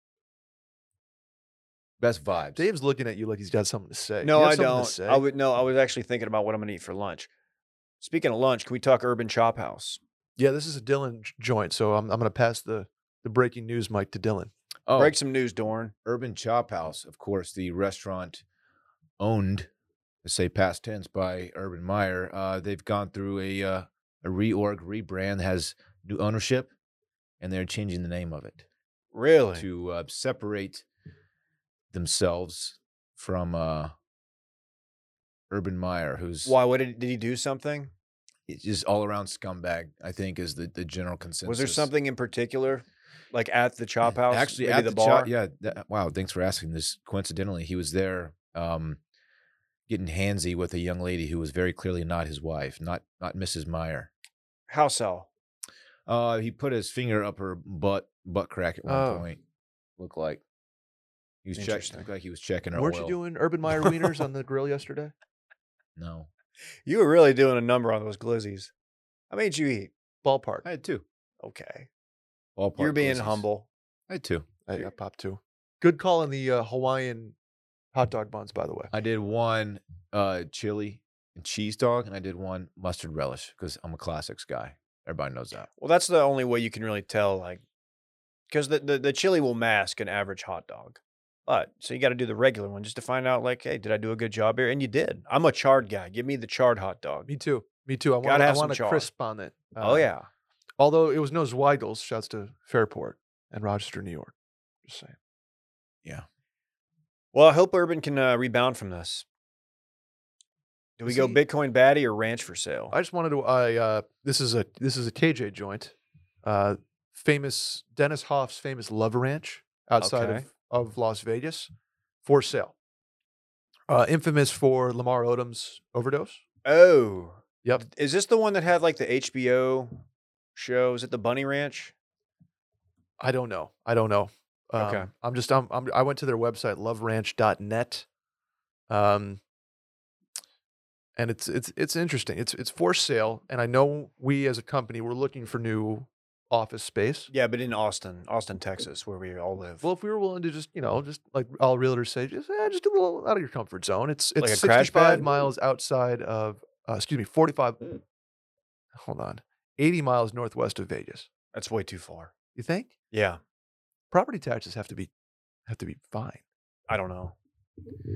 [SPEAKER 2] Best vibes.
[SPEAKER 3] Dave's looking at you like he's got something to say.
[SPEAKER 1] No,
[SPEAKER 3] You have
[SPEAKER 1] I
[SPEAKER 3] something to
[SPEAKER 1] don't.
[SPEAKER 3] say?
[SPEAKER 1] I would no. I was actually thinking about what I'm gonna eat for lunch. Speaking of lunch, can we talk Urban Chop House?
[SPEAKER 3] Yeah, this is a Dylan j- joint, so I'm, I'm going to pass the the breaking news mic to Dylan.
[SPEAKER 2] oh,
[SPEAKER 1] Break some news, Dorn.
[SPEAKER 2] Urban Chop House, of course, the restaurant owned, to say past tense, by Urban Meyer. Uh, they've gone through a uh, a reorg, rebrand, has new ownership, and they're changing the name of it
[SPEAKER 1] Really?
[SPEAKER 2] to uh, separate themselves from uh, Urban Meyer, who's
[SPEAKER 1] Why? What did, did he do something?
[SPEAKER 2] is just all around scumbag. I think is the, the general consensus.
[SPEAKER 1] Was there something in particular, like at the Chop House?
[SPEAKER 2] Actually,
[SPEAKER 1] maybe
[SPEAKER 2] at
[SPEAKER 1] the,
[SPEAKER 2] the,
[SPEAKER 1] bar.
[SPEAKER 2] chop- yeah. that- wow. Thanks for asking this. Coincidentally, he was there, um, getting handsy with a young lady who was very clearly not his wife, not not Mrs. Meyer.
[SPEAKER 1] How so?
[SPEAKER 2] Uh, he put his finger up her butt butt crack at one
[SPEAKER 3] Oh.
[SPEAKER 2] point. Looked like he was checking.
[SPEAKER 1] Interesting.
[SPEAKER 2] Looked like he was checking her.
[SPEAKER 3] Weren't
[SPEAKER 2] oil.
[SPEAKER 3] you doing Urban Meyer wieners on the grill yesterday?
[SPEAKER 2] No,
[SPEAKER 1] You were really doing a number on those glizzies. How many did you eat?
[SPEAKER 3] Ballpark.
[SPEAKER 2] I had two.
[SPEAKER 1] Okay.
[SPEAKER 2] Ballpark.
[SPEAKER 1] You're being
[SPEAKER 2] glizzies.
[SPEAKER 1] humble.
[SPEAKER 2] I had two.
[SPEAKER 3] I, I popped two. Good call on the uh, Hawaiian hot dog buns, by the way.
[SPEAKER 2] I did one uh, chili and cheese dog, and I did one mustard relish because I'm a classics guy. Everybody knows that.
[SPEAKER 1] Well, that's the only way you can really tell, like, because the, the, the chili will mask an average hot dog. But so you got to do the regular one just to find out, like, hey, did I do a good job here? And you did. I'm a charred guy. Give me the charred hot dog.
[SPEAKER 3] Me too. Me too. I
[SPEAKER 1] Gotta
[SPEAKER 3] want, I
[SPEAKER 1] have some
[SPEAKER 3] want a
[SPEAKER 1] char.
[SPEAKER 3] crisp on it.
[SPEAKER 1] oh
[SPEAKER 3] Uh,
[SPEAKER 1] yeah,
[SPEAKER 3] Although it was no Zweigels. Shouts to Fairport and Rochester, New York. Just saying.
[SPEAKER 1] Well, I hope Urban can uh, rebound from this. Do we go
[SPEAKER 3] See-
[SPEAKER 1] Bitcoin baddie or ranch for sale?
[SPEAKER 3] I just wanted to. I uh, this is a this is a KJ joint, uh, famous Dennis Hoff's famous Love Ranch outside
[SPEAKER 1] Okay.
[SPEAKER 3] of, of Las Vegas, for sale. Uh, infamous for Lamar Odom's overdose.
[SPEAKER 1] oh,
[SPEAKER 3] Yep.
[SPEAKER 1] Is this the one that had like the HBO show? Is it the Bunny Ranch?
[SPEAKER 3] I don't know. I don't know. Um,
[SPEAKER 1] Okay.
[SPEAKER 3] I'm just. I'm, I'm. I went to their website, loveranch.net. Um. And it's it's it's interesting. It's it's for sale, and I know we as a company we're looking for new office space.
[SPEAKER 1] Yeah, but in Austin, Austin, Texas, where we all live.
[SPEAKER 3] Well, if we were willing to just, you know, just like all realtors say, just eh, just a little out of your comfort zone. It's it's
[SPEAKER 1] Like a crash
[SPEAKER 3] 65
[SPEAKER 1] pad?
[SPEAKER 3] miles outside of, uh, excuse me, 45. Hold on, 80 miles northwest of Vegas.
[SPEAKER 1] that's way too far.
[SPEAKER 3] You think
[SPEAKER 1] Yeah,
[SPEAKER 3] property taxes have to be have to be fine?
[SPEAKER 1] I don't know.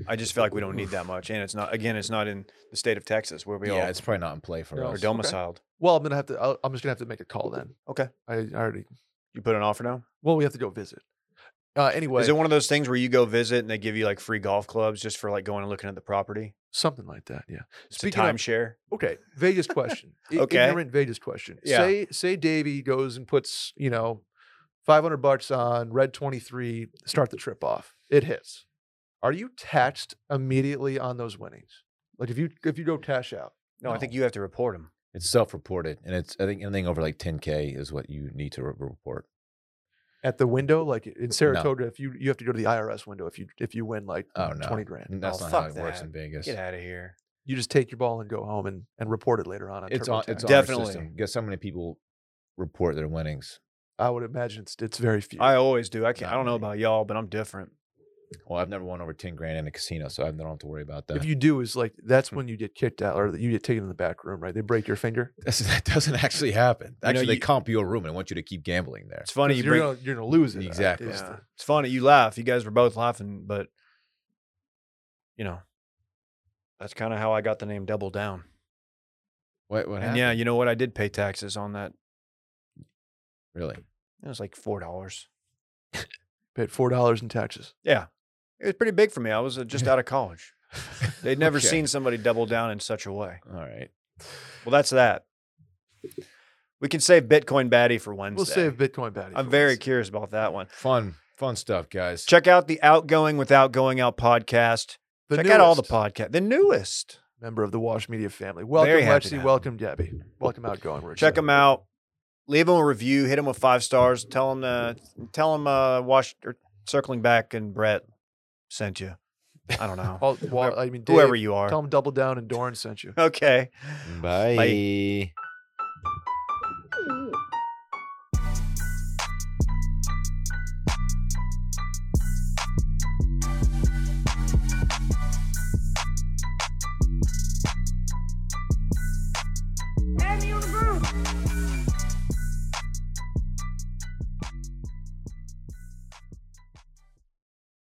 [SPEAKER 1] I just feel like we don't need that much, and it's not. Again, it's not in the state of Texas where we
[SPEAKER 2] yeah,
[SPEAKER 1] all
[SPEAKER 2] it's probably not in play for
[SPEAKER 3] No,
[SPEAKER 1] are
[SPEAKER 2] us.
[SPEAKER 3] don't-
[SPEAKER 1] domiciled.
[SPEAKER 3] Well, I'm gonna have to. I'll, I'm just gonna have to make a call then.
[SPEAKER 1] Okay.
[SPEAKER 3] I, I already.
[SPEAKER 1] You put an offer now.
[SPEAKER 3] Well, we have to go visit. Uh, anyway,
[SPEAKER 1] Is it one of those things where you go visit and they give you like free golf clubs just for like going and looking at the property?
[SPEAKER 3] something like that. Yeah.
[SPEAKER 1] It's
[SPEAKER 3] Speaking
[SPEAKER 1] a
[SPEAKER 3] of-
[SPEAKER 1] timeshare.
[SPEAKER 3] Okay, Vegas question. I-
[SPEAKER 1] Okay.
[SPEAKER 3] ignorant Vegas question.
[SPEAKER 1] Yeah.
[SPEAKER 3] Say say Davey goes and puts you know, five hundred bucks on red twenty three. Start the trip off. It hits. Are you taxed immediately on those winnings? Like if you if you go cash out,
[SPEAKER 1] No, I think you have to report them.
[SPEAKER 2] It's self-reported, and it's I think anything over like 10k is what you need to re- report.
[SPEAKER 3] at the window, like in Saratoga, if you you have to go to the IRS window if you if you win like
[SPEAKER 2] Oh, no.
[SPEAKER 3] twenty grand,
[SPEAKER 2] And that's
[SPEAKER 1] Oh,
[SPEAKER 2] not how
[SPEAKER 1] fuck
[SPEAKER 2] it works
[SPEAKER 1] that.
[SPEAKER 2] in Vegas.
[SPEAKER 1] Get out of here.
[SPEAKER 3] you just take your ball and go home and and report it later on. on
[SPEAKER 2] It's on. It's
[SPEAKER 3] TurboTax.
[SPEAKER 2] on
[SPEAKER 1] Definitely.
[SPEAKER 2] Our system. Guess how many people report their winnings?
[SPEAKER 3] I would imagine it's it's very few.
[SPEAKER 1] I always do. I can't. I
[SPEAKER 2] Not
[SPEAKER 1] don't know
[SPEAKER 2] me.
[SPEAKER 1] about y'all, but I'm different.
[SPEAKER 2] Well, I've never won over 10 grand in a casino, so I don't have to worry about that.
[SPEAKER 3] if you do, is like that's
[SPEAKER 1] Hmm.
[SPEAKER 3] when you get kicked out or you get taken in the back room, right? They break your finger.
[SPEAKER 2] That's- that doesn't actually happen.
[SPEAKER 1] know,
[SPEAKER 2] Actually, they
[SPEAKER 1] you-
[SPEAKER 2] comp you a room and want you to keep gambling there.
[SPEAKER 1] It's funny you
[SPEAKER 3] you're
[SPEAKER 1] bring.
[SPEAKER 3] gonna, you're gonna lose it.
[SPEAKER 2] Exactly.
[SPEAKER 3] It's
[SPEAKER 1] Yeah.
[SPEAKER 3] the-
[SPEAKER 1] It's funny you laugh. You guys were both laughing, but you know, that's kind of how I got the name Double Down.
[SPEAKER 2] What? What
[SPEAKER 1] And
[SPEAKER 2] happened?
[SPEAKER 1] yeah, you know what? I did pay taxes on that.
[SPEAKER 2] Really?
[SPEAKER 1] It was like four dollars.
[SPEAKER 3] Paid four dollars in taxes.
[SPEAKER 1] Yeah, it was pretty big for me. I was uh, just out of college. They'd never
[SPEAKER 2] Okay.
[SPEAKER 1] seen somebody double down in such a way.
[SPEAKER 2] All right.
[SPEAKER 1] Well, that's that. We can save Bitcoin baddie for Wednesday.
[SPEAKER 3] We'll save Bitcoin baddie.
[SPEAKER 1] I'm
[SPEAKER 3] for
[SPEAKER 1] very
[SPEAKER 3] once.
[SPEAKER 1] curious about that one.
[SPEAKER 2] Fun, fun stuff, guys.
[SPEAKER 1] Check out the Outgoing Without Going Out podcast.
[SPEAKER 3] The
[SPEAKER 1] Check out all the
[SPEAKER 3] newest
[SPEAKER 1] podcast, the newest.
[SPEAKER 3] member of the Wash Media family. Welcome,
[SPEAKER 1] Very happy to
[SPEAKER 3] Lexi.
[SPEAKER 1] have
[SPEAKER 3] Welcome, Debbie. Welcome, outgoing Richard.
[SPEAKER 1] Check them out. Leave them a review. Hit them with five stars. Tell them to tell them uh, wash or circling back and Brett sent you. I don't know
[SPEAKER 3] Paul, Wa- I mean, Dave,
[SPEAKER 1] whoever you are.
[SPEAKER 3] Tell them double down and Doran sent you.
[SPEAKER 1] Okay.
[SPEAKER 2] Bye.